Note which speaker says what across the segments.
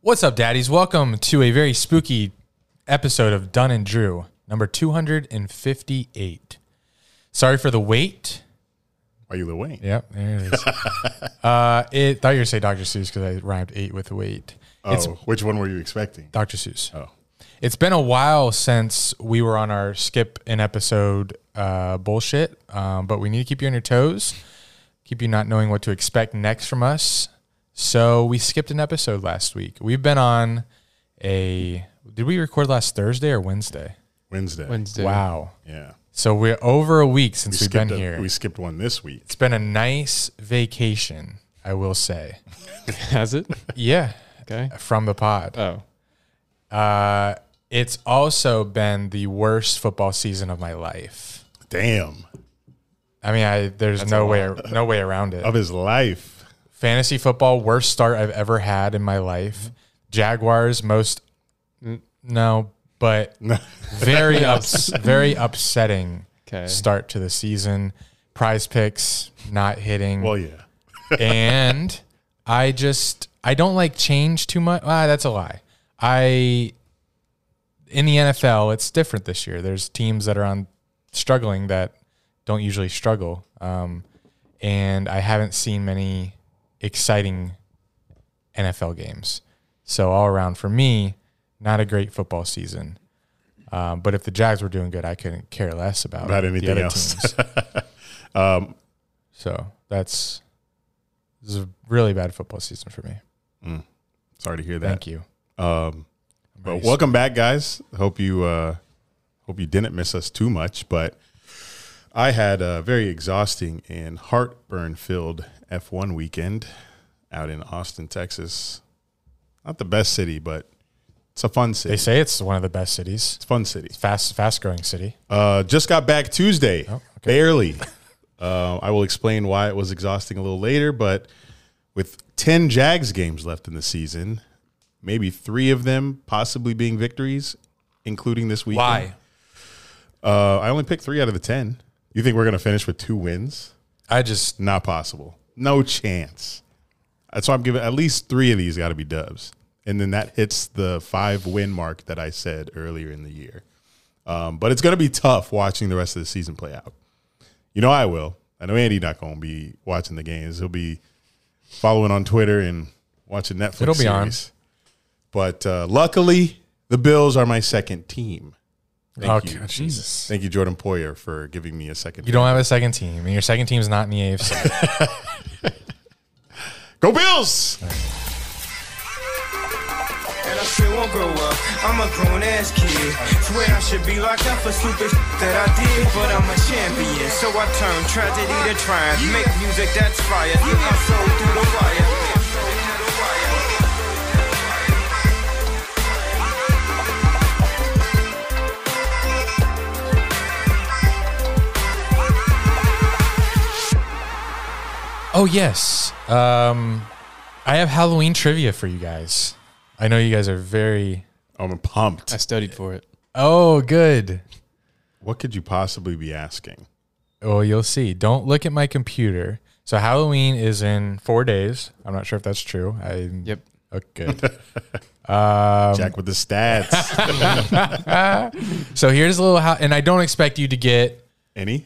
Speaker 1: What's up, daddies? Welcome to a very spooky episode of Dunn and Drew, number 258. Sorry for the wait.
Speaker 2: Are you the Wayne?
Speaker 1: Yep, there it is. uh, it, thought you were going to say Dr. Seuss because I rhymed eight with wait.
Speaker 2: Oh, which one were you expecting?
Speaker 1: Dr. Seuss.
Speaker 2: Oh,
Speaker 1: It's been a while since we were on our skip an episode uh, bullshit, um, but we need to keep you on your toes, keep you not knowing what to expect next from us. So we skipped an episode last week. We've been on a. Did we record last Thursday or Wednesday?
Speaker 2: Wednesday.
Speaker 3: Wednesday.
Speaker 1: Wow.
Speaker 2: Yeah.
Speaker 1: So we're over a week since we have
Speaker 2: skipped
Speaker 1: been
Speaker 2: a-
Speaker 1: here.
Speaker 2: We skipped one this week.
Speaker 1: it's been a nice vacation, I will say.
Speaker 3: Has it?
Speaker 1: yeah,
Speaker 3: Okay.
Speaker 1: from the pod.
Speaker 3: Oh.
Speaker 1: Uh, it's also been the worst football season of my life.
Speaker 2: Damn.
Speaker 1: I mean, I there's no way no way around it.
Speaker 2: Of his life.
Speaker 1: Fantasy football worst start I've ever had in my life. Jaguars most no, but very ups, very upsetting
Speaker 3: Okay.
Speaker 1: start to the season. Prize picks not hitting,
Speaker 2: Well, yeah.
Speaker 1: and I just I don't like change too much. Ah, that's a lie. I in the NFL it's different this year. There's teams that are on struggling that don't usually struggle. Um, and I haven't seen many exciting NFL games. So all around for me, not a great football season. Um, but if the Jags were doing good, I couldn't care less about,
Speaker 2: About
Speaker 1: the
Speaker 2: anything
Speaker 1: other
Speaker 2: else.
Speaker 1: teams. Um, so that's this is a really bad football season for me.
Speaker 2: Sorry to hear that.
Speaker 1: Thank you.
Speaker 2: Um, but
Speaker 1: Nice.
Speaker 2: welcome back, guys. Hope you uh, hope you didn't miss us too much. But I had a very exhausting and heartburn-filled F1 weekend out in Austin, Texas. Not the best city, but it's a fun city.
Speaker 1: They say it's one of the best cities.
Speaker 2: it's a fun city.
Speaker 1: Fast, fast growing city.
Speaker 2: Uh, just got back Tuesday, barely. Uh, I will explain why it was exhausting a little later, but with 10 Jags games left in the season, maybe three of them possibly being victories, including this weekend. Uh, I only picked three out of the 10. You think we're going to finish with two wins?
Speaker 1: I just
Speaker 2: Not possible. No chance. That's why I'm giving at least three of these got to be dubs. And then that hits the five win mark that I said earlier in the year. Um, but it's going to be tough watching the rest of the season play out. You know, I will. I know Andy not going to be watching the games. He'll be following on Twitter and watching Netflix.
Speaker 1: It'll be on.
Speaker 2: series. But uh, luckily, the Bills are my second team. Thank
Speaker 1: okay,
Speaker 2: you.
Speaker 1: oh, Jesus.
Speaker 2: Thank you, Jordan Poyer, for giving me a second.
Speaker 1: You don't have a second team, and your second team's not in the AFC.
Speaker 2: Go Bills!
Speaker 4: And I still won't grow up. I'm a grown ass kid. Swear I should be locked up for stupid that I did. But I'm a champion, so I turn tragedy to triumph. Make music that's fire. Get my soul through the wire.
Speaker 1: oh yes, um, I have Halloween trivia for you guys. I know you guys are very.
Speaker 2: I'm pumped.
Speaker 3: I studied for it.
Speaker 1: Oh, good.
Speaker 2: What could you possibly be asking?
Speaker 1: Well, you'll see. Don't look at my computer. So Halloween is in four days. I'm not sure if that's true. I oh,
Speaker 3: Yep.
Speaker 1: Okay.
Speaker 2: Jack with the stats.
Speaker 1: so here's a little how, and I don't expect you to get.
Speaker 2: Any?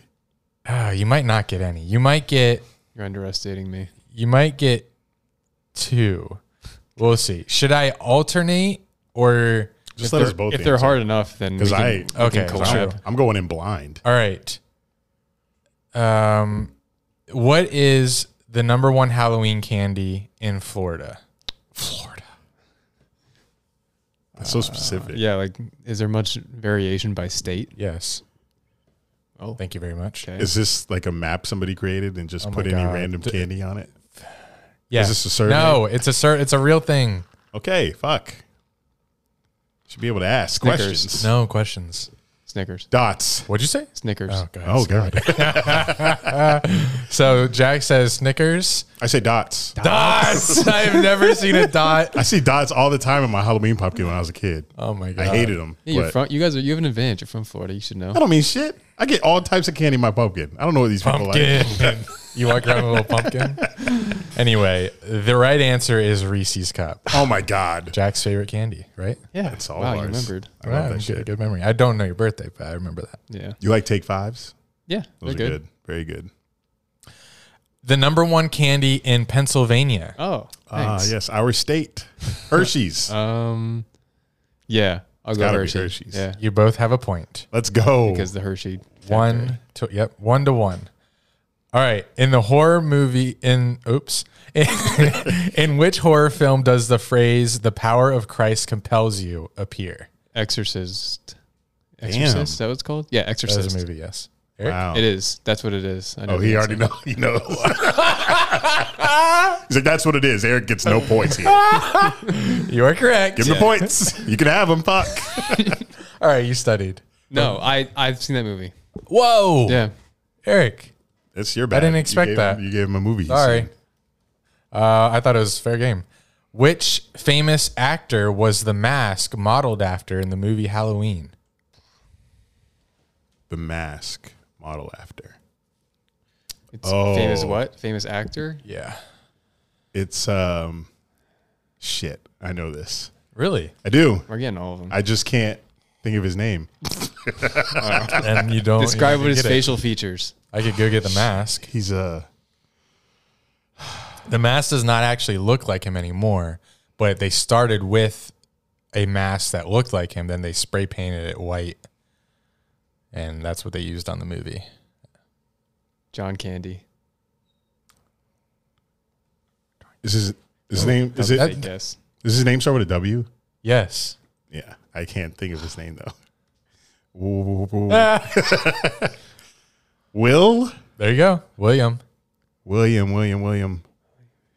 Speaker 1: Uh, you might not get any. You might get
Speaker 3: You're underestimating me.
Speaker 1: you might get two. We'll see. Should I alternate or
Speaker 2: Just
Speaker 3: if
Speaker 2: let us
Speaker 3: they're-
Speaker 2: both.
Speaker 3: If they're hard enough, then we
Speaker 2: 'Cause
Speaker 3: can-
Speaker 2: I-
Speaker 3: Oh, we can
Speaker 1: Okay,
Speaker 3: collab.
Speaker 1: true.
Speaker 2: I'm going in blind.
Speaker 1: all right? Um, what is the number one Halloween candy in Florida? Florida.
Speaker 2: That's so specific.
Speaker 3: Yeah, like, is there much variation by state?
Speaker 1: Yes.
Speaker 3: Oh.
Speaker 1: thank you very much.
Speaker 3: Okay.
Speaker 2: Is this like a map somebody created and
Speaker 3: Oh
Speaker 2: just
Speaker 1: my
Speaker 2: put any
Speaker 1: God.
Speaker 2: random candy on it?
Speaker 1: Yeah.
Speaker 2: Is this a survey?
Speaker 1: No, it's a sur- It's a real thing.
Speaker 2: Okay, fuck. Should be able to ask
Speaker 3: Snickers.
Speaker 2: questions.
Speaker 1: No questions.
Speaker 3: Snickers.
Speaker 2: Dots.
Speaker 1: What'd you say?
Speaker 3: Snickers.
Speaker 1: Oh god.
Speaker 2: Oh god.
Speaker 1: So Jack says Snickers.
Speaker 2: I say dots.
Speaker 1: Dots. I've never seen a dot.
Speaker 2: I see dots all the time in my Halloween pumpkin when I was a kid.
Speaker 1: Oh my god.
Speaker 2: I hated them.
Speaker 3: Yeah, you're
Speaker 2: but
Speaker 3: from, you guys are you have an advantage. You're from Florida. You should know.
Speaker 2: I don't mean shit. I get all types of candy in my pumpkin. I don't know what these people
Speaker 1: pumpkin.
Speaker 2: like.
Speaker 1: you walk around with a little pumpkin. Anyway, the right answer is Reese's cup.
Speaker 2: Oh my god.
Speaker 1: Jack's favorite candy, right?
Speaker 3: Yeah,
Speaker 2: It's all
Speaker 3: wow, you
Speaker 2: ours.
Speaker 3: remembered.
Speaker 2: I love
Speaker 1: Wow,
Speaker 2: that
Speaker 1: good,
Speaker 2: shit.
Speaker 1: good memory. I don't know your birthday, but I remember that.
Speaker 3: Yeah,
Speaker 2: You like take fives?
Speaker 3: yeah,
Speaker 2: Those
Speaker 3: they're
Speaker 2: are good. Very good.
Speaker 1: The number one candy in Pennsylvania.
Speaker 3: Oh,
Speaker 2: Ah,
Speaker 3: thanks.
Speaker 2: yes, our state. Hershey's.
Speaker 3: Um, yeah, I'll go
Speaker 2: gotta be
Speaker 3: Hershey.
Speaker 2: Hershey's.
Speaker 3: Yeah,
Speaker 1: You both have a point.
Speaker 2: Let's go.
Speaker 3: because the Hershey
Speaker 1: One to yep, one to one. All right. In the horror movie, in oops, in, in which horror film does the phrase "the power of Christ compels you" appear?
Speaker 3: Exorcist. Exorcist. Is that what it's called? Yeah,
Speaker 1: That
Speaker 3: Exorcist.
Speaker 1: is a movie, yes. Eric?
Speaker 2: wow.
Speaker 3: It is. That's what it is. I know
Speaker 2: Oh,
Speaker 3: the
Speaker 2: he
Speaker 3: answer.
Speaker 2: already know. He knows. He's like, that's what it is. Eric gets no points here.
Speaker 1: You are correct.
Speaker 2: Give him the points. You can have them. Fuck.
Speaker 1: All right, you studied.
Speaker 3: No, I I've seen that movie.
Speaker 1: Whoa,
Speaker 3: Yeah,
Speaker 1: Eric.
Speaker 2: It's your bad.
Speaker 1: didn't
Speaker 2: You
Speaker 1: expect
Speaker 2: gave
Speaker 1: that.
Speaker 2: Him, you gave him a movie. he's
Speaker 1: Sorry.
Speaker 2: seen.
Speaker 1: Uh, I thought it was fair game. Which famous actor was the mask modeled after in the movie Halloween?
Speaker 2: The mask model after.
Speaker 3: it's famous.
Speaker 2: Oh.
Speaker 3: What famous actor?
Speaker 1: Yeah.
Speaker 2: It's um, shit. I know this.
Speaker 1: Really?
Speaker 2: I do.
Speaker 3: We're getting all of them.
Speaker 2: I just can't think of his name.
Speaker 1: And you don't
Speaker 3: Describe
Speaker 1: you
Speaker 3: what his
Speaker 1: get it.
Speaker 3: facial features.
Speaker 1: I could go get the mask.
Speaker 2: He's uh,
Speaker 1: The mask does not actually look like him anymore, but they started with a mask that looked like him. Then they spray painted it white, and that's what they used on the movie.
Speaker 3: John Candy.
Speaker 2: is his his
Speaker 1: Oh,
Speaker 2: name is
Speaker 3: I
Speaker 2: it?
Speaker 3: guess.
Speaker 2: Does his name start with a W?
Speaker 1: Yes.
Speaker 2: Yeah, I can't think of his name though. Will
Speaker 1: There you go, William.
Speaker 2: William William William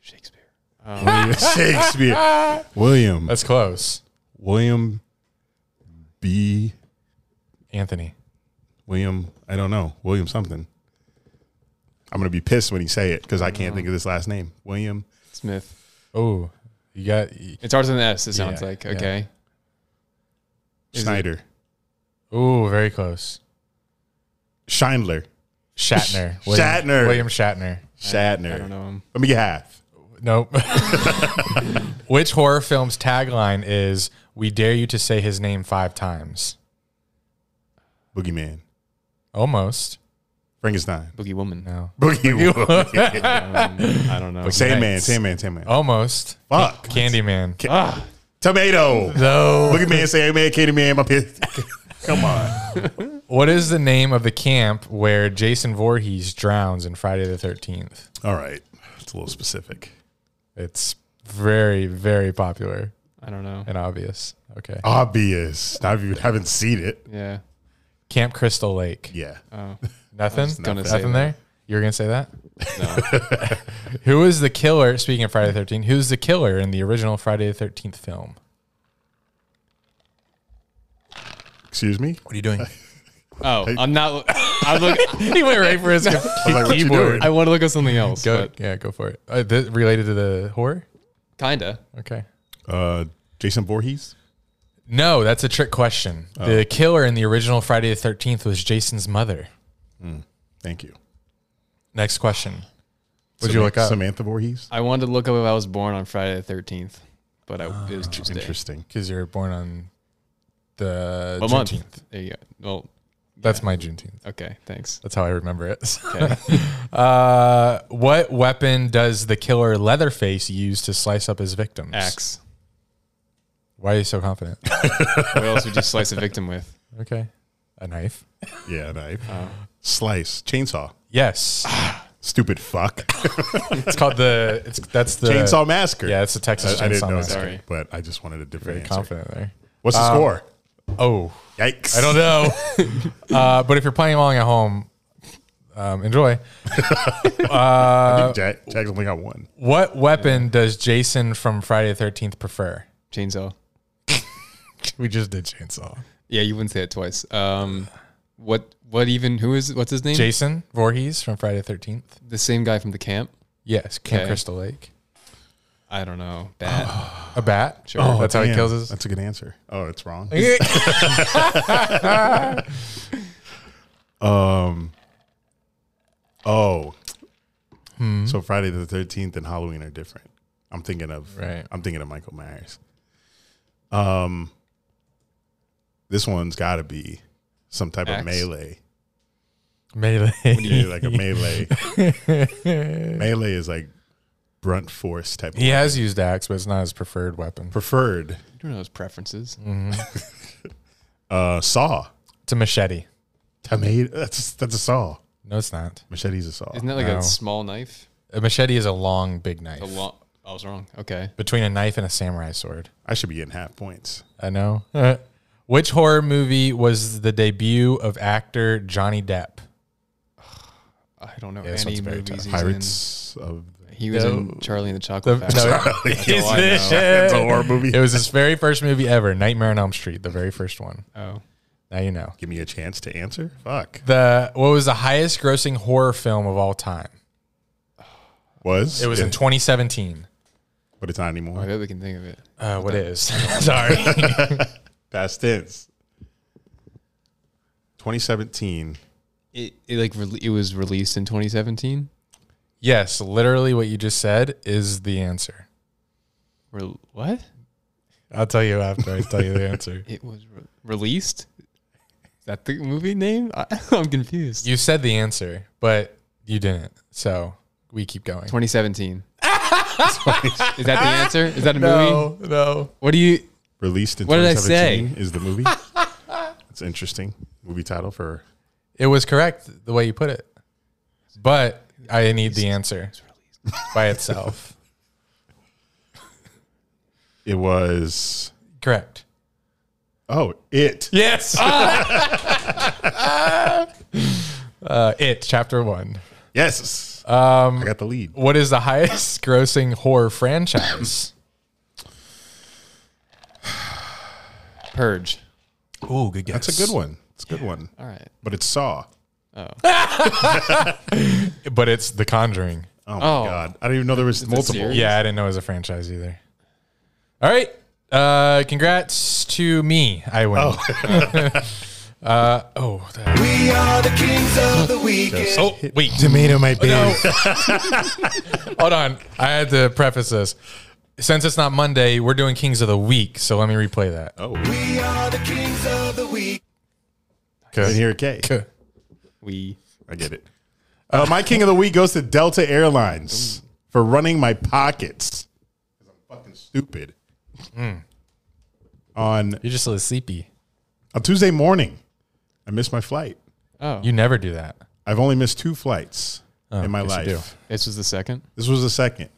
Speaker 3: Shakespeare.
Speaker 2: Shakespeare William
Speaker 1: That's close.
Speaker 2: William B.
Speaker 1: Anthony.
Speaker 2: William, I don't know, William something. I'm gonna be pissed when he say it because I can't think of this last name. William.
Speaker 3: Smith.
Speaker 1: Oh, you got.
Speaker 3: It starts with an S. It sounds
Speaker 1: Yeah,
Speaker 3: like
Speaker 1: yeah.
Speaker 3: okay. Is it-
Speaker 2: Snyder.
Speaker 1: Oh, very close.
Speaker 2: Schindler.
Speaker 1: Shatner.
Speaker 2: Shatner.
Speaker 1: William Shatner.
Speaker 2: Shatner.
Speaker 3: I don't know him.
Speaker 2: Let me get half.
Speaker 1: Nope. Which horror film's tagline is "We dare you to say his name five times"?
Speaker 2: Boogeyman.
Speaker 1: Almost.
Speaker 2: Frankenstein.
Speaker 3: Boogie Woman.
Speaker 1: No.
Speaker 2: Boogeyman.
Speaker 3: I don't know.
Speaker 2: Sandman.
Speaker 1: Nice.
Speaker 2: Sandman. Sandman.
Speaker 1: Almost.
Speaker 2: Fuck.
Speaker 1: Candyman.
Speaker 3: Ah,
Speaker 2: Tomato.
Speaker 1: No.
Speaker 2: Boogeyman. Sandman. Candyman. My piss. Come on.
Speaker 1: What is the name of the camp where Jason Voorhees drowns in Friday the 13th?
Speaker 2: All right. It's a little specific.
Speaker 1: It's very, very popular
Speaker 3: I don't know.
Speaker 1: and obvious. Okay.
Speaker 2: Obvious. Now if you haven't seen it.
Speaker 3: Yeah.
Speaker 1: Camp Crystal Lake.
Speaker 2: Yeah.
Speaker 3: Oh.
Speaker 1: Nothing?
Speaker 3: gonna say
Speaker 1: Nothing
Speaker 3: that.
Speaker 1: there? You were going to say that?
Speaker 3: No.
Speaker 1: Who is the killer? Speaking of Friday the 13th, who's the killer in the original Friday the 13th film?
Speaker 2: Excuse me.
Speaker 1: What are you doing?
Speaker 3: Oh, I'm not. I look.
Speaker 1: he went right for his
Speaker 2: I was like, what you
Speaker 1: keyboard.
Speaker 2: doing?
Speaker 3: I want to look at something else.
Speaker 1: Go,
Speaker 3: but
Speaker 1: yeah, go for it. Uh, th- related to the horror?
Speaker 3: kinda.
Speaker 1: Okay.
Speaker 2: Uh, Jason Voorhees.
Speaker 1: No, that's a trick question. The killer in the original Friday the 13th was Jason's mother.
Speaker 2: Thank you.
Speaker 1: Next question. What'd you look up?
Speaker 2: Samantha Voorhees.
Speaker 3: I wanted to look up if I was born on Friday the thirteenth, but I, it was Tuesday.
Speaker 2: Interesting.
Speaker 1: Because you were born on the
Speaker 3: What month?
Speaker 1: Juneteenth.
Speaker 3: There you go. Well,
Speaker 1: That's my Juneteenth.
Speaker 3: okay. Thanks.
Speaker 1: That's how I remember it.
Speaker 3: Okay.
Speaker 1: uh, what weapon does the killer Leatherface use to slice up his victims?
Speaker 3: Axe.
Speaker 1: Why are you so confident?
Speaker 3: What else would you slice a victim with?
Speaker 1: okay. A knife?
Speaker 2: Yeah, knife.
Speaker 1: Uh,
Speaker 2: Slice. Chainsaw.
Speaker 1: Yes.
Speaker 2: Stupid fuck.
Speaker 1: it's called the. It's That's the.
Speaker 2: Chainsaw Massacre.
Speaker 1: Yeah, it's the Texas
Speaker 2: I, I didn't
Speaker 1: Chainsaw
Speaker 2: know
Speaker 1: Massacre.
Speaker 2: that, but I just wanted a different
Speaker 1: Very
Speaker 2: answer.
Speaker 1: confident there.
Speaker 2: What's the score?
Speaker 1: Oh,
Speaker 2: Yikes!
Speaker 1: I don't know. uh, but if you're playing along at home, um, enjoy.
Speaker 2: Uh, Jack, Jack only got one.
Speaker 1: What weapon does Jason from Friday the 13th prefer?
Speaker 3: Chainsaw.
Speaker 1: We just did chainsaw.
Speaker 3: Yeah, you wouldn't say it twice. Um, What? What even? Who is? What's his name?
Speaker 1: Jason Voorhees from Friday Thirteenth.
Speaker 3: The same guy from the camp.
Speaker 1: Yes, Camp
Speaker 3: Okay.
Speaker 1: Crystal Lake.
Speaker 3: I don't
Speaker 1: Oh.
Speaker 3: know. Bat.
Speaker 1: A bat. Sure. Oh, that's how he
Speaker 2: damn.
Speaker 1: kills his.
Speaker 2: That's a good answer. Oh, it's wrong. Oh.
Speaker 3: Hmm.
Speaker 2: So Friday the thirteenth and Halloween are different. I'm thinking of
Speaker 1: Right.
Speaker 2: I'm thinking of Michael Myers. Um this one's gotta be some type
Speaker 3: Axe?
Speaker 2: of melee.
Speaker 1: Melee.
Speaker 2: Yeah, like a melee. melee is like brunt force type of
Speaker 1: He has used axe, but it's not his preferred weapon.
Speaker 2: preferred.
Speaker 3: Who knows preferences?
Speaker 1: Mm,
Speaker 2: Uh saw.
Speaker 1: It's a machete.
Speaker 2: Tomato that's that's a saw.
Speaker 1: No, it's not.
Speaker 2: Machete's a saw.
Speaker 3: Isn't that like
Speaker 1: No.
Speaker 3: a small knife?
Speaker 1: A machete is a long, big knife
Speaker 3: A long. I was wrong. Okay.
Speaker 1: between a knife and a samurai sword.
Speaker 2: I should be getting half points.
Speaker 1: I know. Uh, Which horror movie was the debut of actor Johnny Depp?
Speaker 3: I don't know
Speaker 1: Yeah, this
Speaker 3: any
Speaker 1: one's very
Speaker 3: movies.
Speaker 1: tough.
Speaker 3: he's in.
Speaker 2: Pirates of
Speaker 3: He was
Speaker 1: No.
Speaker 3: in Charlie and the
Speaker 1: The-
Speaker 3: Chocolate Factory.
Speaker 1: no,
Speaker 3: That's all I know.
Speaker 2: That's a horror movie.
Speaker 1: it was his very first movie ever, Nightmare on Elm Street, the very first one.
Speaker 3: Oh,
Speaker 1: Now you know.
Speaker 2: Give me a chance to answer. Fuck.
Speaker 1: The what was the highest grossing horror film of all time?
Speaker 2: Was
Speaker 1: It was in Oh, 2017.
Speaker 2: but it's not anymore.
Speaker 3: Oh, I bet we can think of it.
Speaker 1: Uh, what is? Sorry.
Speaker 2: Past tense. 2017.
Speaker 3: It, it like rele it was released in 2017.
Speaker 1: yes, literally what you just said is the answer.
Speaker 3: Re- what?
Speaker 1: I'll tell you after I tell you the answer.
Speaker 3: It was re- released. Is that the movie name? I, I'm confused.
Speaker 1: You said the answer, but you didn't. So we keep going.
Speaker 3: 2017. Is that the answer? Is that a movie?
Speaker 1: No, no.
Speaker 3: What do you?
Speaker 2: Released in
Speaker 3: What did I
Speaker 2: 2017 is the movie. It's interesting. Movie title for
Speaker 1: It was correct the way you put it, but I need the answer by itself.
Speaker 2: it was
Speaker 1: correct.
Speaker 2: oh it
Speaker 1: Yes. uh, it chapter one.
Speaker 2: yes um I got the lead
Speaker 1: What is the highest grossing horror franchise?
Speaker 3: Purge.
Speaker 1: Oh, good guess.
Speaker 2: that's a good one it's a good one
Speaker 3: All right.
Speaker 2: but it's Saw
Speaker 1: But it's The Conjuring.
Speaker 2: oh my
Speaker 3: Oh.
Speaker 2: god I didn't even know there was
Speaker 3: a
Speaker 2: multiple
Speaker 3: series?
Speaker 1: Yeah, I didn't know it was a franchise either. All right. Uh, congrats to me. I win. Oh, uh, oh, that-
Speaker 4: We are the kings of the weekend.
Speaker 1: oh wait.
Speaker 2: tomato my baby
Speaker 1: No. Hold on. I had to preface this. Since it's not Monday, we're doing Kings of the Week. So let me replay that.
Speaker 2: oh
Speaker 4: We are the kings of the week.
Speaker 2: and
Speaker 1: Okay.
Speaker 2: here it came.
Speaker 3: We.
Speaker 2: I get it uh, my king of the week goes to Delta Airlines for running my pockets 'Cause I'm fucking stupid on
Speaker 1: You're just a little sleepy.
Speaker 2: on Tuesday morning, I missed my flight.
Speaker 3: Oh,
Speaker 1: You never do that.
Speaker 2: I've only missed two flights in my
Speaker 1: yes, you
Speaker 2: life.
Speaker 3: this was the second.
Speaker 2: This was the second,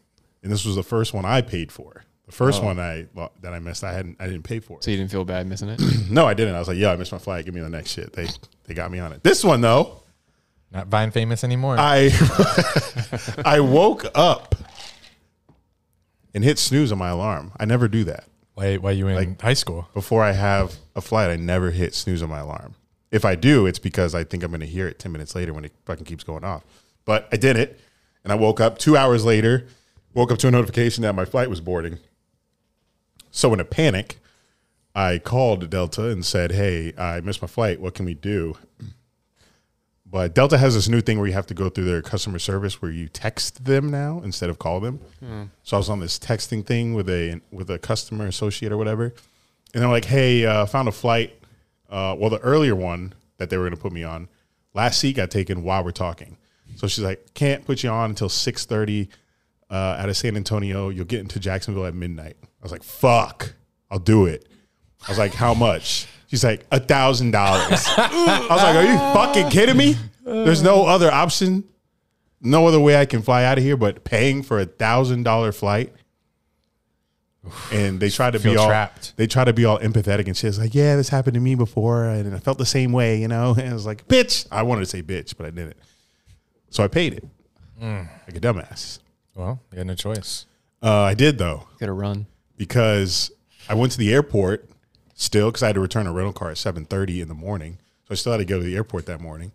Speaker 2: and this was the first one I paid for. The first one I well, that I missed, I hadn't, I didn't pay for. It.
Speaker 3: So you didn't feel bad missing it.
Speaker 2: No, I didn't. I was like, "Yeah, I missed my flight. Give me the next shit." They they got me on it. This one though,
Speaker 1: Not Vine famous anymore.
Speaker 2: I I woke up and hit snooze on my alarm. I never do that.
Speaker 1: why, why you in high school?
Speaker 2: before I have a flight, I never hit snooze on my alarm. If I do, it's because I think I'm going to hear it 10 minutes later when it fucking keeps going off. But I did it and I woke up two hours later, woke up to a notification that my flight was boarding. So in a panic, I called Delta and said, Hey, I missed my flight. What can we do? But Delta has this new thing where you have to go through their customer service where you text them now instead of call them. So I was on this texting thing with a with a customer associate or whatever, and they're like, "Hey, uh, found a flight. Uh, well, the earlier one that they were going to put me on last seat got taken while we're talking. So she's like, can't put you on until six thirty uh, out of San Antonio. You'll get into Jacksonville at midnight. I was like, fuck, I'll do it. I was like, how much? She's like, a thousand dollars. I was like, are you fucking kidding me? There's no other option, no other way I can fly out of here but paying for a thousand dollar flight. And they tried to be
Speaker 1: Feel
Speaker 2: all
Speaker 1: trapped.
Speaker 2: they try to be all empathetic and shit. It's like, yeah, this happened to me before, and I felt the same way, you know. And I was like, bitch, I wanted to say bitch, but I didn't. So I paid it
Speaker 1: Mm.
Speaker 2: like a dumbass.
Speaker 1: Well, you had no choice.
Speaker 2: Uh, I did though
Speaker 3: Got to run.
Speaker 2: because I went to the airport still because I had to return a rental car at seven thirty in the morning. So I still had to go to the airport that morning.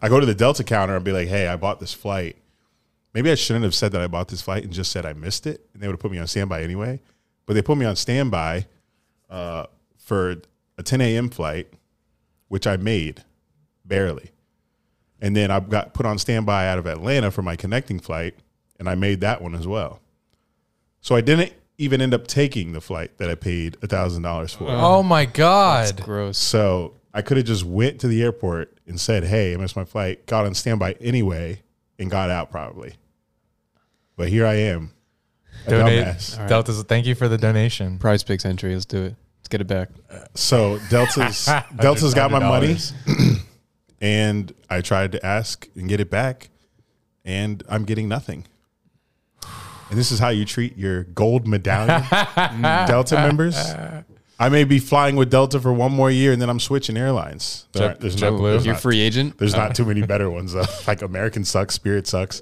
Speaker 2: I go to the Delta counter and be like, hey, I bought this flight. Maybe I shouldn't have said that I bought this flight and just said I missed it. And they would have put me on standby anyway. But they put me on standby uh, for a 10 a.m. flight, which I made barely. And then I got put on standby out of Atlanta for my connecting flight, and I made that one as well. So I didn't even end up taking the flight that I paid $1,000 for.
Speaker 1: oh my god.
Speaker 3: Gross.
Speaker 2: So I could have just went to the airport and said, "Hey, I missed my flight." Got on standby anyway and got out probably. But here I am, a
Speaker 1: Donate.
Speaker 2: dumbass.
Speaker 1: Delta's thank you for the donation.
Speaker 3: Prize picks entry. Let's do it. Let's get it back.
Speaker 2: So Delta's Delta's got my money,
Speaker 1: $100.
Speaker 2: and I tried to ask and get it back, and I'm getting nothing. And this is how you treat your gold medallion Delta members. I may be flying with Delta for one more year, and then I'm switching airlines. There aren't- there's no,
Speaker 1: JetBlue?
Speaker 2: there's
Speaker 3: You're
Speaker 2: not-
Speaker 3: free agent.
Speaker 2: There's not too many better ones though. Like American sucks, Spirit sucks,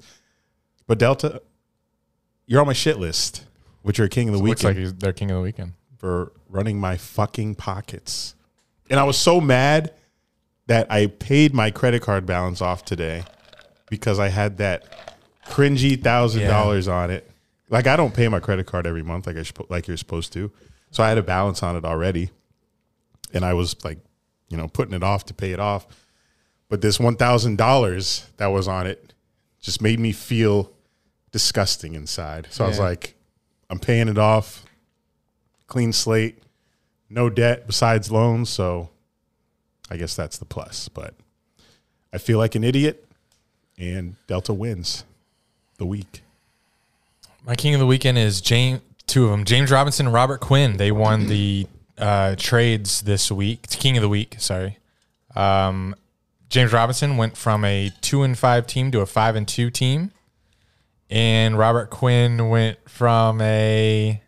Speaker 2: but Delta, you're on my shit list, which are king of the
Speaker 1: Looks
Speaker 2: weekend
Speaker 1: like he's their king of the weekend.
Speaker 2: for running my fucking pockets. And I was so mad that I paid my credit card balance off today because I had that cringy thousand dollars on it. Like I don't pay my credit card every month like I should, like you're supposed to, so I had a balance on it already, and I was like, you know, putting it off to pay it off. But this one thousand dollars that was on it just made me feel disgusting inside. So I was
Speaker 3: Yeah.
Speaker 2: like, I'm paying it off, clean slate, no debt besides loans. So I guess that's the plus. But I feel like an idiot, and Delta wins the week.
Speaker 1: My king of the weekend is James. Two of them, James Robinson and Robert Quinn. They won the uh, trades this week. King of the week, sorry. Um, James Robinson went from a two and five team to a five and two team, and Robert Quinn went from a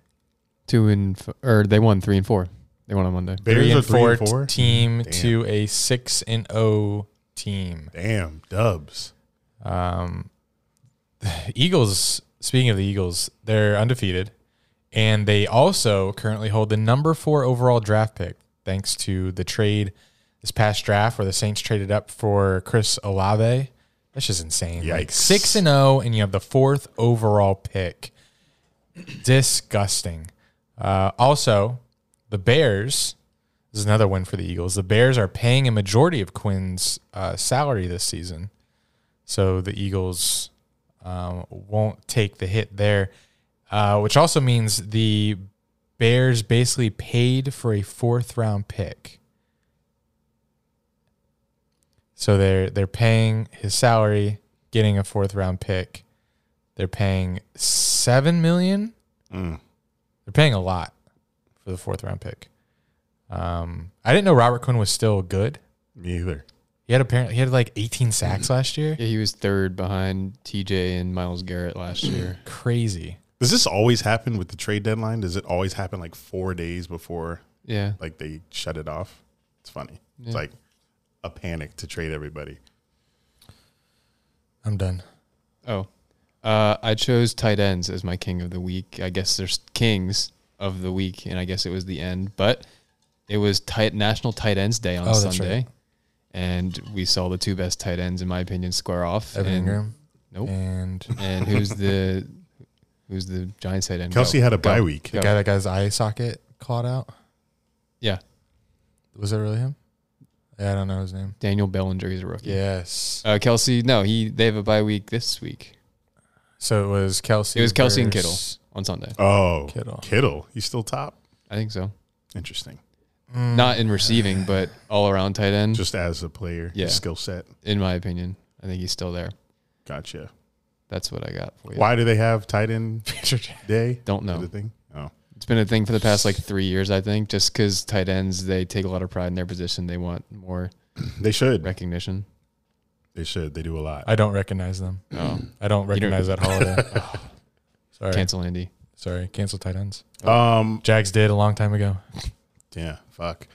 Speaker 3: Two and f- or they won three and four. They won on Monday.
Speaker 1: three
Speaker 2: Bears are
Speaker 1: and
Speaker 2: three
Speaker 1: four,
Speaker 2: and four.
Speaker 1: team to a six and O team.
Speaker 2: Damn, dubs.
Speaker 1: Eagles. Speaking of the Eagles, they're undefeated, and they also currently hold the number four overall draft pick, thanks to the trade this past draft where the Saints traded up for Chris Olave. That's just insane. Like
Speaker 2: Yikes.
Speaker 1: six and zero, and you have the fourth overall pick. Disgusting. Uh, also, the Bears. This is another win for the Eagles. The Bears are paying a majority of Quinn's uh, salary this season, so the Eagles um, won't take the hit there, uh, which also means the Bears basically paid for a fourth round pick. So they're they're paying his salary, getting a fourth round pick. They're paying seven million.
Speaker 3: Mm.
Speaker 1: They're paying a lot for the fourth round pick. Um, I didn't know Robert Quinn was still good.
Speaker 2: Me either.
Speaker 1: He had apparently he had like 18 sacks last year.
Speaker 3: Mm. Yeah, he was third behind TJ and Miles Garrett last year.
Speaker 1: Crazy.
Speaker 2: Does this always happen with the trade deadline? Does it always happen like four days before
Speaker 3: Yeah.
Speaker 2: like they shut it off? It's funny. It's like a panic to trade everybody.
Speaker 1: I'm done.
Speaker 3: Oh, uh, I chose tight ends as my king of the week. I guess there's kings of the week, and I guess it was the end, but it was tight National Tight Ends Day on
Speaker 1: Oh, that's
Speaker 3: Sunday,
Speaker 1: right.
Speaker 3: and we saw the two best tight ends, in my opinion, square off.
Speaker 1: Evan
Speaker 3: and,
Speaker 1: Ingram.
Speaker 3: Nope.
Speaker 1: And
Speaker 3: And who's the who's the Giants tight end? Oh,
Speaker 2: Kelsey
Speaker 3: Go,
Speaker 2: had a
Speaker 3: go,
Speaker 2: bye week.
Speaker 1: the
Speaker 3: go.
Speaker 1: guy that got his eye socket clawed out.
Speaker 3: Yeah,
Speaker 1: Was that really him? Yeah, I don't know his name.
Speaker 3: Daniel Bellinger. He's a rookie.
Speaker 1: Yes.
Speaker 3: Uh, Kelsey, no, he they have a bye week this week.
Speaker 1: So it was Kelsey.
Speaker 3: It was Kelsey and Kittle
Speaker 1: versus-
Speaker 3: on Sunday.
Speaker 2: Oh,
Speaker 1: Kittle.
Speaker 2: Kittle. Kittle. He's still top.
Speaker 3: I think so.
Speaker 2: Interesting.
Speaker 1: Mm.
Speaker 3: Not in receiving, but all around tight end.
Speaker 2: Just as a player,
Speaker 3: Mm-hmm. Yeah.
Speaker 2: his skill set.
Speaker 3: in my opinion. I think he's still there.
Speaker 2: Gotcha.
Speaker 3: That's what I got for you.
Speaker 2: Why do they have tight end day?
Speaker 3: Don't
Speaker 2: Is
Speaker 3: know.
Speaker 2: that a thing? Oh,
Speaker 3: It's been a thing for the past like three years, I think, just because tight ends they take a lot of pride in their position. They want more
Speaker 2: they should.
Speaker 3: recognition.
Speaker 2: They should. They do a lot.
Speaker 1: I don't recognize them.
Speaker 3: Oh,
Speaker 1: I don't Oh. recognize that holiday. sorry.
Speaker 3: cancel Andy.
Speaker 1: Sorry. Cancel tight ends.
Speaker 2: Um,
Speaker 1: Jags did a long time ago.
Speaker 2: Yeah, fuck.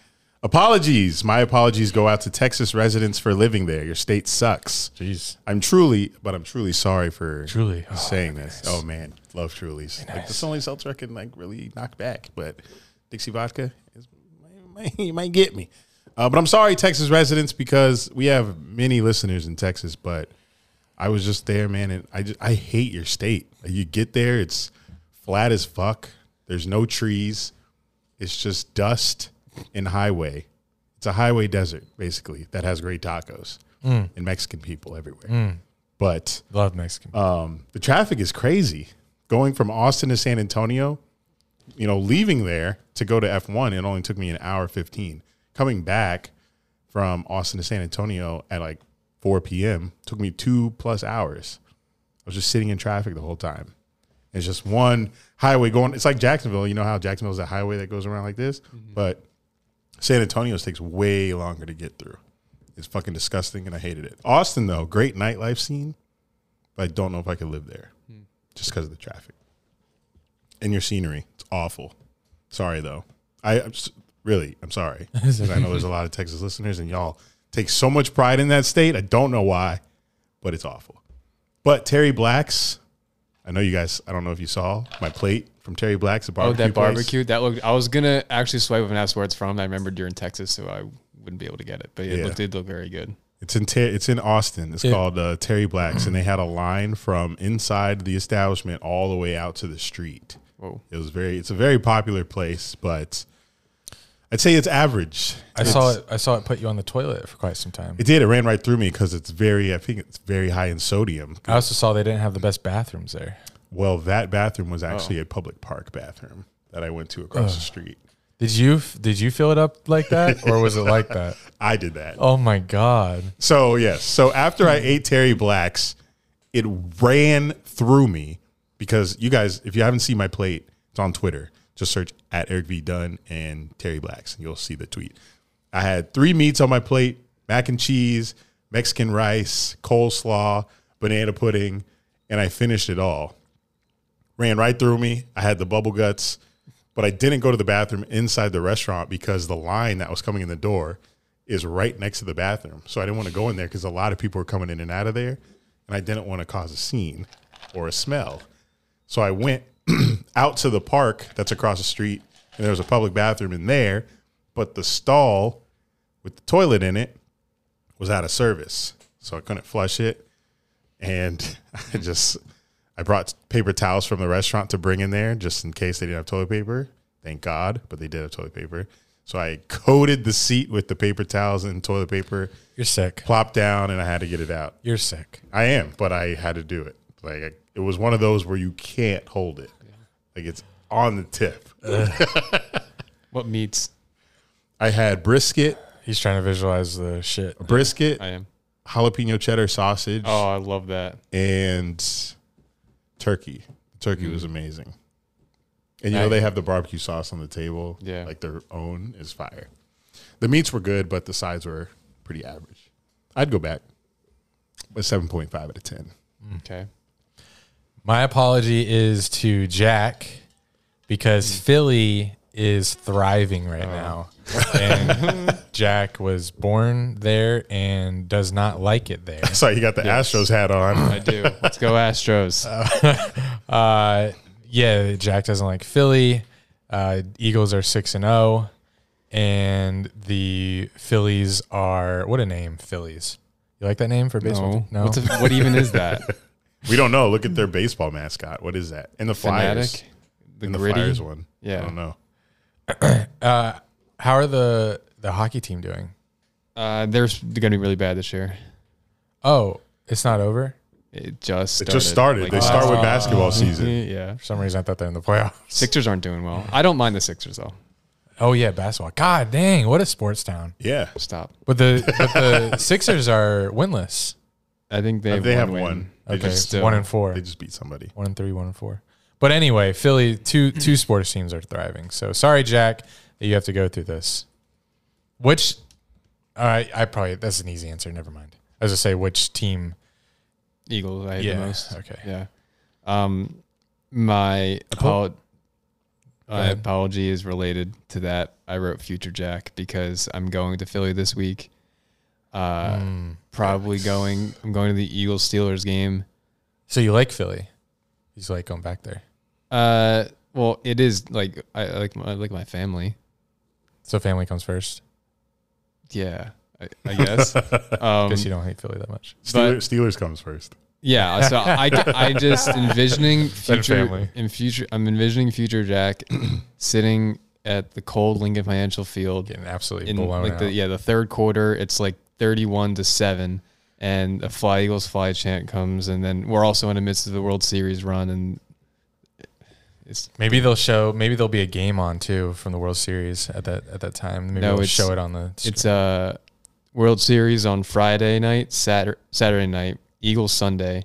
Speaker 2: Apologies. My apologies go out to Texas residents for living there. Your state sucks.
Speaker 1: Jeez.
Speaker 2: I'm truly, but I'm truly sorry for
Speaker 1: Truly. Oh,
Speaker 2: saying this. Oh man, love Truly's. Like this only seltzer I can like really knock back, but Dixie vodka is might, might, might get me. Uh, but I'm sorry, Texas residents, because we have many listeners in Texas. But I was just there, man, and I just I hate your state. Like, You get there, it's flat as fuck. There's no trees. It's just dust and highway. It's a highway desert, basically, that has great tacos and Mexican people everywhere. But
Speaker 1: Love Mexican. people.
Speaker 2: um, the traffic is crazy going from Austin to San Antonio. You know, leaving there to go to F1, it only took me an hour 15. Coming back from Austin to San Antonio at like 4 p.m. took me two plus hours. I was just sitting in traffic the whole time. It's just one highway going. It's like Jacksonville. You know how Jacksonville is a highway that goes around like this? But San Antonio's takes way longer to get through. It's fucking disgusting, and I hated it. Austin, though, great nightlife scene but I don't know if I could live there
Speaker 3: Hmm.
Speaker 2: just because of the traffic and your scenery. It's awful. Sorry though. I I'm s- really I'm sorry 'Cause I know there's a lot of Texas listeners and y'all take so much pride in that state. I don't know why, but it's awful. But Terry Black's, I know you guys. I don't know if you saw my plate from Terry Black's. The
Speaker 3: Oh,
Speaker 2: barbecue
Speaker 3: that
Speaker 2: place.
Speaker 3: barbecue. That looked. I was gonna actually swipe up and ask where it's from. I remembered you're in Texas, so I wouldn't be able to get it. But it
Speaker 2: Yeah.
Speaker 3: looked, did look very good.
Speaker 2: It's in Ter- it's in Austin. It's
Speaker 1: Yeah.
Speaker 2: called uh, Terry Black's, and they had a line from inside the establishment all the way out to the street.
Speaker 3: Whoa.
Speaker 2: It was very. It's a very popular place, but I'd say it's average.
Speaker 1: I saw it. I saw it put you on the toilet for quite some time.
Speaker 2: It did. It ran right through me because it's very. I think it's very high in sodium.
Speaker 1: I also saw they didn't have the best bathrooms there.
Speaker 2: Well, that bathroom was
Speaker 1: Oh.
Speaker 2: actually a public park bathroom that I went to across the street.
Speaker 1: Did you did you fill it up like that, or was it like that?
Speaker 2: I did that.
Speaker 1: Oh my god!
Speaker 2: So yes. So after I ate Terry Black's, it ran through me because you guys, if you haven't seen my plate, it's on Twitter. Just search at Eric V Dunn and Terry Black's, and you'll see the tweet. I had three meats on my plate: mac and cheese, Mexican rice, coleslaw, banana pudding, and I finished it all. Ran right through me. I had the bubble guts, but I didn't go to the bathroom inside the restaurant because the line that was coming in the door is right next to the bathroom. So I didn't want to go in there because a lot of people were coming in and out of there, and I didn't want to cause a scene or a smell. So I went out to the park that's across the street, and there was a public bathroom in there, but the stall with the toilet in it was out of service. So I couldn't flush it. And I just I brought paper towels from the restaurant to bring in there just in case they didn't have toilet paper. Thank God, but they did have toilet paper. So I coated the seat with the paper towels and toilet paper,
Speaker 1: You're sick.
Speaker 2: plopped down, and I had to get it out.
Speaker 1: You're sick.
Speaker 2: I am, but I had to do it. Like I, it was one of those where you can't hold it. Like it's on the tip.
Speaker 3: What meats?
Speaker 2: I had brisket,
Speaker 1: He's trying to visualize the shit.
Speaker 2: brisket,
Speaker 3: I am.
Speaker 2: jalapeno cheddar sausage,
Speaker 3: Oh, I love that.
Speaker 2: and turkey. Turkey was amazing. And you know
Speaker 3: Mm. Nice.
Speaker 2: they have the barbecue sauce on the table.
Speaker 3: Yeah.
Speaker 2: Like their own is fire. The meats were good, but the sides were pretty average. I'd go back. A seven point five out of ten.
Speaker 3: Okay.
Speaker 1: My apology is to Jack because
Speaker 3: Hmm.
Speaker 1: Philly is thriving
Speaker 3: Oh.
Speaker 1: right now. And Jack was born there and does not like it there.
Speaker 2: So you got the Astros hat
Speaker 3: I
Speaker 2: on.
Speaker 3: do. Let's go Astros.
Speaker 1: Uh, yeah, Jack doesn't like Philly. Uh, Eagles are 6 and 0 and the Phillies are what a name, Phillies. You like that name for baseball?
Speaker 3: no. Oh, What's a, what even is that?
Speaker 2: we don't know. Look at their baseball mascot. What is that? And the Flyers.
Speaker 3: Fanatic.
Speaker 2: and the
Speaker 3: gritty?
Speaker 2: Flyers one.
Speaker 3: Yeah.
Speaker 2: I don't know.
Speaker 1: How are the the hockey team doing?
Speaker 3: Uh, they're s- they're gonna be really bad this year.
Speaker 1: Oh, it's not over.
Speaker 3: It just
Speaker 2: It
Speaker 3: started.
Speaker 2: just started.
Speaker 3: like,
Speaker 2: they
Speaker 3: last
Speaker 2: start with basketball
Speaker 3: week.
Speaker 2: season.
Speaker 3: Yeah.
Speaker 1: For some reason, I thought they're in the playoffs.
Speaker 3: Sixers aren't doing well. I don't mind the Sixers though.
Speaker 1: Oh yeah, basketball. God dang, what a sports town.
Speaker 2: Yeah.
Speaker 3: Stop.
Speaker 1: But the but the Sixers are winless.
Speaker 3: I think they
Speaker 2: They have
Speaker 3: win.
Speaker 2: one. They
Speaker 1: Okay,
Speaker 2: just
Speaker 3: still-
Speaker 1: Uh, one and four,
Speaker 2: they just beat somebody.
Speaker 1: one and three, one and four. But anyway, Philly two two sports teams are thriving. So sorry, Jack, that you have to go through this. Which, all right, I probably that's an easy answer. Never mind. I was gonna say which team.
Speaker 3: Eagles. I hate
Speaker 1: Yeah,
Speaker 3: the most.
Speaker 1: okay. Uh,
Speaker 3: Yeah. Um, my apolo- my
Speaker 1: ahead.
Speaker 3: apology is related to that. I wrote Future Jack because I'm going to Philly this week. Uh,
Speaker 1: Mm.
Speaker 2: Hmm.
Speaker 3: probably going. I'm going to the Eagles Steelers game.
Speaker 1: So you like Philly? He's like going back there.
Speaker 3: Uh, well, it is like I I like my, I like my family.
Speaker 1: So family comes first.
Speaker 3: yeah, I, I guess. Um,
Speaker 1: Guess
Speaker 2: Um,
Speaker 1: you don't hate Philly that much.
Speaker 2: Steelers, Steelers comes first.
Speaker 3: Yeah, so I, I just envisioning future
Speaker 1: family.
Speaker 3: in future. I'm envisioning future Jack sitting at the cold Lincoln Financial Field
Speaker 1: Getting absolutely
Speaker 3: in
Speaker 1: blown
Speaker 3: like
Speaker 1: out.
Speaker 3: the yeah the third quarter. It's like 31 to seven, and a fly Eagles fly chant comes, and then we're also in the midst of the World Series run, and it's
Speaker 1: Maybe they'll show. Maybe there'll be a game on too from the World Series at that at that time. Maybe
Speaker 3: No,
Speaker 1: they'll
Speaker 3: it's-
Speaker 1: show it on the.
Speaker 3: it's a World Series on Friday night, Saturday, Saturday night, Eagles Sunday,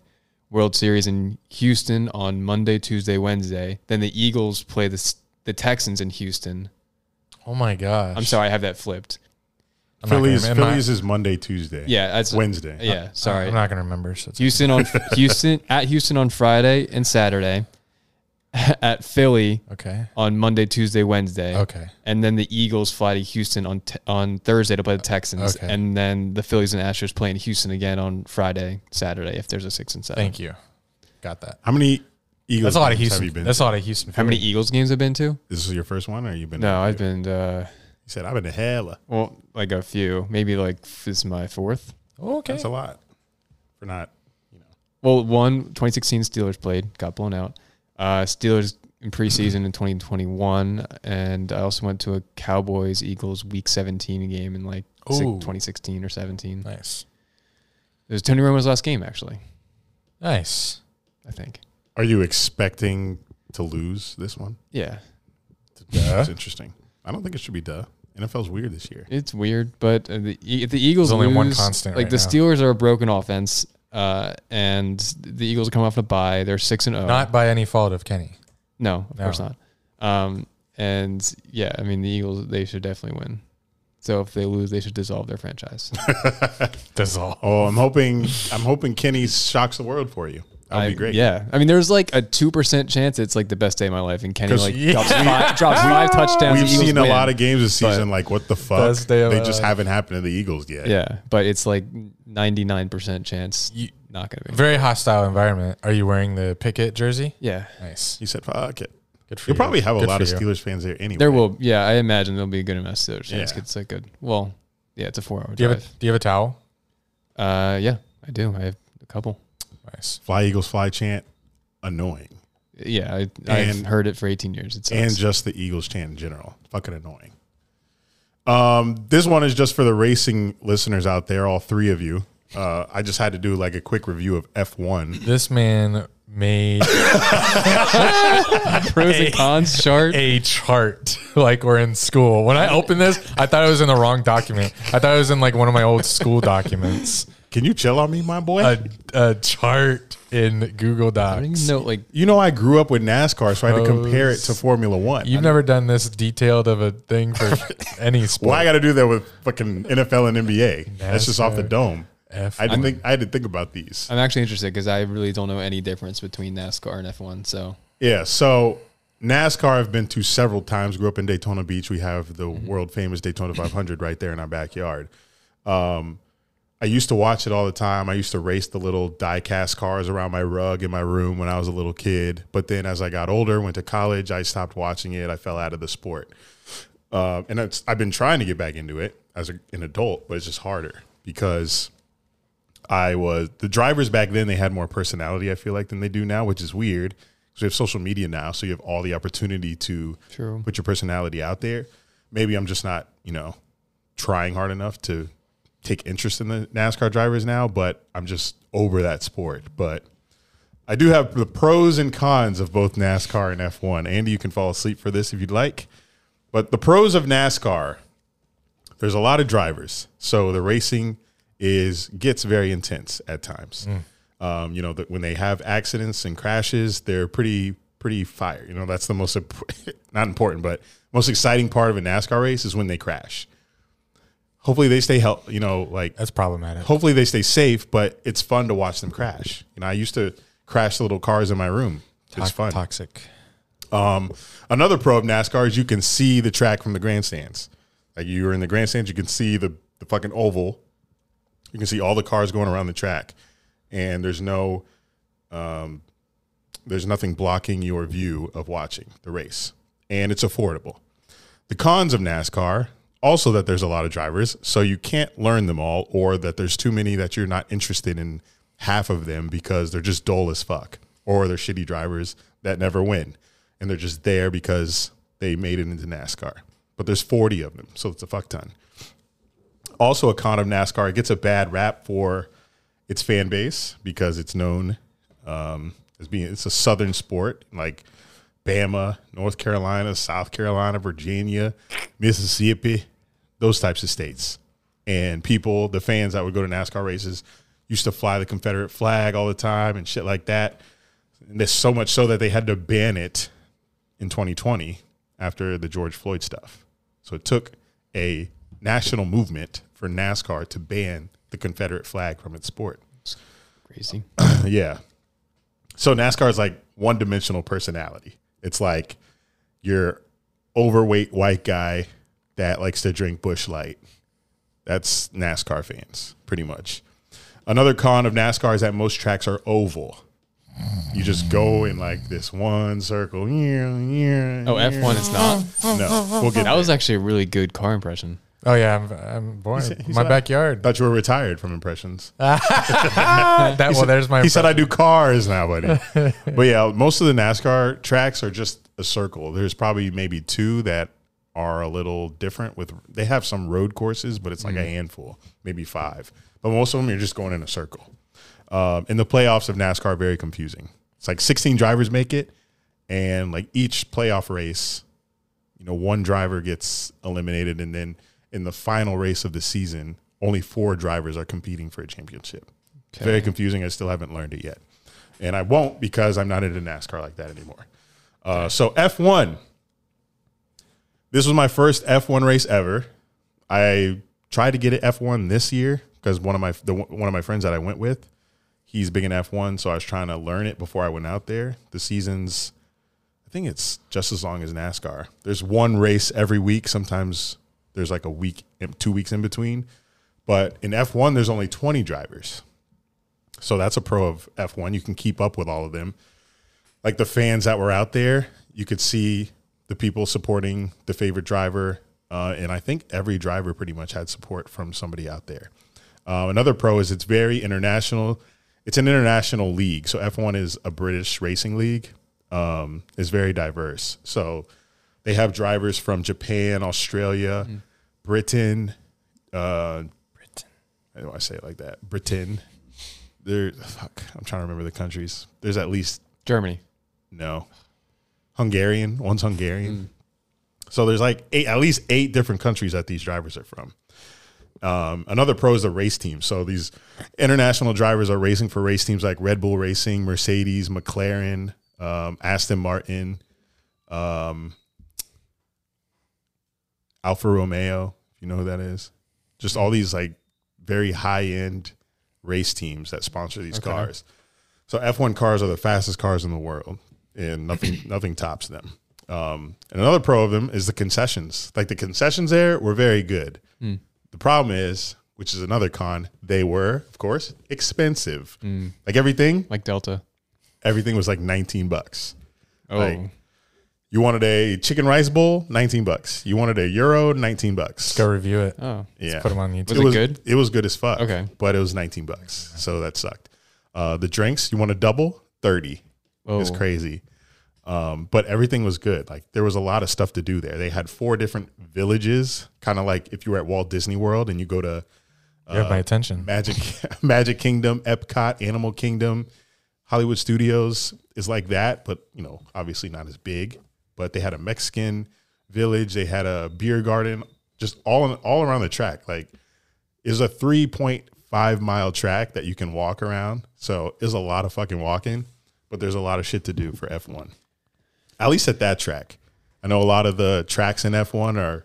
Speaker 3: World Series in Houston on Monday, Tuesday, Wednesday. Then the Eagles play the s- the Texans in Houston.
Speaker 1: oh my gosh!
Speaker 3: I'm sorry, I have that flipped.
Speaker 1: I'm not gonna
Speaker 2: Phillies,
Speaker 1: remember.
Speaker 2: Phillies is Monday, Tuesday.
Speaker 3: Yeah, that's
Speaker 2: Wednesday.
Speaker 3: Yeah, sorry.
Speaker 1: I'm not gonna remember. So it's,
Speaker 3: Houston on Houston at Houston on Friday and Saturday, at Philly
Speaker 1: okay.
Speaker 3: on Monday, Tuesday, Wednesday.
Speaker 1: Okay.
Speaker 3: And then the Eagles fly to Houston on t- on Thursday to play the Texans,
Speaker 1: Okay.
Speaker 3: and then the Phillies and Astros play in Houston again on Friday, Saturday if there's a six and seven.
Speaker 1: Thank you. Got that.
Speaker 2: How many Eagles
Speaker 1: That's a lot of
Speaker 2: games Have
Speaker 1: Houston.
Speaker 2: you been
Speaker 1: That's
Speaker 2: to?
Speaker 1: a lot of Houston.
Speaker 3: How many
Speaker 1: Philly.
Speaker 3: Eagles games have been to?
Speaker 2: This is your first one, or you been?
Speaker 3: No, I've been to, uh,
Speaker 2: You said I've been to hella.
Speaker 3: well like a few, maybe like f- this is my fourth.
Speaker 1: Oh, Okay.
Speaker 2: That's a lot for not.
Speaker 3: Well, one 2016 Steelers played, got blown out. Uh, Steelers in preseason in 2021, and I also went to a Cowboys Eagles Week 17 game in like si-
Speaker 1: Ooh.
Speaker 3: 2016 or 17.
Speaker 1: nice.
Speaker 3: It was Tony Romo's last game, actually.
Speaker 1: Nice.
Speaker 3: I think.
Speaker 2: Are you expecting to lose this one?
Speaker 3: Yeah,
Speaker 2: That's interesting. I don't think it should be duh. NFL's weird this year.
Speaker 3: it's weird, but uh, the, E- if the Eagles
Speaker 1: There's only one
Speaker 3: lose,
Speaker 1: constant
Speaker 3: Like
Speaker 1: right
Speaker 3: the
Speaker 1: now.
Speaker 3: Steelers are a broken offense, uh, and the Eagles are coming off a bye. They're six and oh. zero.
Speaker 1: Not by any fault of Kenny.
Speaker 3: No, of
Speaker 1: No.
Speaker 3: course not. Um, and yeah, I mean the Eagles they should definitely win. So if they lose, they should dissolve their franchise.
Speaker 1: That's all.
Speaker 2: Oh, I'm hoping I'm hoping Kenny shocks the world for you. That would
Speaker 3: I-
Speaker 2: be great.
Speaker 3: Yeah, I mean there's like a two percent chance it's like the best day of my life, and Kenny
Speaker 2: 'Cause
Speaker 3: like
Speaker 2: yeah.
Speaker 3: drops, five, drops five touchdowns.
Speaker 2: We've
Speaker 3: the Eagles
Speaker 2: seen a
Speaker 3: win.
Speaker 2: lot of games this season. Like, what the fuck?
Speaker 1: Best day of
Speaker 2: They
Speaker 1: my
Speaker 2: just
Speaker 1: life.
Speaker 2: haven't happened to the Eagles yet.
Speaker 3: yeah, but it's like ninety nine percent chance
Speaker 1: You-
Speaker 3: not gonna be.
Speaker 1: Very hostile environment. Are you wearing the picket jersey?
Speaker 3: Yeah,
Speaker 1: Nice.
Speaker 2: He said, "Fuck it."
Speaker 1: Good for
Speaker 2: You'll
Speaker 1: you.
Speaker 2: probably have a
Speaker 1: Good
Speaker 2: lot
Speaker 1: for
Speaker 2: of
Speaker 1: you.
Speaker 2: Steelers fans there anyway.
Speaker 3: there will. Yeah, I imagine there'll be a good amount of Steelers chance.
Speaker 2: Yeah.
Speaker 3: It's like good. Well, yeah, it's a four hour
Speaker 1: Do you have
Speaker 3: drive.
Speaker 1: a Do you have a towel?
Speaker 3: Uh, yeah, I do. I have a couple.
Speaker 1: Nice.
Speaker 2: Fly Eagles fly chant annoying,
Speaker 3: Yeah, I, I've
Speaker 2: And-
Speaker 3: heard it for eighteen years. It's
Speaker 2: and just the Eagles chant in general, fucking annoying. Um, this one is just for the racing listeners out there, all three of you. Uh, I just had to do like a quick review of F one.
Speaker 1: This man made
Speaker 3: pros and cons chart.
Speaker 1: a chart like we're in school. When I opened this, I thought it was in the wrong document. I thought it was in like one of my old school documents.
Speaker 2: Can you chill on me, my boy?
Speaker 1: A, a chart in Google
Speaker 3: I don't
Speaker 1: Docs.
Speaker 3: even know, like,
Speaker 2: you know, I grew up with NASCAR, so I had to compare it to Formula One.
Speaker 1: You've never done this detailed of a thing for any sport.
Speaker 2: Why I got to do that with fucking NFL and NBA? That's just off the
Speaker 1: NASCAR.
Speaker 2: dome.
Speaker 1: F
Speaker 2: I didn't
Speaker 1: one.
Speaker 2: think I had to think about these.
Speaker 3: I'm actually interested because I really don't know any difference between NASCAR and F1. So
Speaker 2: Yeah, so NASCAR I've been to several times. Grew up in Daytona Beach. We have the world famous Daytona 500 right there in our backyard. Um, I used to watch it all the time. I used to race the little die-cast cars around my rug in my room when I was a little kid. But then as I got older, went to college, I stopped watching it. I fell out of the sport. Uh, and it's, I've been trying to get back into it as a, an adult, but it's just harder because I was the drivers back then. They had more personality, I feel like, than they do now, which is weird because we have social media now, so you have all the opportunity to
Speaker 3: True.
Speaker 2: put your personality out there. Maybe I'm just not, you know, trying hard enough to take interest in the NASCAR drivers now, but I'm just over that sport. But I do have the pros and cons of both NASCAR and F1. Andy, you can fall asleep for this if you'd like. But the pros of NASCAR, there's a lot of drivers, so the racing is gets very intense at times. Um, you know, that when they have accidents and crashes, they're pretty pretty fire. You know, that's the most imp- not important, but most exciting part of a NASCAR race is when they crash. Hopefully, they stay help. You know, like
Speaker 1: That's problematic.
Speaker 2: hopefully they stay safe, but it's fun to watch them crash. You know, I used to crash the little cars in my room. It's
Speaker 1: Tox-
Speaker 2: fun.
Speaker 1: Toxic.
Speaker 2: Um, another pro of NASCAR is you can see the track from the grandstands. Like you were in the grandstands, you can see the, the fucking oval. You can see all the cars going around the track, and there's no, um, there's nothing blocking your view of watching the race, and it's affordable. The cons of NASCAR also that there's a lot of drivers, so you can't learn them all, or that there's too many that you're not interested in half of them because they're just dull as fuck, or they're shitty drivers that never win, and they're just there because they made it into NASCAR. But there's 40 of them, so it's a fuck ton. Also, a con of NASCAR, it gets a bad rap for its fan base because it's known um, as being it's a southern sport like Bama, North Carolina, South Carolina, Virginia, Mississippi, those types of states. And people, the fans that would go to NASCAR races, used to fly the Confederate flag all the time and shit like that. And there's so much so that they had to ban it in 2020 after the George Floyd stuff. So it took a national movement for NASCAR to ban the Confederate flag from its sport.
Speaker 3: Crazy.
Speaker 2: Yeah. So NASCAR is like one dimensional personality. It's like your overweight white guy that likes to drink Bush Light. That's NASCAR fans, pretty much. Another con of NASCAR is that most tracks are oval. You just go in like this one circle.
Speaker 3: Oh,
Speaker 2: Oh,
Speaker 3: F1 is not.
Speaker 2: No, we'll get
Speaker 3: That was
Speaker 2: there.
Speaker 3: actually a really good car impression.
Speaker 1: Oh yeah, I'm, I'm born
Speaker 2: he's
Speaker 1: my
Speaker 2: not- I
Speaker 1: backyard.
Speaker 2: thought you were retired from impressions.
Speaker 1: Ah, that well, there's my.
Speaker 2: he said I do cars now, buddy. but yeah, most of the NASCAR tracks are just a circle. There's probably maybe two that are a little different with they have some road courses, but it's like a handful, maybe five. But most of them you're just going in a circle. Um, and the playoffs of NASCAR are very confusing. It's like 16 drivers make it, and like each playoff race, you know, one driver gets eliminated, and then in the final race of the season, only four drivers are competing for a championship. It's very confusing. I still haven't learned it yet, and I won't because I'm not into NASCAR like that anymore. Uh, so F1. This was my first F1 race ever. I tried to get an F1 this year because one of my the, one of my friends that I went with, he's big in F1, so I was trying to learn it before I went out there. The seasons, I think it's just as long as NASCAR. There's one race every week. Sometimes there's like a week, two weeks in between. But in F1, there's only 20 drivers. So that's a pro of F1. You can keep up with all of them. Like the fans that were out there, you could see the people supporting the favorite driver. Uh, and I think every driver pretty much had support from somebody out there. Uh, another pro is it's very international. It's an international league. So F1 is a British racing league. Um, it's very diverse. So they have drivers from Japan, Australia, Britain, uh, I don't want to say it like that. Britain. There, fuck. I'm trying to remember the countries. There's at least
Speaker 3: Germany.
Speaker 2: no Hungarian. One's Hungarian. So there's like eight, at least eight different countries that these drivers are from. Um, another pro is the race team. So these international drivers are racing for race teams like Red Bull Racing, Mercedes, McLaren, um, Aston Martin, um, Alfa Romeo, if you know who that is. Just all these like very high end race teams that sponsor these cars. So F1 cars are the fastest cars in the world, and nothing nothing tops them. Um, and another pro of them is the concessions. Like the concessions there were very good.
Speaker 3: Hmm.
Speaker 2: The problem is, which is another con, they were of course expensive.
Speaker 3: Hmm.
Speaker 2: Like everything,
Speaker 3: Like Delta.
Speaker 2: everything was like nineteen bucks.
Speaker 3: Oh,
Speaker 2: Like- You wanted a chicken rice bowl, nineteen bucks. You wanted a euro, nineteen bucks.
Speaker 1: Go review it.
Speaker 3: oh,
Speaker 2: yeah,
Speaker 1: Put them on YouTube.
Speaker 3: Was it
Speaker 2: was
Speaker 3: good?
Speaker 2: It was good as fuck.
Speaker 3: Okay.
Speaker 2: but it was nineteen bucks, so that sucked. Uh, the drinks, you want a double thirty?
Speaker 3: oh,
Speaker 2: It's crazy. Um, but everything was good. Like there was a lot of stuff to do there. They had four different villages, kind of like if you were at Walt Disney World and you go to
Speaker 1: you have my
Speaker 2: uh,
Speaker 1: attention.
Speaker 2: Magic Magic Kingdom, Epcot, Animal Kingdom, Hollywood Studios is like that, but you know, obviously not as big. But they had a Mexican village, they had a beer garden, just all in, all around the track. Like is a three point five mile track that you can walk around. So is a lot of fucking walking, but there's a lot of shit to do for F one. At least at that track. I know a lot of the tracks in F one are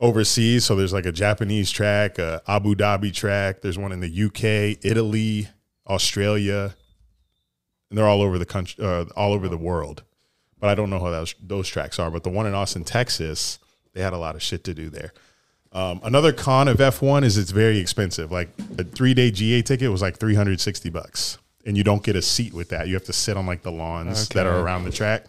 Speaker 2: overseas. So there's like a Japanese track, a Abu Dhabi track. There's one in the UK, Italy, Australia, and they're all over the country, uh, all over the world. But I don't know how those those tracks are. But the one in Austin, Texas, they had a lot of shit to do there. Um, another con of F1 is it's very expensive. Like a three day GA ticket was like 360 bucks, and you don't get a seat with that. You have to sit on like the lawns that are
Speaker 3: Okay.
Speaker 2: around the track.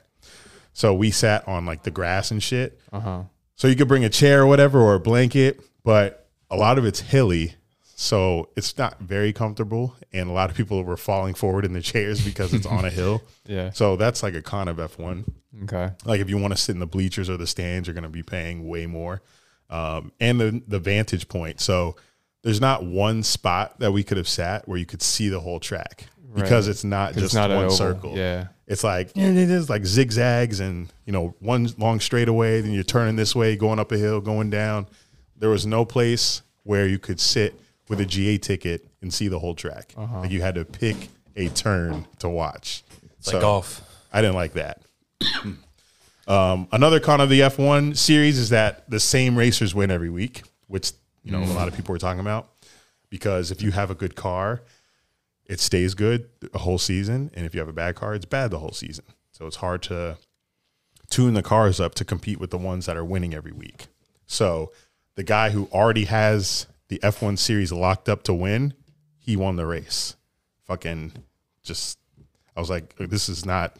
Speaker 2: So we sat on like the grass and shit.
Speaker 3: uh huh.
Speaker 2: So you could bring a chair or whatever or a blanket, but a lot of it's hilly. So it's not very comfortable. And a lot of people were falling forward in the chairs because it's on a hill.
Speaker 3: Yeah.
Speaker 2: So that's like a con of F1
Speaker 3: Okay.
Speaker 2: like if you want to sit in the bleachers or the stands, you're going to be paying way more. Um, and the the vantage point. So there's not one spot that we could have sat where you could see the whole track because it's not just
Speaker 3: it's not an
Speaker 2: one
Speaker 3: oval.
Speaker 2: circle.
Speaker 3: Yeah.
Speaker 2: It's like it is like zigzags and you know one long straightaway. Then you're turning this way, going up a hill, going down. There was no place where you could sit with a GA ticket and see the whole track.
Speaker 3: Uh-huh.
Speaker 2: Like you had to pick a turn to watch.
Speaker 1: It's like golf.
Speaker 2: I didn't like that. um, another con of the F1 series is that the same racers win every week, which you know a lot of people are talking about. Because if you have a good car, it stays good a whole season, and if you have a bad car, it's bad the whole season. So it's hard to tune the cars up to compete with the ones that are winning every week. So the guy who already has the F1 series locked up to win, he won the race. Fucking just, I was like, this is not,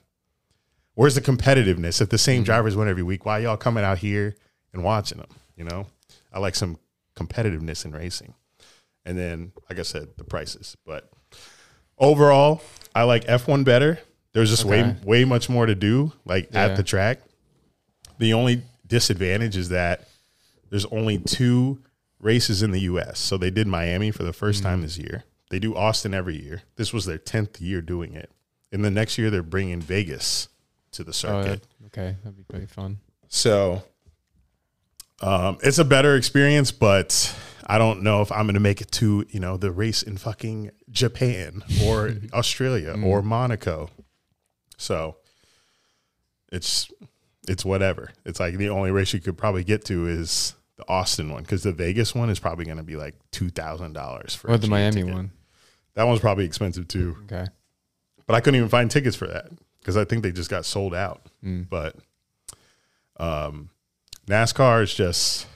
Speaker 2: where's the competitiveness? If the
Speaker 3: Mm-hmm.
Speaker 2: same drivers win every week, why y'all coming out here and watching them? You know, I like some competitiveness in racing. And then, like I said, the prices. But overall, I like F1 better. There's just way
Speaker 3: Okay.
Speaker 2: way much more to do like at
Speaker 3: Yeah.
Speaker 2: the track. The only disadvantage is that there's only two races in the US. So they did Miami for the first time this year. They do Austin every year. This was their 10th year doing it. And the next year they're bringing Vegas to the
Speaker 3: Oh,
Speaker 2: circuit.
Speaker 3: that, okay. That'd be pretty fun.
Speaker 2: So um, it's a better experience, but I don't know if I'm going to make it to, you know, the race in fucking Japan or Australia
Speaker 3: Mm.
Speaker 2: or Monaco. So it's it's whatever. It's like the only race you could probably get to is the Austin one because the Vegas one is probably going to be like $2,000 for
Speaker 3: Or
Speaker 2: a
Speaker 3: the
Speaker 2: cheap
Speaker 3: Miami
Speaker 2: ticket.
Speaker 3: one.
Speaker 2: That one's probably expensive too
Speaker 3: Okay.
Speaker 2: but I couldn't even find tickets for that because I think they just got sold out. But um, NASCAR is just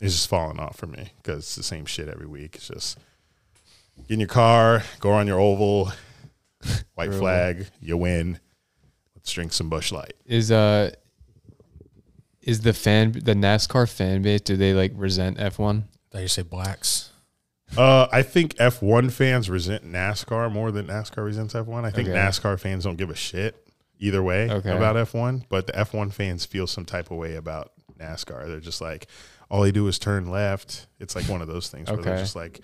Speaker 2: it's just falling off for me because it's the same shit every week. It's just get in your car, go on your oval, white flag, you win. Let's drink some Bush Light.
Speaker 3: Is uh is the fan the NASCAR fan base do they like resent F1?
Speaker 1: Did I just say blacks?
Speaker 2: Uh, I think F1 fans resent NASCAR more than NASCAR resents F1. I think
Speaker 3: Okay.
Speaker 2: NASCAR fans don't give a shit either way
Speaker 3: Okay.
Speaker 2: about F1, but the F1 fans feel some type of way about NASCAR. They're just like, all they do is turn left. It's like one of those things where they're
Speaker 3: Okay.
Speaker 2: just like,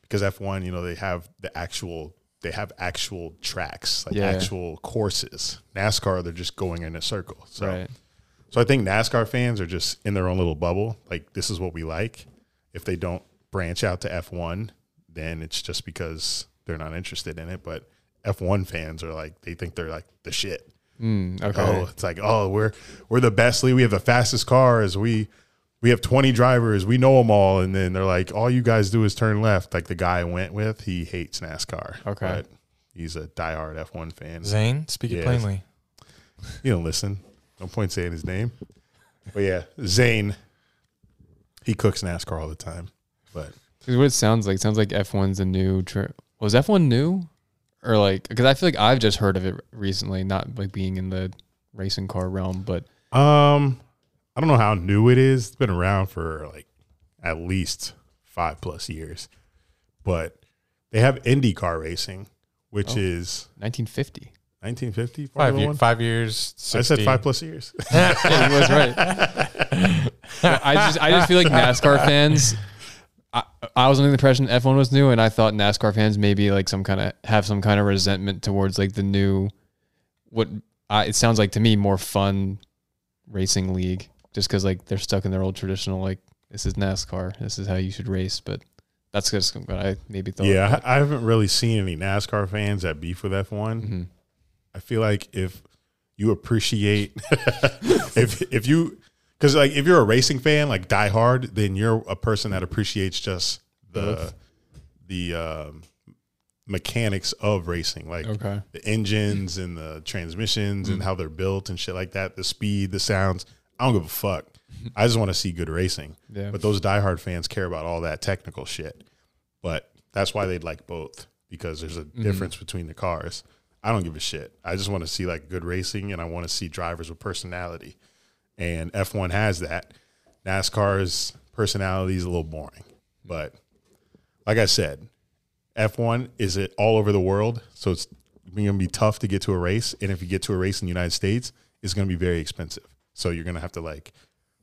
Speaker 2: because F1, you know, they have the actual. They have actual tracks, like
Speaker 3: Yeah.
Speaker 2: actual courses. NASCAR, they're just going in a circle. So
Speaker 3: Right.
Speaker 2: so I think NASCAR fans are just in their own little bubble. Like this is what we like. If they don't branch out to F1, then it's just because they're not interested in it. But F1 fans are like they think they're like the shit.
Speaker 3: Mm, okay.
Speaker 2: Oh, it's like oh we're we're the best league. We have the fastest cars. We we have 20 drivers. We know them all. And then they're like all you guys do is turn left. Like the guy I went with, he hates NASCAR.
Speaker 3: Okay.
Speaker 2: But he's a diehard F1 fan.
Speaker 1: Zane, speak it
Speaker 2: Yes.
Speaker 1: plainly.
Speaker 2: You don't listen. No point saying his name. But yeah, Zane. He cooks NASCAR all the time. But
Speaker 3: 'Cause what it sounds like it sounds like F1's a new tri- was F1 new or like because I feel like I've just heard of it recently, not like being in the racing car realm, but
Speaker 2: um I don't know how new it is. It's been around for like at least five plus years. But they have IndyCar racing, which is
Speaker 3: 1950.
Speaker 2: 1950
Speaker 1: Oh. Five,
Speaker 2: Formula
Speaker 1: year,
Speaker 2: One.
Speaker 1: five years. 60.
Speaker 2: I said five plus years.
Speaker 3: yeah, he was right. Well, I just I just feel like NASCAR fans. I, I was under the impression F1 was new, and I thought NASCAR fans maybe like some kind of have some kind of resentment towards like the new, what I, it sounds like to me more fun racing league, just because like they're stuck in their old traditional like this is NASCAR, this is how you should race, but that's just what I maybe
Speaker 1: Oh.
Speaker 3: thought.
Speaker 2: yeah, I I haven't really seen any NASCAR fans that beef with F1.
Speaker 1: Mm-hmm.
Speaker 3: Mhm.
Speaker 2: I feel like if you appreciate if if you because like if you're a racing fan like Die Hard, then you're a person that appreciates just the the um, mechanics of racing, like
Speaker 3: Okay. Mm.
Speaker 2: the engines and the transmissions and how they're built and shit like that. The speed, the sounds. I don't give a fuck. I just want to see good racing.
Speaker 3: Yeah.
Speaker 2: But those diehard fans care about all that technical shit. But that's why they'd like both because there's a
Speaker 3: Mm-hmm.
Speaker 2: difference between the cars. I don't give a shit. I just want to see like good racing and I want to see drivers with personality. And F1 has that. NASCAR's personality is a little boring. But like I said, F1 is it all over the world, so it's going to be tough to get to a race. And if you get to a race in the United States, it's going to be very expensive. So you're going to have to like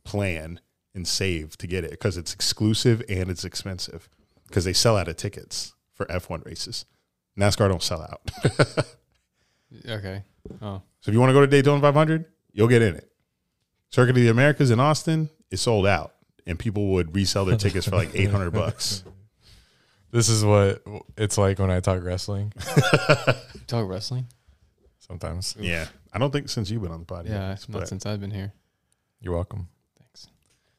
Speaker 2: plan and save to get it because it's exclusive and it's expensive because they sell out of tickets for F1 races. NASCAR don't sell out.
Speaker 3: Okay. Oh,
Speaker 2: So if you want to go to Daytona 500, you'll get in it. Circuit of the Americas in Austin is sold out, and people would resell their tickets for like 800 bucks.
Speaker 1: This is what it's like when I talk wrestling
Speaker 3: talk wrestling.
Speaker 1: sometimes.
Speaker 2: Yeah, I don't think since you've been on the podcast.
Speaker 3: Yeah, it's not
Speaker 2: but,
Speaker 3: since I've been here.
Speaker 1: You're welcome.
Speaker 3: Thanks.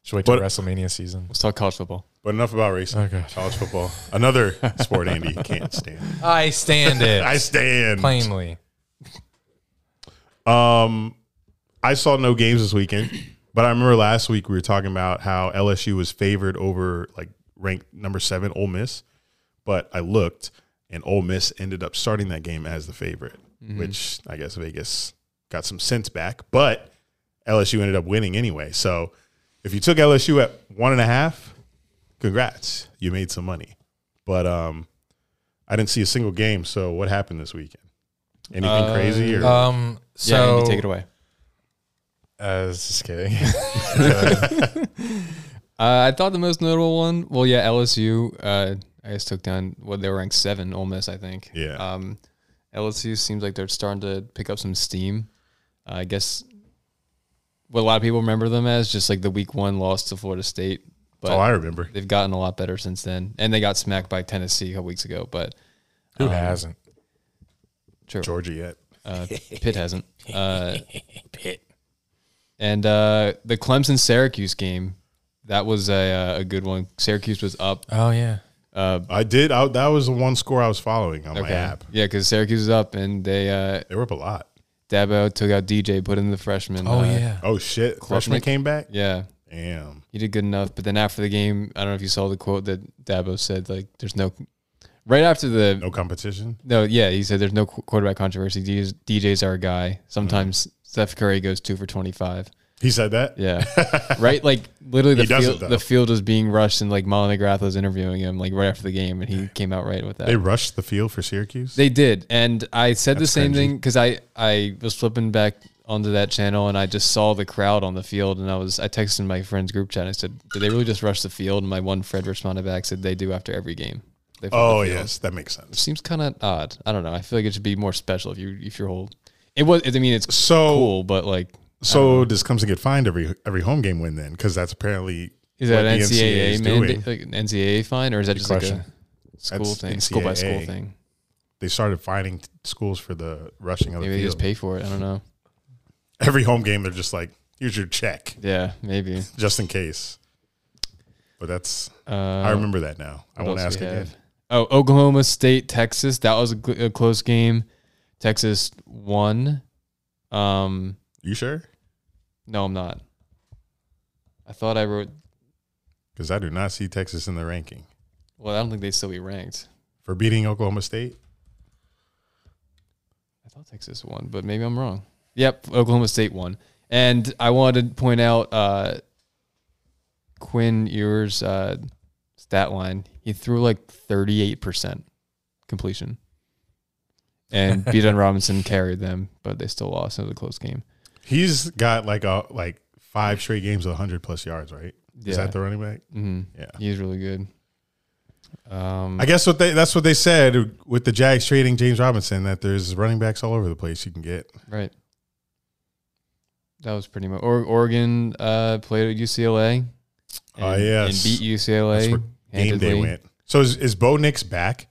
Speaker 1: Should wait till
Speaker 2: But-
Speaker 1: WrestleMania season.
Speaker 3: Let's talk college football.
Speaker 2: but enough about racing.
Speaker 1: Oh, God.
Speaker 2: College football, another sport Andy can't stand.
Speaker 1: I stand it
Speaker 2: I stand.
Speaker 1: plainly.
Speaker 2: I saw no games this weekend, but I remember last week we were talking about how LSU was favored over like ranked number seven Ole Miss, but I looked and Ole Miss ended up starting that game as the favorite, which I guess Vegas got some sense back, but LSU ended up winning anyway. So if you took LSU at one and a half, congrats, you made some money. But um, I didn't see a single game. So what happened this weekend? Anything crazy? Or?
Speaker 1: Um,
Speaker 3: Yeah,
Speaker 1: so
Speaker 3: Andy, take it away.
Speaker 1: Uh, just kidding.
Speaker 3: Uh, I thought the most notable one, well, yeah, LSU. Uh, I guess took down what they were ranked seven, Ole Miss, I think.
Speaker 2: Yeah.
Speaker 3: Um, LSU seems like they're starting to pick up some steam. Uh, I guess what a lot of people remember them as just like the week one loss to Florida State. But
Speaker 2: oh, I remember.
Speaker 3: they've gotten a lot better since then, and they got smacked by Tennessee a couple weeks ago. But
Speaker 1: Who hasn't?
Speaker 3: true,
Speaker 2: Georgia yet.
Speaker 3: Uh, Pitt hasn't. Uh, Pitt. And uh, the Clemson Syracuse game, that was a, uh, a good one. Syracuse was up.
Speaker 1: Oh yeah.
Speaker 2: I did. I, that was the one score I was following on my
Speaker 3: Okay.
Speaker 2: app.
Speaker 3: Yeah, because Syracuse was up, and they uh,
Speaker 2: They were up a lot.
Speaker 3: Dabo took out DJ, put in the freshman.
Speaker 1: Oh
Speaker 3: uh,
Speaker 1: yeah.
Speaker 2: Oh shit!
Speaker 3: Freshman-
Speaker 2: Freshman came back.
Speaker 3: Yeah,
Speaker 2: Damn.
Speaker 3: he did good enough. But then after the game, I don't know if you saw the quote that Dabo said. Like, there's no. Right after the
Speaker 2: No competition.
Speaker 3: No, yeah, he said there's no qu- quarterback controversy. DJ's, DJ's our guy. Sometimes Steph Curry goes two for twenty five.
Speaker 2: He said that.
Speaker 3: Yeah, right. Like literally, the
Speaker 2: He doesn't,
Speaker 3: field
Speaker 2: though.
Speaker 3: the field was being rushed, and like Molly McGrath was interviewing him like right after the game, and he came out right with that.
Speaker 2: They rushed the field for Syracuse.
Speaker 3: They did, and I said the
Speaker 2: That's
Speaker 3: same
Speaker 2: cringy.
Speaker 3: thing because I I was flipping back onto that channel and I just saw the crowd on the field, and I was I texted my friend's group chat. And I said, "Did they really just rush the field?" And my one Fred responded back, said, "They do after every game." They fill the
Speaker 2: oh
Speaker 3: field."
Speaker 2: yes, that makes sense.
Speaker 3: seems kind of odd. I don't know. I feel like it should be more special if you if your whole it was. I mean, it's
Speaker 2: So
Speaker 3: cool, but like
Speaker 2: so does Clemson get fined every every home game win then? Because that's apparently
Speaker 3: is that
Speaker 2: what
Speaker 3: an
Speaker 2: the NCAA
Speaker 3: NCAA
Speaker 2: is
Speaker 3: mandate,
Speaker 2: doing.
Speaker 3: like an NCAA fine, or is that just like
Speaker 1: question.
Speaker 3: a school
Speaker 2: That's
Speaker 3: thing, school by school
Speaker 2: NCAA.
Speaker 3: thing?
Speaker 2: They started fining t- schools for the rushing of the
Speaker 3: Maybe they
Speaker 2: field.
Speaker 3: just pay for it. I don't know.
Speaker 2: every home game, they're just like, "Here's your check,
Speaker 3: Yeah, maybe.
Speaker 2: just in case." But that's
Speaker 3: Uh,
Speaker 2: I remember that now. I won't ask again.
Speaker 3: Oh, Oklahoma State, Texas. That was a, gl- a close game. Texas won. Um,
Speaker 2: You sure?
Speaker 3: no, I'm not. I thought I wrote.
Speaker 2: Because I do not see Texas in the ranking
Speaker 3: Well, I don't think they'd still be ranked.
Speaker 2: for beating Oklahoma State.
Speaker 3: I thought Texas won, but maybe I'm wrong. Yep, Oklahoma State won. And I wanted to point out uh, Quinn Ewers' uh, stat line. He threw like 38% completion. And Beaton Robinson carried them, but they still lost. It was a close game.
Speaker 2: He's got like a like five straight games of hundred plus yards, right? Is
Speaker 3: Yeah.
Speaker 2: that the running back?
Speaker 3: hmm
Speaker 2: Yeah.
Speaker 3: He's really good. Um,
Speaker 2: I guess what they that's what they said with the Jags trading James Robinson that there's running backs all over the place you can get.
Speaker 3: right. That was pretty much. Or, Oregon uh, played at UCLA.
Speaker 2: Oh,
Speaker 3: and-
Speaker 2: yes.
Speaker 3: And beat UCLA.
Speaker 2: That's where Game day
Speaker 3: handedly.
Speaker 2: went. So is, is Bo Nix back?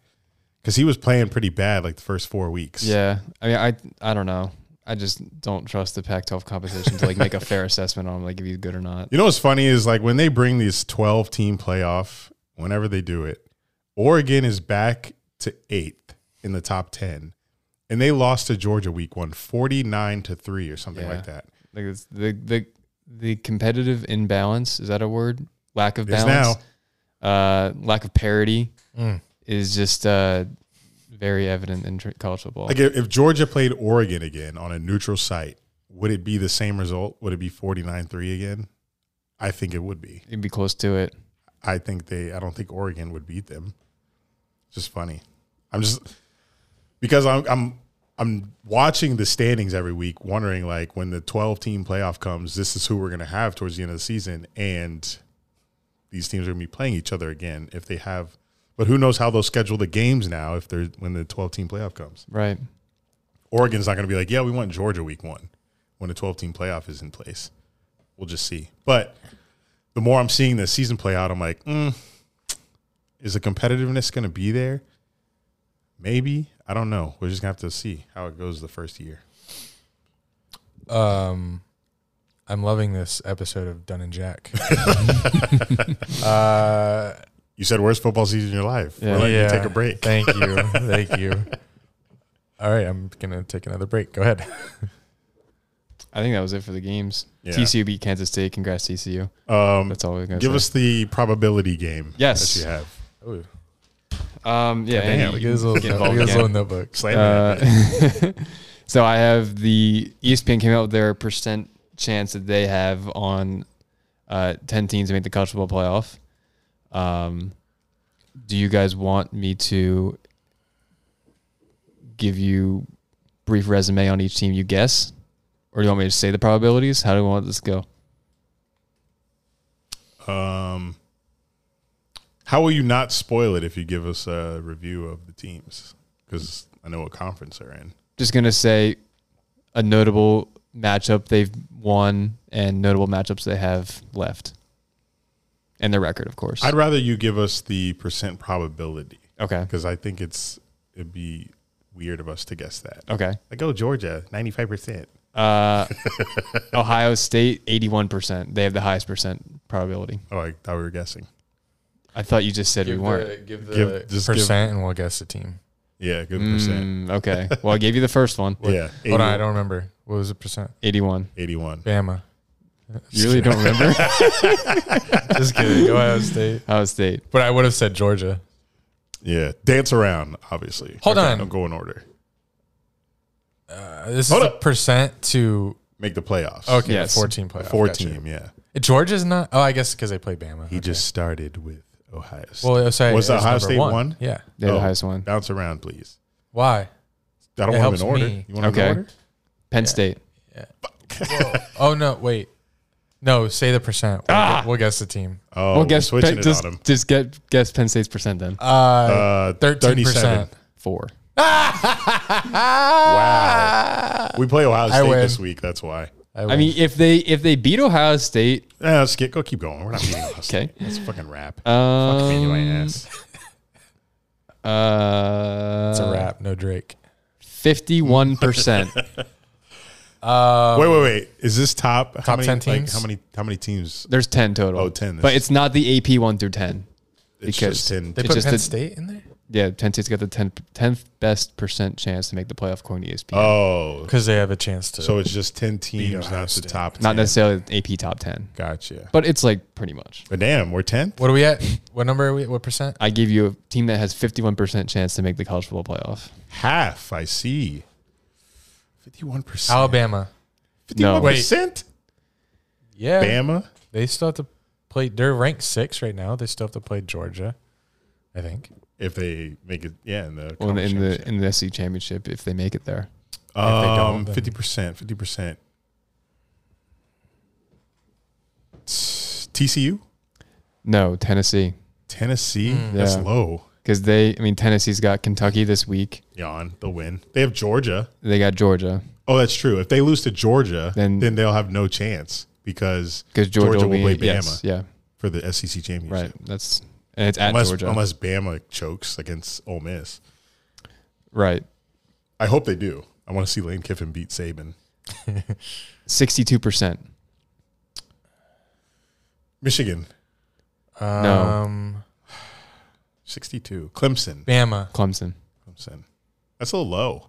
Speaker 2: Because he was playing pretty bad like the first four weeks.
Speaker 3: Yeah, I mean, I I don't know. I just don't trust the Pac-12 competition to like make a fair assessment on like if he's good or not.
Speaker 2: You know what's funny is like when they bring these twelve team playoff, whenever they do it, Oregon is back to eighth in the top ten. And they lost to Georgia week one, 49 to three or something
Speaker 3: Yeah.
Speaker 2: like that.
Speaker 3: Like it's the the the competitive imbalance is that a word? Lack of
Speaker 2: It is
Speaker 3: balance, uh, lack of parity
Speaker 1: Mm.
Speaker 3: is just uh very evident in tr- college football.
Speaker 2: Like if, if Georgia played Oregon again on a neutral site, would it be the same result? Would it be 49-3 again? I think it would be.
Speaker 3: It'd be close to it.
Speaker 2: I think they. I don't think Oregon would beat them. It's just funny. I'm just because I'm I'm I'm watching the standings every week, wondering like when the 12 team playoff comes, this is who we're gonna have towards the end of the season, and these teams are gonna be playing each other again if they have. But who knows how they'll schedule the games now if they're when the 12 team playoff comes.
Speaker 3: Right.
Speaker 2: Oregon's not going to be like, yeah, we want Georgia week one when the 12 team playoff is in place. We'll just see. But the more I'm seeing the season play out, I'm like, mm, is the competitiveness going to be there? Maybe. I don't know. We're just going to have to see how it goes the first year.
Speaker 1: Um, I'm loving this episode of Dunn and Jack. Uh,
Speaker 2: You said, worst football season in your life. We're letting you take a break.
Speaker 1: Thank you. Thank you. All right, I'm gonna take another break. Go ahead.
Speaker 3: I think that was it for the games.
Speaker 2: Yeah.
Speaker 3: TCU beat Kansas State. Congrats, TCU.
Speaker 2: Um,
Speaker 3: That's all we're gonna
Speaker 2: give
Speaker 3: say.
Speaker 2: us the probability game
Speaker 3: Yes.
Speaker 2: that you have.
Speaker 1: Ooh,
Speaker 3: Um, yeah.
Speaker 2: Goddamn.
Speaker 3: Andy,
Speaker 1: give us a little,
Speaker 3: get involved
Speaker 1: give us a little
Speaker 3: again.
Speaker 1: notebook.
Speaker 2: Slam it.
Speaker 3: Uh, so I have the E ESPN came out with their percent chance that they have on uh, ten teams to make the college football playoff. Um, do you guys want me to give you brief resume on each team you guess, or do you want me to say the probabilities? How do we want this to go?
Speaker 2: Um, how will you not spoil it if you give us a review of the teams? Because I know what conference they're in.
Speaker 3: Just gonna say a notable matchup they've won and notable matchups they have left, and their record, of course.
Speaker 2: I'd rather you give us the percent probability
Speaker 3: okay.
Speaker 2: because I think it's it'd be weird of us to guess that.
Speaker 3: Okay.
Speaker 2: Like, oh, Georgia, ninety five percent.
Speaker 3: Uh, Ohio State, eighty-one percent. They have the highest percent probability.
Speaker 2: Oh, I thought we were guessing.
Speaker 3: I thought you just said we weren't.
Speaker 1: give
Speaker 2: Give just give-
Speaker 1: percent, and we'll guess the team.
Speaker 2: yeah, good percent.
Speaker 3: Mm, okay. Well, I gave you the first one.
Speaker 2: Yeah,
Speaker 1: Hmm. Hold on, I don't remember. What was the percent?
Speaker 3: Eighty-one.
Speaker 2: eighty-one.
Speaker 1: Bama.
Speaker 3: You really don't remember
Speaker 1: Just kidding. Ohio State.
Speaker 3: Ohio State.
Speaker 1: But I would have said Georgia.
Speaker 2: Yeah, dance around. Obviously,
Speaker 1: Hold
Speaker 2: Okay,
Speaker 1: on.
Speaker 2: I'll go in order.
Speaker 1: Uh, this
Speaker 2: Hold
Speaker 1: is
Speaker 2: up.
Speaker 1: a percent to
Speaker 2: Make the playoffs.
Speaker 1: okay,
Speaker 3: Yes.
Speaker 1: fourteen playoff.
Speaker 2: four
Speaker 1: gotcha.
Speaker 2: team. Yeah,
Speaker 1: Georgia's not. Oh, I guess because they play Bama.
Speaker 2: he
Speaker 1: Okay.
Speaker 2: just started with Ohio State.
Speaker 1: well, sorry,
Speaker 2: was
Speaker 1: it
Speaker 2: Ohio
Speaker 1: number
Speaker 2: State
Speaker 1: one.
Speaker 2: one?
Speaker 1: Yeah.
Speaker 3: They have
Speaker 2: Oh.
Speaker 3: the highest one.
Speaker 2: Bounce around, please.
Speaker 1: Why?
Speaker 2: I don't
Speaker 1: It
Speaker 2: want them in
Speaker 1: helps
Speaker 2: order.
Speaker 1: me.
Speaker 2: You want them
Speaker 3: Okay.
Speaker 2: in order?
Speaker 3: Penn State.
Speaker 1: Oh no, wait. No, say the percent. We'll,
Speaker 3: Ah!
Speaker 1: gu- we'll guess the team.
Speaker 2: Oh,
Speaker 3: Well,
Speaker 2: we're
Speaker 3: guess
Speaker 2: switching
Speaker 3: Penn,
Speaker 2: it
Speaker 3: just
Speaker 2: on him.
Speaker 3: just get guess Penn State's percent then.
Speaker 1: Uh,
Speaker 2: Uh,
Speaker 1: 13%.
Speaker 3: Four. Ah.
Speaker 2: Wow. We play Ohio State
Speaker 1: win.
Speaker 2: this week. That's why.
Speaker 3: I mean, if they if they beat Ohio State,
Speaker 2: Eh, let's get, go keep going. We're not beating Ohio State.
Speaker 3: Okay.
Speaker 2: Let's fucking rap.
Speaker 3: um,
Speaker 2: Fuck me in my ass.
Speaker 3: Uh,
Speaker 1: it's a wrap. No Drake.
Speaker 3: Fifty-one percent. um,
Speaker 2: wait, wait, wait. Is this top? How
Speaker 1: Top
Speaker 2: many,
Speaker 1: 10
Speaker 2: Like,
Speaker 1: teams?
Speaker 2: how many? How many teams?
Speaker 3: There's ten total.
Speaker 2: Oh, 10.
Speaker 3: But it's not the AP one through ten.
Speaker 2: It's
Speaker 3: because
Speaker 2: just ten.
Speaker 1: They
Speaker 3: It
Speaker 1: put
Speaker 3: just
Speaker 1: Penn
Speaker 3: did-
Speaker 1: State in there
Speaker 3: Yeah, Penn State's got the 10, 10th best percent chance to make the playoff according to E ESPN.
Speaker 2: oh,
Speaker 1: because they have a chance to.
Speaker 2: so it's just ten teams,
Speaker 1: Ohio
Speaker 2: not the
Speaker 1: State.
Speaker 2: top. 10.
Speaker 3: Not necessarily AP top 10,
Speaker 2: Gotcha.
Speaker 3: but it's like pretty much.
Speaker 2: But damn, we're tenth.
Speaker 1: what are we at? What number are we? at? What percent?
Speaker 3: I give you a team that has 51% chance to make the college football playoff.
Speaker 2: Half. I see. Fifty-one percent.
Speaker 1: Alabama.
Speaker 2: Fifty-one percent.
Speaker 1: Yeah.
Speaker 2: Bama.
Speaker 1: They still have to play. They're ranked six right now. They still have to play Georgia. I think.
Speaker 2: If they make it, yeah, in the
Speaker 3: Well, in the, in
Speaker 2: conference
Speaker 3: the in the SEC championship, if they make it there,
Speaker 1: they don't,
Speaker 2: Um,
Speaker 1: then-
Speaker 2: fifty percent, fifty percent. TCU,
Speaker 3: no Tennessee,
Speaker 2: Tennessee, that's
Speaker 3: Hmm. Yeah.
Speaker 2: low.
Speaker 3: because they, I mean, Tennessee's got Kentucky this week.
Speaker 2: Yawn, they'll win. They have Georgia.
Speaker 3: They got Georgia.
Speaker 2: Oh, that's true. If they lose to Georgia,
Speaker 3: Then-
Speaker 2: then, they'll have no chance because
Speaker 3: Because Georgia, will,
Speaker 2: play
Speaker 3: be,
Speaker 2: Bama
Speaker 3: yes, yeah,
Speaker 2: for the SEC championship.
Speaker 3: right. That's and it's at
Speaker 2: Unless
Speaker 3: Georgia,
Speaker 2: unless Bama chokes against Ole Miss,
Speaker 3: right?
Speaker 2: I hope they do. I want to see Lane Kiffin beat Saban.
Speaker 3: Sixty-two percent.
Speaker 2: Michigan,
Speaker 1: Um,
Speaker 3: No.
Speaker 2: sixty-two. Clemson,
Speaker 1: Bama.
Speaker 3: Clemson.
Speaker 2: Clemson. That's a little low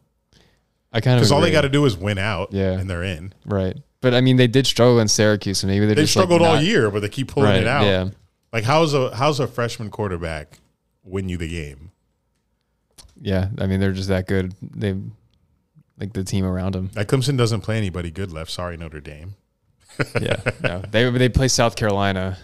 Speaker 3: I kind of
Speaker 2: because all they
Speaker 3: agree.
Speaker 2: got to do is win out,
Speaker 3: Yeah.
Speaker 2: and they're in.
Speaker 3: Right. But I mean, they did struggle in Syracuse, so maybe they're
Speaker 2: They've
Speaker 3: just like,
Speaker 2: struggled all
Speaker 3: not-
Speaker 2: year, but they keep pulling
Speaker 3: Right,
Speaker 2: it out.
Speaker 3: Yeah.
Speaker 2: Like how's a how's a freshman quarterback win you the game?
Speaker 3: Yeah. I mean, they're just that good. They like the team around them.
Speaker 2: Like Clemson doesn't play anybody good left. Sorry, Notre Dame.
Speaker 3: yeah, no, they they play South Carolina,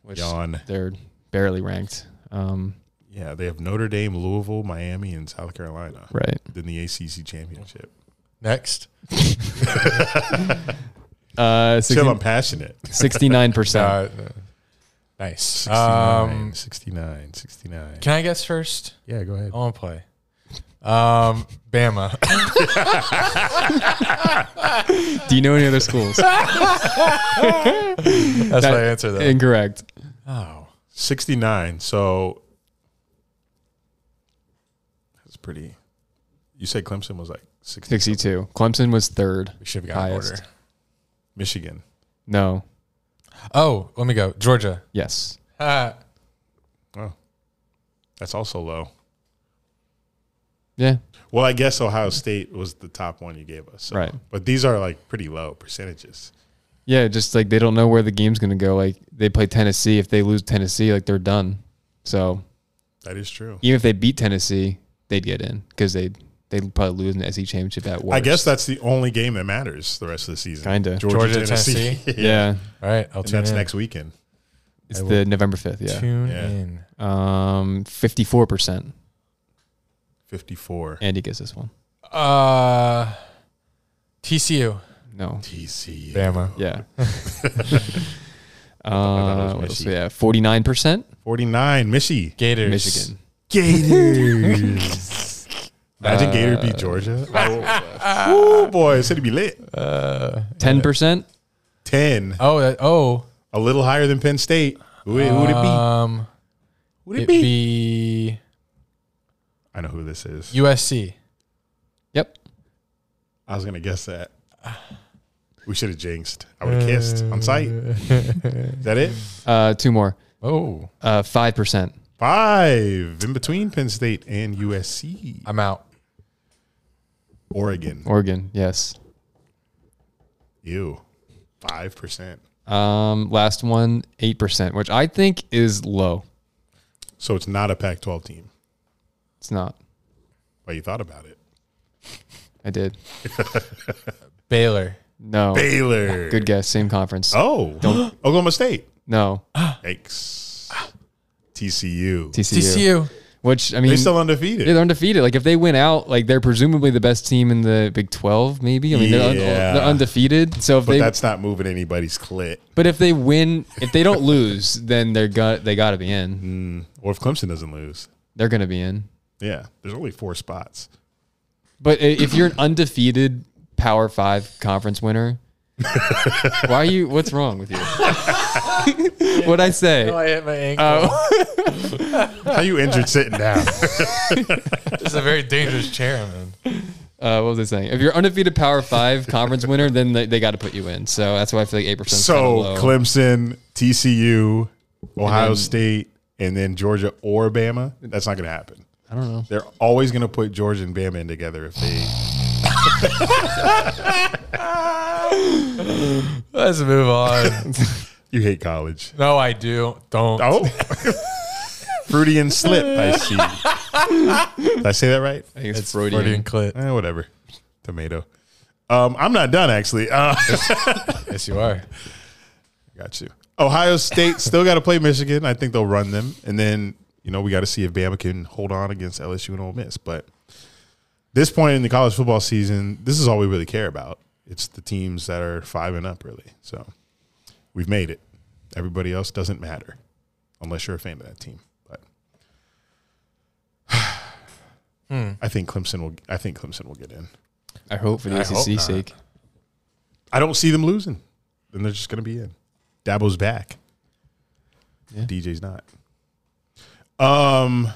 Speaker 3: which
Speaker 2: Yawn.
Speaker 3: they're barely ranked. Um,
Speaker 2: Yeah, they have Notre Dame, Louisville, Miami, and South Carolina.
Speaker 3: right.
Speaker 2: Then the ACC championship.
Speaker 1: Next.
Speaker 3: Uh,
Speaker 2: Still, I'm passionate.
Speaker 3: 69 percent.
Speaker 1: Uh, nice.
Speaker 2: 69,
Speaker 1: Um,
Speaker 2: 69, 69.
Speaker 1: can I guess first?
Speaker 2: Yeah, go ahead.
Speaker 1: I want to play. Um, Bama.
Speaker 3: Do you know any other schools?
Speaker 1: That's my answer, though.
Speaker 3: Incorrect.
Speaker 1: oh,
Speaker 2: 69. So that's pretty. You said Clemson was like 60.
Speaker 3: 62. Clemson was third.
Speaker 1: we should have gotten
Speaker 3: Highest.
Speaker 1: order.
Speaker 2: Michigan.
Speaker 3: No.
Speaker 1: Oh, let me go. Georgia.
Speaker 3: Yes.
Speaker 1: Ah,
Speaker 2: Oh, that's also low.
Speaker 3: Yeah.
Speaker 2: Well, I guess Ohio State was the top one you gave us. so-
Speaker 3: Right.
Speaker 2: But these are like pretty low percentages.
Speaker 3: Yeah. Just like they don't know where the game's going to go. Like they play Tennessee. If they lose Tennessee, like they're done. So
Speaker 2: That is true.
Speaker 3: even if they beat Tennessee, they'd get in because they they'd probably lose an SEC E championship at worst.
Speaker 2: I guess that's the only game that matters the rest of the season.
Speaker 3: Kinda.
Speaker 1: Georgia, Tennessee.
Speaker 2: yeah.
Speaker 3: Yeah.
Speaker 1: all right. I'll
Speaker 2: And
Speaker 1: tune
Speaker 2: that's
Speaker 1: in.
Speaker 2: next weekend.
Speaker 3: It's
Speaker 1: I will-
Speaker 3: the November 5th. Yeah.
Speaker 1: Tune
Speaker 2: Yeah.
Speaker 1: in.
Speaker 3: Um, 54%.
Speaker 2: 54.
Speaker 3: Andy gets this one.
Speaker 1: Uh, TCU.
Speaker 3: No.
Speaker 2: TCU.
Speaker 1: Bama.
Speaker 3: Yeah.
Speaker 2: thought it was
Speaker 3: Uh, what else?
Speaker 2: Michigan.
Speaker 3: yeah, forty nine percent
Speaker 2: 49. Michi.
Speaker 1: Gators.
Speaker 3: Michigan.
Speaker 2: Gators. Imagine Gator beat Georgia. Oh, boy. It's going to be lit.
Speaker 3: Ten percent.
Speaker 2: 10.
Speaker 1: Oh, that, oh.
Speaker 2: A little higher than Penn State. Who, it- who'd it be?
Speaker 1: Um,
Speaker 2: Who'd
Speaker 1: it'd
Speaker 2: it be?
Speaker 1: be
Speaker 2: I know who this is.
Speaker 1: USC.
Speaker 3: Yep.
Speaker 2: I was going to guess that. We should have jinxed. I would have kissed on sight. Is that it?
Speaker 3: Uh, two more.
Speaker 1: Oh,
Speaker 3: Uh, five percent.
Speaker 2: Five in between Penn State and USC.
Speaker 1: I'm out.
Speaker 2: Oregon.
Speaker 3: Oregon. Yes.
Speaker 2: Ew. 5%.
Speaker 3: Um, last one. Eight percent, which I think is low.
Speaker 2: So it's not a Pac 12 team.
Speaker 3: It's not.
Speaker 2: Well, you thought about it.
Speaker 3: I did.
Speaker 1: Baylor.
Speaker 3: No.
Speaker 2: Baylor.
Speaker 3: Good guess. Same conference.
Speaker 2: Oh, Uh, Oklahoma State.
Speaker 3: No.
Speaker 2: Yikes. TCU.
Speaker 3: TCU.
Speaker 1: TCU.
Speaker 3: Which I mean,
Speaker 2: They're still undefeated.
Speaker 3: yeah, they're undefeated. Like if they win out, like they're presumably the best team in the Big Twelve. Maybe. I mean, they're, un-
Speaker 2: Yeah.
Speaker 3: they're undefeated. So if
Speaker 2: but
Speaker 3: they
Speaker 2: that's not moving anybody's clit.
Speaker 3: But if they win, if they don't lose, then they're got they got to be
Speaker 2: Mm.
Speaker 3: in.
Speaker 2: Or if Clemson doesn't lose.
Speaker 3: They're going to be in.
Speaker 2: Yeah. There's only four spots.
Speaker 3: But i- if you're an undefeated Power Five conference winner, why are you? What's wrong with you? What'd I say?
Speaker 1: Oh, I hit my ankle.
Speaker 2: How you injured sitting down?
Speaker 1: This is a very dangerous chair I'm in.
Speaker 3: Uh, what was I saying? If you're undefeated Power Five conference winner, then they, they got to put you in. So that's why I feel like eight percent.
Speaker 2: so
Speaker 3: low.
Speaker 2: Clemson, TCU, Ohio
Speaker 3: then-
Speaker 2: State, and then Georgia or Bama. That's not going to happen.
Speaker 3: I don't know.
Speaker 2: They're always going to put Georgia and Bama in together if they.
Speaker 1: Let's move on.
Speaker 2: You hate college.
Speaker 1: no, I do. Don't.
Speaker 2: Oh. Fruity and slip, I see. Did I say that right?
Speaker 3: I think it's,
Speaker 1: It's Freudian
Speaker 3: Freudian.
Speaker 1: clit.
Speaker 2: Eh, whatever. Tomato. Um, I'm not done, actually. Uh,
Speaker 1: Yes, you are.
Speaker 2: got you. Ohio State still got to play Michigan. I think they'll run them. And then, you know, we got to see if Bama can hold on against LSU and Ole Miss. But this point in the college football season, this is all we really care about. It's the teams that are five and up, really. So we've made it. Everybody else doesn't matter unless you're a fan of that team. But I think Clemson will. I think Clemson will get in.
Speaker 3: I hope for the
Speaker 2: I hope
Speaker 3: ACC
Speaker 2: not.
Speaker 3: sake.
Speaker 2: I don't see them losing. Then they're just going to be in. Dabo's back.
Speaker 3: Yeah.
Speaker 2: DJ's not. Um,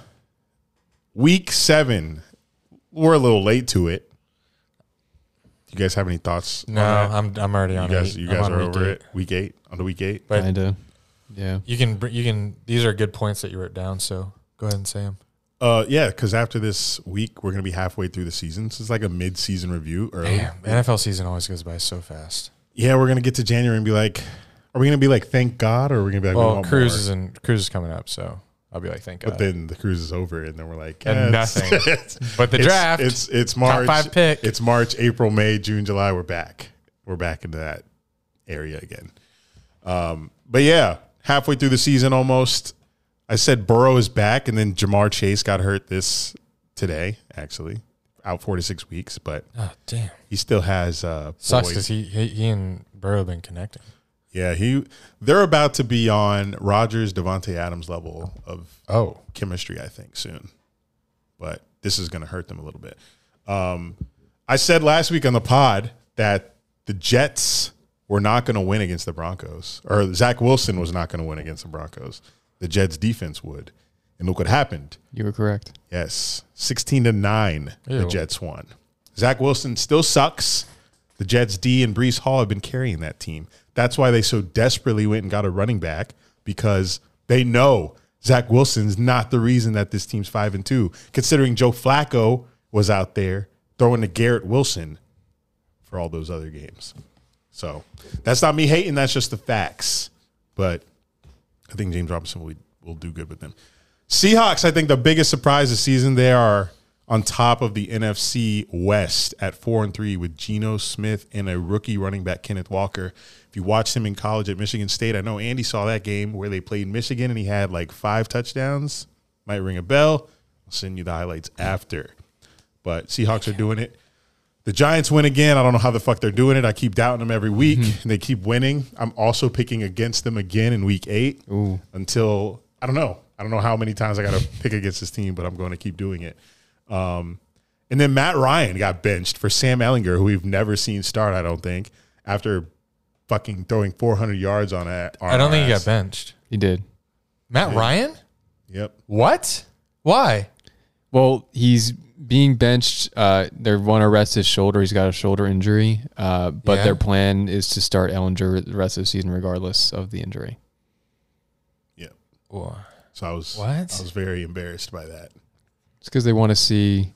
Speaker 2: week seven. We're a little late to it. You guys have any thoughts? on
Speaker 1: No,
Speaker 2: that?
Speaker 1: I'm. I'm already on.
Speaker 2: you guys,
Speaker 1: eight.
Speaker 2: you
Speaker 1: I'm
Speaker 2: guys
Speaker 1: on
Speaker 2: are
Speaker 1: week
Speaker 2: over
Speaker 1: eight.
Speaker 2: it. Week eight on the week eight.
Speaker 1: But-
Speaker 3: Kinda. Yeah.
Speaker 1: You can. br- You can. These are good points that you wrote down. So go ahead and say them.
Speaker 2: Uh, yeah, because after this week, we're going to be halfway through the season. So it's like a mid-season review. Early.
Speaker 1: Damn, NFL season always goes by so fast.
Speaker 2: Yeah, we're going to get to January and be like, are we going to be like, thank God, or are we going to be like, we
Speaker 1: Well,
Speaker 2: want
Speaker 1: cruise
Speaker 2: more?
Speaker 1: is in, cruise is coming up, so I'll be like, thank God.
Speaker 2: But then the cruise is over, and then we're like,
Speaker 1: Uh, And
Speaker 2: "Yeah, it's-
Speaker 1: nothing.
Speaker 2: it's-
Speaker 1: But the
Speaker 2: it's-
Speaker 1: draft,
Speaker 2: It's it's March.
Speaker 1: five pick.
Speaker 2: It's March, April, May, June, July. We're back. We're back into that area again. Um, but yeah, halfway through the season almost, I said Burrow is back, and then Jamar Chase got hurt this today, actually, out four to six weeks, but
Speaker 1: Oh damn.
Speaker 2: he still has uh,
Speaker 1: Sucks
Speaker 2: boys.
Speaker 1: because he, he he and Burrow been connecting.
Speaker 2: Yeah, he they're about to be on Rogers Devonte Adams level of
Speaker 1: Oh,
Speaker 2: chemistry, I think, soon. But this is going to hurt them a little bit. Um, I said last week on the pod that the Jets were not going to win against the Broncos, or Zach Wilson was not going to win against the Broncos. The Jets defense would, and look what happened.
Speaker 3: You were correct.
Speaker 2: Yes, sixteen to nine, the
Speaker 1: Ew.
Speaker 2: Jets won. Zach Wilson still sucks. The Jets D and Brees Hall have been carrying that team. That's why they so desperately went and got a running back because they know Zach Wilson's not the reason that this team's five and two. Considering Joe Flacco was out there throwing to Garrett Wilson for all those other games, so that's not me hating. That's just the facts. But I think James Robinson will, will do good with them. Seahawks, I think the biggest surprise this season, they are on top of the NFC West at four and three with Geno Smith and a rookie running back, Kenneth Walker. If you watched him in college at Michigan State, I know Andy saw that game where they played Michigan and he had like five touchdowns. Might ring a bell. I'll send you the highlights after. But Seahawks are doing it. The Giants win again. I don't know how the fuck they're doing it. I keep doubting them every week.
Speaker 1: Mm-hmm.
Speaker 2: They keep winning. I'm also picking against them again in week eight until I don't know. I don't know how many times I got to pick against this team, but I'm going to keep doing it. Um, and then Matt Ryan got benched for Sam Ellinger, who we've never seen start, I don't think, after fucking throwing 400 yards on a.
Speaker 1: I don't think he got benched.
Speaker 3: He did.
Speaker 1: Matt Ryan?
Speaker 2: Yep.
Speaker 1: What? Why?
Speaker 3: Well, he's being benched. Uh, they want to rest his shoulder. He's got a shoulder injury, uh, but
Speaker 1: Yeah.
Speaker 3: their plan is to start Ellinger the rest of the season, regardless of the injury.
Speaker 2: Yep.
Speaker 1: Why?
Speaker 2: So I was
Speaker 1: What?
Speaker 2: I was very embarrassed by that.
Speaker 3: It's because they want to see.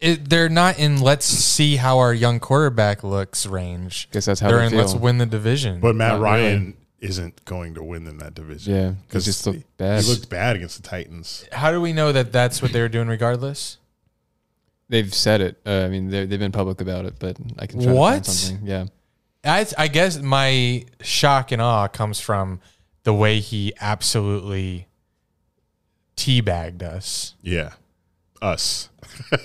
Speaker 1: It, they're not in let's see how our young quarterback looks range.
Speaker 3: Guess that's how
Speaker 1: they're
Speaker 3: they
Speaker 1: in let's
Speaker 3: feel.
Speaker 1: win the division.
Speaker 2: But Matt
Speaker 3: Not
Speaker 2: Ryan isn't going to win in that division.
Speaker 3: Yeah, he
Speaker 2: because
Speaker 3: just
Speaker 2: he
Speaker 3: looked bad.
Speaker 2: looked bad against the Titans.
Speaker 1: how do we know that that's what they were doing regardless?
Speaker 3: They've said it. Uh, I mean, they- they've been public about it, but I can try to
Speaker 1: What?
Speaker 3: find something. Yeah,
Speaker 1: I, I guess my shock and awe comes from the way he absolutely teabagged us.
Speaker 2: Yeah, us,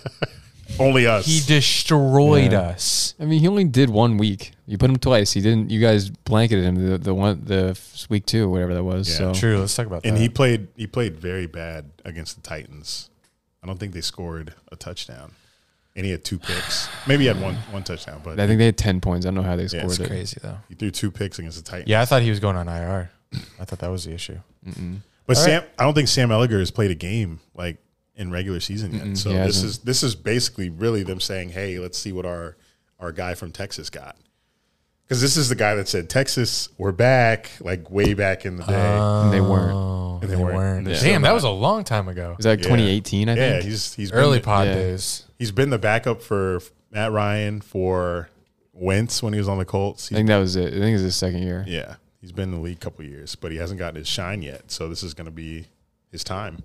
Speaker 2: only us.
Speaker 1: He destroyed us.
Speaker 3: I mean, he only did one week. You put him twice. He didn't. You guys blanketed him the, the one the f- week two, whatever that was.
Speaker 2: Yeah,
Speaker 3: so
Speaker 1: True. Let's talk about
Speaker 2: And
Speaker 1: that.
Speaker 2: he played he played very bad against the Titans. I don't think they scored a touchdown. And he had two picks. Maybe he had one one touchdown, but
Speaker 3: I think they had ten points. I don't know how they scored
Speaker 2: it's
Speaker 3: it.
Speaker 1: Crazy though.
Speaker 2: he threw two picks against the Titans.
Speaker 1: Yeah, I thought he was going on IR. I thought that was the issue.
Speaker 2: But Sam I don't think Sam Elliger has played a game like in regular season yet. so
Speaker 3: he
Speaker 2: this
Speaker 3: hasn't.
Speaker 2: is this is basically really them saying, "Hey, let's see what our our guy from Texas got." Cuz this is the guy that said, "Texas, we're back," like way back in the day.
Speaker 3: And they weren't.
Speaker 1: Oh,
Speaker 2: And they
Speaker 1: they,
Speaker 2: weren't.
Speaker 1: weren't.
Speaker 2: They're still
Speaker 1: Damn, that was a long time ago.
Speaker 3: Is that
Speaker 2: Yeah.
Speaker 3: 2018? I
Speaker 2: yeah,
Speaker 3: think.
Speaker 2: he's he's been
Speaker 1: Early
Speaker 2: the-
Speaker 1: pod
Speaker 3: Yeah.
Speaker 1: days.
Speaker 2: He's been the backup for Matt Ryan for Wentz when he was on the Colts.
Speaker 3: I
Speaker 2: He-
Speaker 3: think that was it. I think it was his second year.
Speaker 2: yeah, he's been in the league a couple years, but he hasn't gotten his shine yet. So this is going to be his time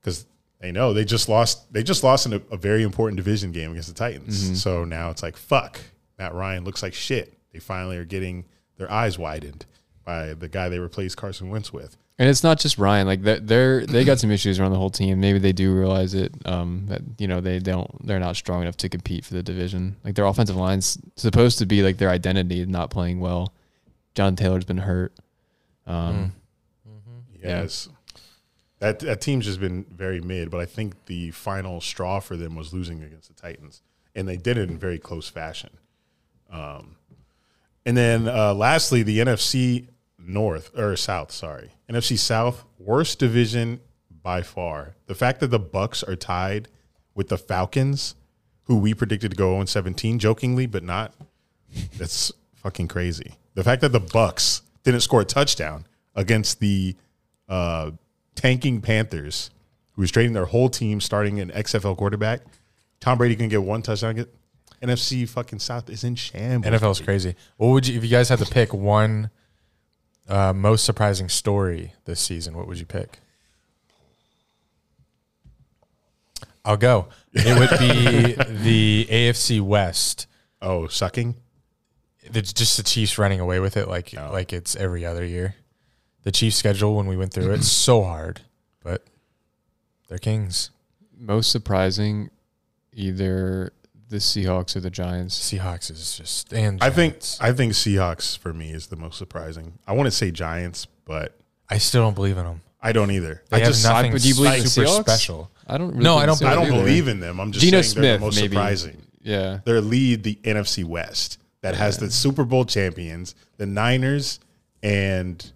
Speaker 2: because they know they just lost. They just lost in a, a very important division game against the Titans. So now it's like fuck. Matt Ryan looks like shit. They finally are getting their eyes widened by the guy they replaced Carson Wentz with.
Speaker 3: And it's not just Ryan. Like they're, they're they got some issues around the whole team. Maybe they do realize it. Um, that you know they don't they're not strong enough to compete for the division. Like their offensive line's supposed to be like their identity, not playing well. John Taylor's been hurt. Um,
Speaker 2: Yes. That, that team's just been very mid, but I think the final straw for them was losing against the Titans, and they did it in very close fashion. Um, and then uh, lastly, the NFC North or South, sorry, NFC South worst division by far. The fact that the Bucks are tied with the Falcons, who we predicted to go 0-17, jokingly, but not that's fucking crazy. The fact that the Bucks didn't score a touchdown against the uh, tanking Panthers, who was trading their whole team, starting an XFL quarterback, Tom Brady can get one touchdown. Get, NFC fucking South is in shambles.
Speaker 1: NFL's crazy. What would you if you guys had to pick one uh, most surprising story this season? What would you pick? I'll go. It would be the AFC West.
Speaker 2: Oh, sucking.
Speaker 1: it's just the Chiefs running away with it like like it's every other year. The Chiefs schedule when we went through it's so hard, but they're kings.
Speaker 3: Most surprising, either the Seahawks or the Giants.
Speaker 1: Seahawks is just and
Speaker 2: I think
Speaker 1: Giants.
Speaker 2: I think Seahawks for me is the most surprising. I want to say Giants, but
Speaker 1: I still don't believe in them.
Speaker 2: I don't either.
Speaker 1: They
Speaker 2: I
Speaker 1: have
Speaker 2: just
Speaker 1: nothing
Speaker 3: but do you believe in
Speaker 1: super
Speaker 3: Seahawks?
Speaker 1: special.
Speaker 3: I don't. Really
Speaker 1: No,
Speaker 3: think
Speaker 1: I don't-
Speaker 3: the
Speaker 2: I
Speaker 3: Seahawks
Speaker 2: don't
Speaker 3: either.
Speaker 2: believe in them. I'm just
Speaker 3: Geno
Speaker 2: saying they're
Speaker 3: Smith,
Speaker 2: the most
Speaker 3: maybe.
Speaker 2: surprising.
Speaker 3: Yeah,
Speaker 2: They lead the NFC West that has the Super Bowl champions, the Niners, and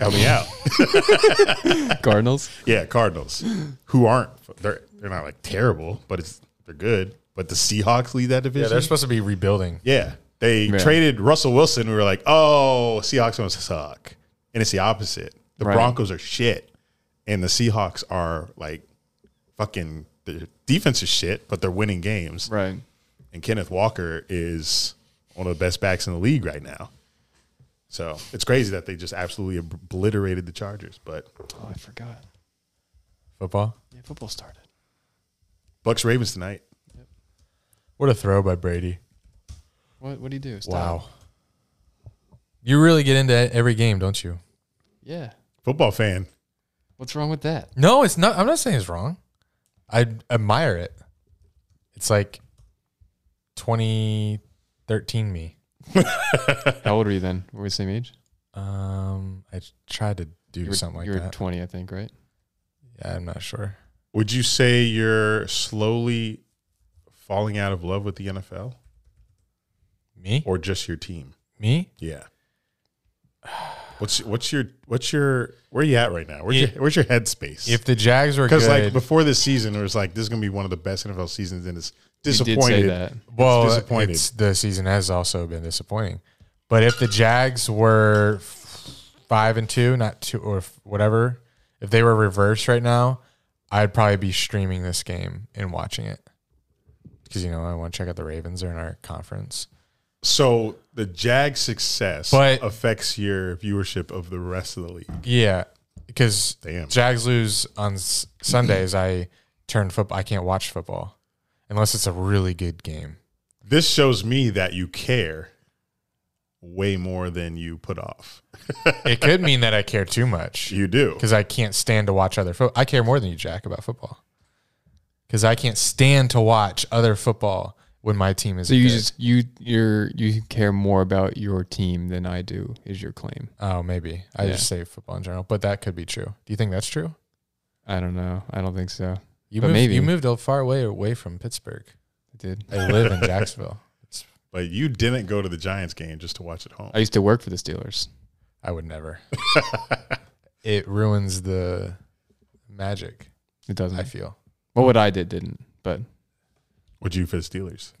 Speaker 2: help me out.
Speaker 3: Cardinals.
Speaker 2: Yeah, Cardinals, who aren't they're they're not like terrible, but it's they're good. But the Seahawks lead that division.
Speaker 1: Yeah, they're supposed to be rebuilding.
Speaker 2: Yeah. They
Speaker 3: Yeah.
Speaker 2: traded Russell Wilson. We were like, oh, Seahawks going to suck. And it's the opposite. The
Speaker 3: Right.
Speaker 2: Broncos are shit. And the Seahawks are like fucking, their defense is shit, but they're winning games.
Speaker 3: Right.
Speaker 2: And Kenneth Walker is one of the best backs in the league right now. So it's crazy that they just absolutely obliterated the Chargers. But
Speaker 3: Oh, I forgot.
Speaker 1: Football.
Speaker 3: Yeah, football started.
Speaker 2: Bucks Ravens tonight.
Speaker 1: What a throw by Brady.
Speaker 3: What? What do you do? Stop.
Speaker 1: Wow. You really get into every game, don't you?
Speaker 3: Yeah.
Speaker 2: Football fan.
Speaker 3: What's wrong with that?
Speaker 1: No, it's not. I'm not saying it's wrong. I admire it. It's like 2013 me.
Speaker 3: How old were you then? Were we the same age?
Speaker 1: Um, I tried to do
Speaker 3: You were,
Speaker 1: something like
Speaker 3: you were
Speaker 1: that.
Speaker 3: 20, I think, right?
Speaker 1: yeah, I'm not sure.
Speaker 2: Would you say you're slowly falling out of love with the NFL
Speaker 1: Me?
Speaker 2: or just your team?
Speaker 1: Me?
Speaker 2: Yeah. What's what's your what's your where are you at right now? Where's
Speaker 1: Yeah.
Speaker 2: your where's your headspace?
Speaker 1: If the Jags were
Speaker 2: because
Speaker 1: good,
Speaker 2: like before this season, it was like this is gonna be one of the best NFL seasons, and it's disappointed.
Speaker 3: You did say that.
Speaker 1: well,
Speaker 2: it's
Speaker 1: it's
Speaker 2: disappointed.
Speaker 1: the season has also been disappointing. But if the Jags were f- five and two, not two or f- whatever, if they were reversed right now, I'd probably be streaming this game and watching it because you know I want to check out the Ravens. They're in our conference.
Speaker 2: So the Jag success
Speaker 1: But-
Speaker 2: affects your viewership of the rest of the league.
Speaker 1: Yeah, because
Speaker 2: Damn.
Speaker 1: Jags lose on s- Sundays. I turn football. I can't watch football unless it's a really good game.
Speaker 2: This shows me that you care way more than you put off.
Speaker 1: It could mean that I care too much
Speaker 2: You do.
Speaker 1: because I can't stand to watch other football. I care more than you, Jack, about football because I can't stand to watch other football when my team is.
Speaker 3: So you
Speaker 1: good.
Speaker 3: just you you're you care more about your team than I do is your claim.
Speaker 1: oh maybe I
Speaker 3: Yeah.
Speaker 1: just say football in general, but that could be true. Do you think that's true?
Speaker 3: I don't know. I don't think so.
Speaker 1: You
Speaker 3: But
Speaker 1: moved,
Speaker 3: maybe.
Speaker 1: you moved a far away away from Pittsburgh.
Speaker 3: I did.
Speaker 1: I live in Jacksonville.
Speaker 2: But you didn't go to the Giants game just to watch it home.
Speaker 3: I used to work for the Steelers.
Speaker 1: I would never. it ruins the magic.
Speaker 3: It doesn't.
Speaker 1: I feel.
Speaker 3: well, what I did didn't, but
Speaker 2: Would you for the Steelers?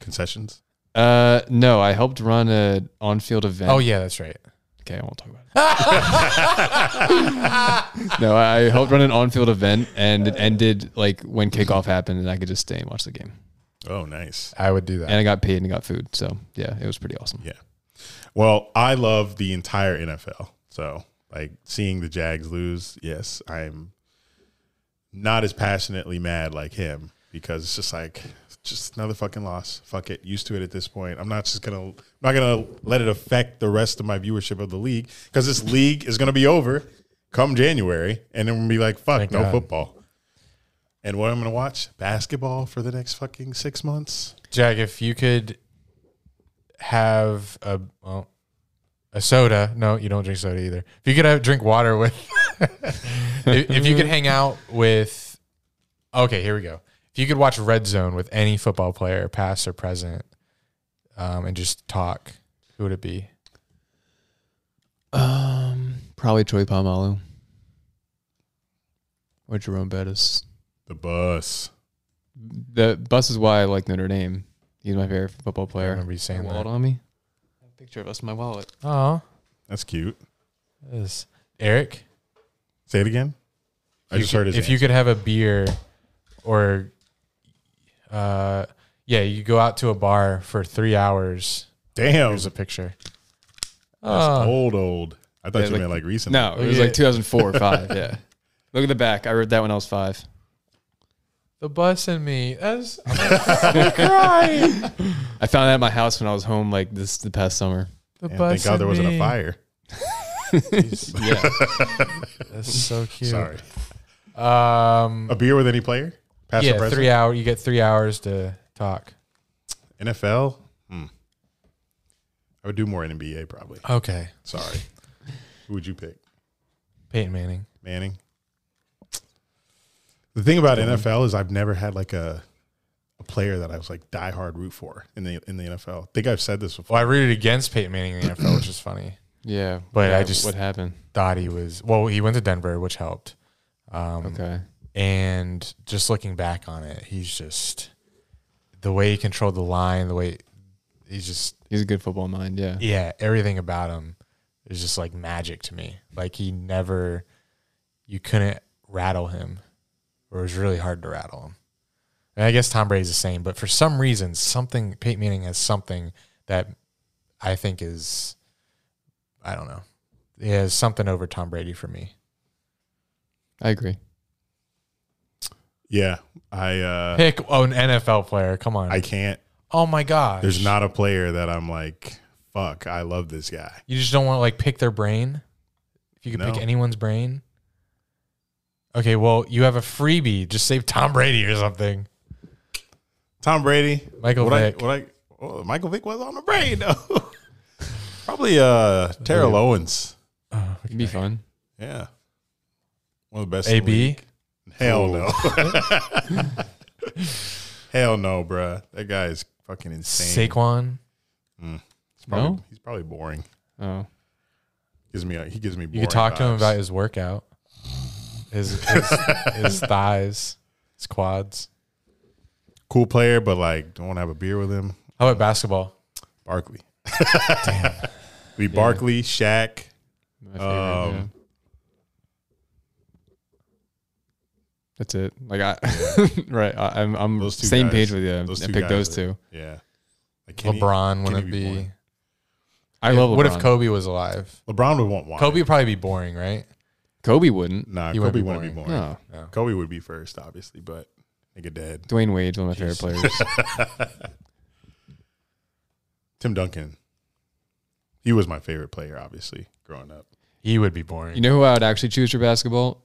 Speaker 2: Concessions?
Speaker 3: uh, no, I helped run a on-field event.
Speaker 1: Oh yeah, that's right.
Speaker 3: Okay, I won't talk about it. no, I helped run an on-field event, and it ended like when kickoff happened, and I could just stay and watch the game.
Speaker 2: Oh, nice.
Speaker 1: I would do that.
Speaker 3: And I got paid and got food, so yeah, it was pretty awesome.
Speaker 2: Yeah. Well, I love the entire NFL. So, like seeing the Jags lose, yes, I'm not as passionately mad like him because it's just like it's just another fucking loss. Fuck it, used to it at this point. I'm not just gonna I'm not gonna let it affect the rest of my viewership of the league because this league is gonna be over come January, and then we'll be like, fuck,
Speaker 1: Thank
Speaker 2: no
Speaker 1: God.
Speaker 2: football. And what I'm gonna watch basketball for the next fucking six months.
Speaker 1: Jack, if you could have a well, a soda. No, you don't drink soda either. If you could have, drink water with, if, if you could hang out with, okay, here we go. If you could watch Red Zone with any football player, past or present, um, and just talk, who would it be?
Speaker 3: Um, probably Troy Palmalu or Jerome Bettis.
Speaker 2: The bus.
Speaker 3: The bus is why I like Notre Dame. He's my favorite football
Speaker 1: I
Speaker 3: player.
Speaker 1: remember you saying
Speaker 3: wallet
Speaker 1: that.
Speaker 3: on me. I have a picture of us in my wallet.
Speaker 1: Oh,
Speaker 2: That's cute.
Speaker 1: is Eric?
Speaker 2: Say it again. I
Speaker 1: you
Speaker 2: just
Speaker 1: could-
Speaker 2: heard his
Speaker 1: if you could have a beer or uh yeah you go out to a bar for three hours
Speaker 2: Damn,
Speaker 1: here's
Speaker 2: that's
Speaker 1: a picture Uh. Ah,
Speaker 2: old, old. I thought
Speaker 3: Yeah,
Speaker 2: you
Speaker 3: like-
Speaker 2: meant like recent.
Speaker 3: No, it was
Speaker 1: yeah.
Speaker 3: like 2004 or five. Yeah, look at the back. I wrote that when I was five.
Speaker 1: the bus and me. That's I'm crying.
Speaker 3: I found that at my house when I was home, like this the past summer.
Speaker 1: The
Speaker 2: And
Speaker 1: bus.
Speaker 2: thank God
Speaker 1: and
Speaker 2: there wasn't
Speaker 1: me.
Speaker 2: a fire.
Speaker 3: Yeah,
Speaker 1: That's so cute.
Speaker 2: Sorry.
Speaker 1: Um,
Speaker 2: A beer with any player? Past or
Speaker 1: yeah,
Speaker 2: present?
Speaker 1: three hour. You get three hours to talk.
Speaker 2: NFL? Hmm. I would do more in NBA probably.
Speaker 1: Okay,
Speaker 2: Sorry. Who would you pick?
Speaker 1: Peyton Manning.
Speaker 2: Manning? The thing about NFL is I've never had like a a player that I was like diehard root for in the in the NFL. I think I've said this before.
Speaker 1: Well, I rooted against Peyton Manning in the NFL, which is funny.
Speaker 3: yeah.
Speaker 1: But
Speaker 3: Yeah,
Speaker 1: I just-
Speaker 3: what happened?
Speaker 1: Thought he was well. He went to Denver, which helped. Um,
Speaker 3: Okay,
Speaker 1: And just looking back on it, he's just the way he controlled the line, the way he's just
Speaker 3: he's a good football mind. Yeah,
Speaker 1: yeah, everything about him is just like magic to me. Like he never, you couldn't rattle him, or it was really hard to rattle him. And I guess Tom Brady's the same, but for some reason, something Peyton Manning has something that I think is, I don't know, he has something over Tom Brady for me.
Speaker 3: I agree.
Speaker 2: Yeah. I uh
Speaker 1: Pick oh, an NFL player. Come on.
Speaker 2: I can't
Speaker 1: oh my gosh.
Speaker 2: there's not a player that I'm like, fuck, I love this guy.
Speaker 1: You just don't want to like pick their brain. If you could
Speaker 2: No.
Speaker 1: pick anyone's brain. Okay, well, you have a freebie. Just save Tom Brady or something.
Speaker 2: Tom Brady.
Speaker 1: Michael
Speaker 2: what
Speaker 1: Vick.
Speaker 2: I, what I, oh, Michael Vick was on the brain though. Probably uh Terrell Owens.
Speaker 3: It'd be fun.
Speaker 2: Yeah. One of the best. in the
Speaker 1: AB.
Speaker 2: league. Hell no. Hell no, bruh. That guy is fucking insane.
Speaker 1: Saquon.
Speaker 2: He's probably,
Speaker 3: No?
Speaker 2: he's probably boring.
Speaker 3: Oh,
Speaker 2: Gives me uh, he gives me.
Speaker 1: You
Speaker 2: Boring
Speaker 1: could talk to him
Speaker 2: vibes.
Speaker 1: about his workout. His his, his thighs, his quads.
Speaker 2: cool player, but like don't want to have a beer with him.
Speaker 1: How about basketball?
Speaker 2: Barkley. Be Barkley, Shaq.
Speaker 3: my favorite.
Speaker 2: Um,
Speaker 3: yeah. That's it. Like I, right? I, I'm I'm
Speaker 2: Those two
Speaker 3: same
Speaker 2: guys.
Speaker 3: page with you.
Speaker 2: Those
Speaker 3: I
Speaker 2: two
Speaker 3: picked
Speaker 2: guys
Speaker 3: those
Speaker 2: are-
Speaker 3: two.
Speaker 2: Yeah. Like, can he-
Speaker 1: LeBron
Speaker 2: can he
Speaker 1: wouldn't be.
Speaker 2: boring?
Speaker 3: I love. LeBron.
Speaker 1: What if Kobe was alive?
Speaker 2: LeBron would want wine.
Speaker 1: Kobe would probably be boring, right?
Speaker 3: Kobe wouldn't?
Speaker 2: Nah,
Speaker 1: He
Speaker 2: Kobe
Speaker 1: wouldn't
Speaker 2: wouldn't
Speaker 1: be
Speaker 2: be boring.
Speaker 3: No.
Speaker 2: Kobe would be first, obviously, but nigga dead.
Speaker 3: Dwayne Wade's one of my favorite players.
Speaker 2: Tim Duncan. He was my favorite player, obviously, growing up.
Speaker 1: He would be boring.
Speaker 3: You know who I would actually choose for basketball?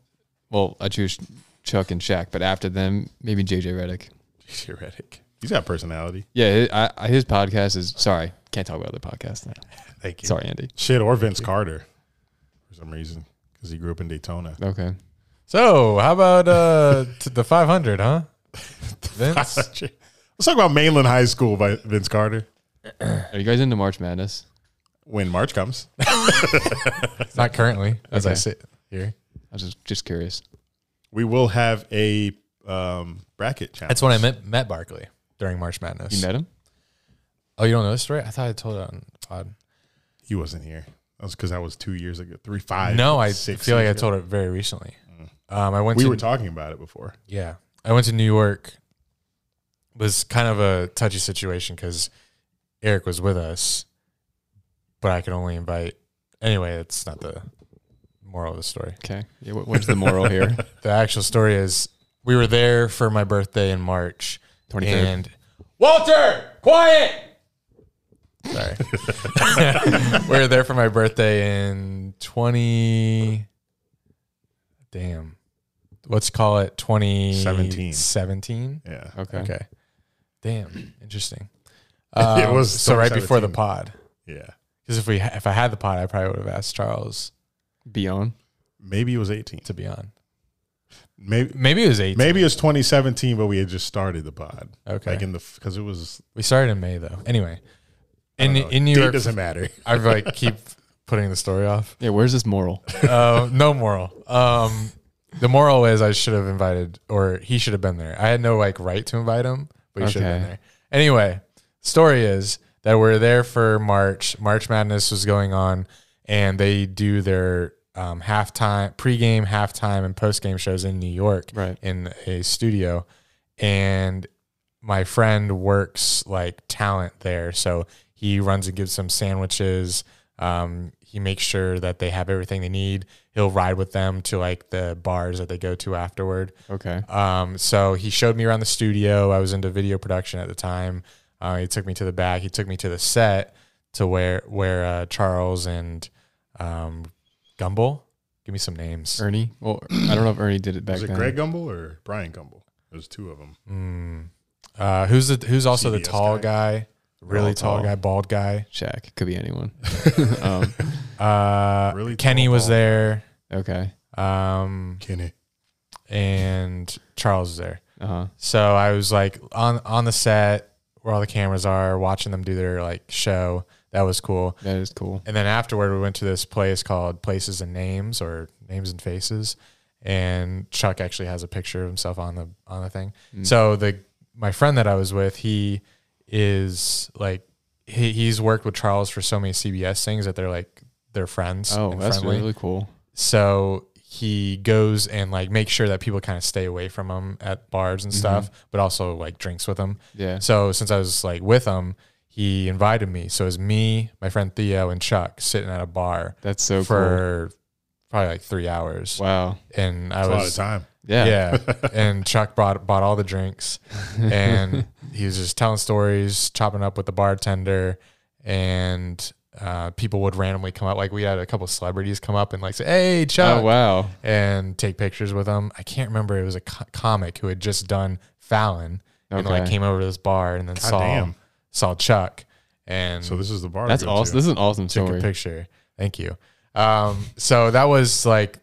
Speaker 3: Well, I choose Chuck and Shaq, but after them, maybe JJ Redick.
Speaker 2: JJ Redick. He's got personality.
Speaker 3: Yeah, his, I, I- his podcast is sorry, can't talk about other podcasts now.
Speaker 2: Thank
Speaker 3: Sorry, Andy.
Speaker 2: Shit, or Vince Carter for some reason, because he grew up in Daytona.
Speaker 3: Okay,
Speaker 1: so how about uh t- the 500, huh? Vince.
Speaker 2: Let's talk about Mainland High School by Vince Carter
Speaker 3: are you guys into March Madness?
Speaker 2: when March comes.
Speaker 1: Not currently, as I
Speaker 3: Okay.
Speaker 1: sit here.
Speaker 3: I was just, just curious.
Speaker 2: We will have a um, bracket challenge.
Speaker 1: That's when I met met Barkley during March Madness.
Speaker 3: You met him?
Speaker 1: oh, you don't know this story? I thought I told it on the pod.
Speaker 2: He wasn't here. That was because that was two years ago, three, five.
Speaker 1: no, I
Speaker 2: six
Speaker 1: feel like I
Speaker 2: years ago. Mm.
Speaker 1: told it very recently. Um, I went.
Speaker 2: We
Speaker 1: to,
Speaker 2: were talking about it before.
Speaker 1: Yeah, I went to New York. Was kind of a touchy situation because Eric was with us, but I could only invite. Anyway, that's not the moral of the story.
Speaker 3: Okay. Yeah, what, what's the moral here?
Speaker 1: The actual story is we were there for my birthday in March.
Speaker 3: 23rd.
Speaker 1: And Walter, quiet. Sorry. we were there for my birthday in 20. Damn. Let's call it 2017.
Speaker 2: Seventeen. Yeah.
Speaker 3: Okay.
Speaker 1: Okay. Damn. Interesting.
Speaker 2: It
Speaker 1: Um,
Speaker 2: was
Speaker 1: so right before the
Speaker 2: 2017.
Speaker 1: pod.
Speaker 2: Yeah.
Speaker 1: Because if we ha- if I had the pod, I probably would have asked Charles
Speaker 3: Be on.
Speaker 2: Maybe it was 18.
Speaker 1: to be on.
Speaker 2: Maybe
Speaker 1: Maybe it was eight.
Speaker 2: maybe it was 2017, but we had just started the pod.
Speaker 1: Okay.
Speaker 2: Like in the, because it was,
Speaker 1: We started in May though. Anyway, in
Speaker 2: I don't know,
Speaker 1: in New
Speaker 2: date
Speaker 1: York,
Speaker 2: doesn't matter.
Speaker 1: I like keep putting the story off.
Speaker 3: Yeah, where's this moral?
Speaker 1: Uh, no moral. Um, the moral is I should have invited, or he should have been there. I had no like right to invite him, but he should have been
Speaker 3: Okay.
Speaker 1: there. Anyway, story is that we're there for March. March Madness was going on, and they do their um, halftime, pregame, halftime, and postgame shows in New York,
Speaker 3: Right.
Speaker 1: in a studio, and my friend works like talent there, so he runs and gives them sandwiches. Um, he makes sure that they have everything they need. He'll ride with them to like the bars that they go to afterward.
Speaker 3: Okay.
Speaker 1: Um, so he showed me around the studio. I was into video production at the time. Uh, he took me to the back. He took me to the set to where where uh, Charles and um, Gumble. Give me some names.
Speaker 3: Ernie. Well, I don't know if Ernie did it back
Speaker 2: Was it
Speaker 3: then.
Speaker 2: Greg Gumbel or Brian Gumbel? There's two of them.
Speaker 1: Mm. Uh, who's the Who's also the
Speaker 2: CBS
Speaker 1: tall guy? really
Speaker 2: Real
Speaker 1: tall,
Speaker 2: tall.
Speaker 1: guy, bald guy.
Speaker 3: Shaq. Could be anyone. um,
Speaker 1: Uh,
Speaker 2: Really
Speaker 1: Kenny
Speaker 2: tall,
Speaker 1: was
Speaker 2: bald
Speaker 1: there,
Speaker 3: okay.
Speaker 1: um,
Speaker 2: Kenny.
Speaker 1: and Charles was there.
Speaker 3: Uh huh.
Speaker 1: So I was like on on the set where all the cameras are, watching them do their like show. That was cool.
Speaker 3: That is cool.
Speaker 1: And then afterward, we went to this place called Places and Names or Names and Faces. And Chuck actually has a picture of himself on the on the thing.
Speaker 3: Mm.
Speaker 1: So the my friend that I was with, he is like he, he's worked with Charles for so many CBS things that they're like they're friends.
Speaker 3: Oh,
Speaker 1: and
Speaker 3: that's
Speaker 1: friendly.
Speaker 3: really cool.
Speaker 1: So he goes and like makes sure that people kind of stay away from him at bars
Speaker 3: Mm-hmm.
Speaker 1: and stuff, but also like drinks with him.
Speaker 3: Yeah.
Speaker 1: So since I was like with him, he invited me. So it was me, my friend Theo, and Chuck sitting at a bar
Speaker 3: That's
Speaker 2: Oh,
Speaker 3: so
Speaker 1: for probably like three hours.
Speaker 3: cool. Wow.
Speaker 1: And I
Speaker 2: That's a lot of
Speaker 1: was
Speaker 2: time.
Speaker 3: Yeah.
Speaker 1: yeah. and Chuck brought bought all the drinks and he was just telling stories, chopping up with the bartender and uh, people would randomly come up. Like we had a couple celebrities come up and like say, "Hey, Chuck,"
Speaker 3: Oh wow.
Speaker 1: and take pictures with them. I can't remember. It was a co- comic who had just done Fallon and like
Speaker 3: Okay.
Speaker 1: came over to this bar and then saw
Speaker 2: damn.
Speaker 1: saw Chuck and
Speaker 2: So this is the bar.
Speaker 3: That's
Speaker 2: we go
Speaker 3: awesome.
Speaker 2: to.
Speaker 3: This is an awesome
Speaker 1: took a
Speaker 3: story.
Speaker 1: picture. Thank you. Um, so that was like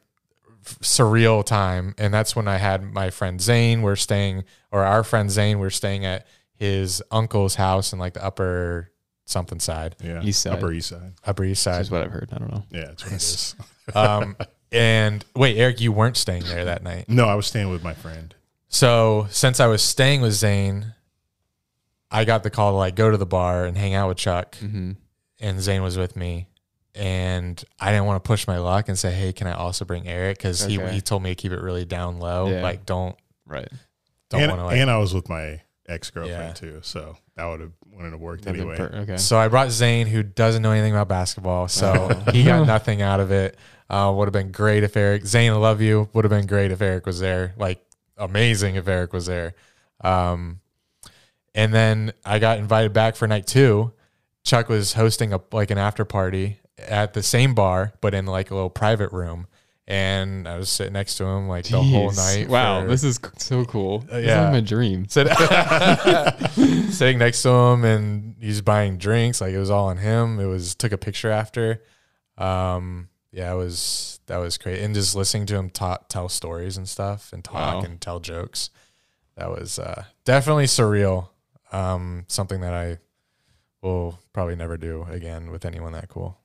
Speaker 1: f- surreal time, and that's when I had my friend Zane. We're staying, or our friend Zane, we're staying at his uncle's house in like the upper something side,
Speaker 2: Yeah.
Speaker 3: East Side.
Speaker 2: Upper East Side.
Speaker 1: upper east side.
Speaker 3: That's what I've heard. I don't know.
Speaker 2: Yeah, that's what it is.
Speaker 1: Um, and wait, Eric, you weren't staying there that night.
Speaker 2: No, I was staying with my friend.
Speaker 1: So since I was staying with Zane, I got the call to like go to the bar and hang out with Chuck,
Speaker 3: Mm-hmm.
Speaker 1: and Zane was with me. And I didn't want to push my luck and say, "Hey, can I also bring Eric?" Because
Speaker 3: Okay.
Speaker 1: he he told me to keep it really down low,
Speaker 3: Yeah.
Speaker 1: like don't
Speaker 3: Right.
Speaker 1: don't
Speaker 2: and,
Speaker 1: want to like.
Speaker 2: and I was with my ex girlfriend
Speaker 1: Yeah.
Speaker 2: too, so that would have wouldn't have worked
Speaker 3: That'd be
Speaker 2: anyway.
Speaker 3: per- okay.
Speaker 1: so I brought Zane, who doesn't know anything about basketball, so he got nothing out of it. Uh, would have been great if Eric Zane, I love you. Would have been great if Eric was there. Like amazing if Eric was there. Um, and then I got invited back for night two. Chuck was hosting a like an after party at the same bar, but in like a little private room. And I was sitting next to him like the whole
Speaker 3: Jeez.
Speaker 1: night.
Speaker 3: Wow,
Speaker 1: for-
Speaker 3: this is c- so cool.
Speaker 2: Uh,
Speaker 3: This
Speaker 1: yeah.
Speaker 3: is my dream.
Speaker 1: sit, sitting next to him and he's buying drinks like it was all on him it was took a picture after um yeah it was that was great and just listening to him ta- tell stories and stuff and talk
Speaker 3: Wow.
Speaker 1: and tell jokes that was uh definitely surreal um something that i will probably never do again with anyone that cool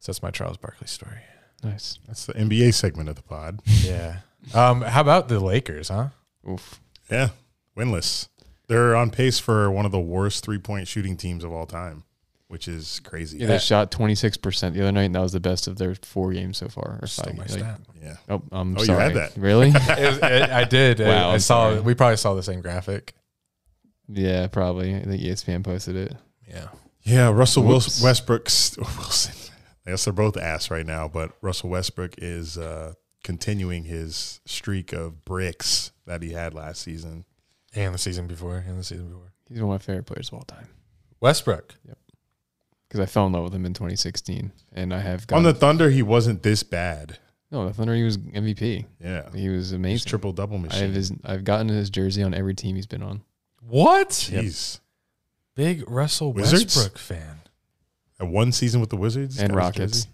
Speaker 1: so that's my charles barkley story
Speaker 3: Nice.
Speaker 2: That's the NBA segment of the pod.
Speaker 1: yeah um how about the lakers huh
Speaker 3: Oof.
Speaker 2: Yeah, winless. They're on pace for one of the worst three point shooting teams of all time, which is crazy.
Speaker 3: Yeah,
Speaker 2: Yeah,
Speaker 3: they shot 26% the other night, and that was the best of their four games so far. Or
Speaker 1: Stole
Speaker 3: five.
Speaker 1: my
Speaker 3: like-
Speaker 1: stat.
Speaker 3: oh, I'm
Speaker 2: Oh, you
Speaker 3: sorry.
Speaker 2: had that.
Speaker 3: Really?
Speaker 1: It was- it- I did. I-
Speaker 3: Wow,
Speaker 1: I,
Speaker 3: I'm
Speaker 1: saw.
Speaker 3: sorry.
Speaker 1: We probably saw the same graphic.
Speaker 3: yeah, probably. I think E ESPN posted it.
Speaker 1: Yeah.
Speaker 2: yeah Russell
Speaker 3: Whoops.
Speaker 2: Wilson, Westbrook's Wilson. I guess they're both ass right now, but Russell Westbrook is uh, continuing his streak of bricks that he had last season.
Speaker 1: And the season before. And the season before.
Speaker 3: He's one of my favorite players of all time
Speaker 1: Westbrook.
Speaker 3: because I fell in love with him in 2016, and I have
Speaker 2: On
Speaker 3: gone.
Speaker 2: the Thunder, he wasn't this bad.
Speaker 3: no, the Thunder. He was MVP.
Speaker 2: Yeah,
Speaker 3: He was
Speaker 2: he's
Speaker 3: amazing.
Speaker 2: triple double
Speaker 3: I
Speaker 2: machine.
Speaker 3: have his, I've gotten his jersey on every team he's been on.
Speaker 1: What?
Speaker 2: Jeez.
Speaker 1: Big Russell
Speaker 2: Wizards?
Speaker 1: Westbrook fan.
Speaker 2: At one season with the Wizards
Speaker 3: And
Speaker 2: That was
Speaker 3: Rockets.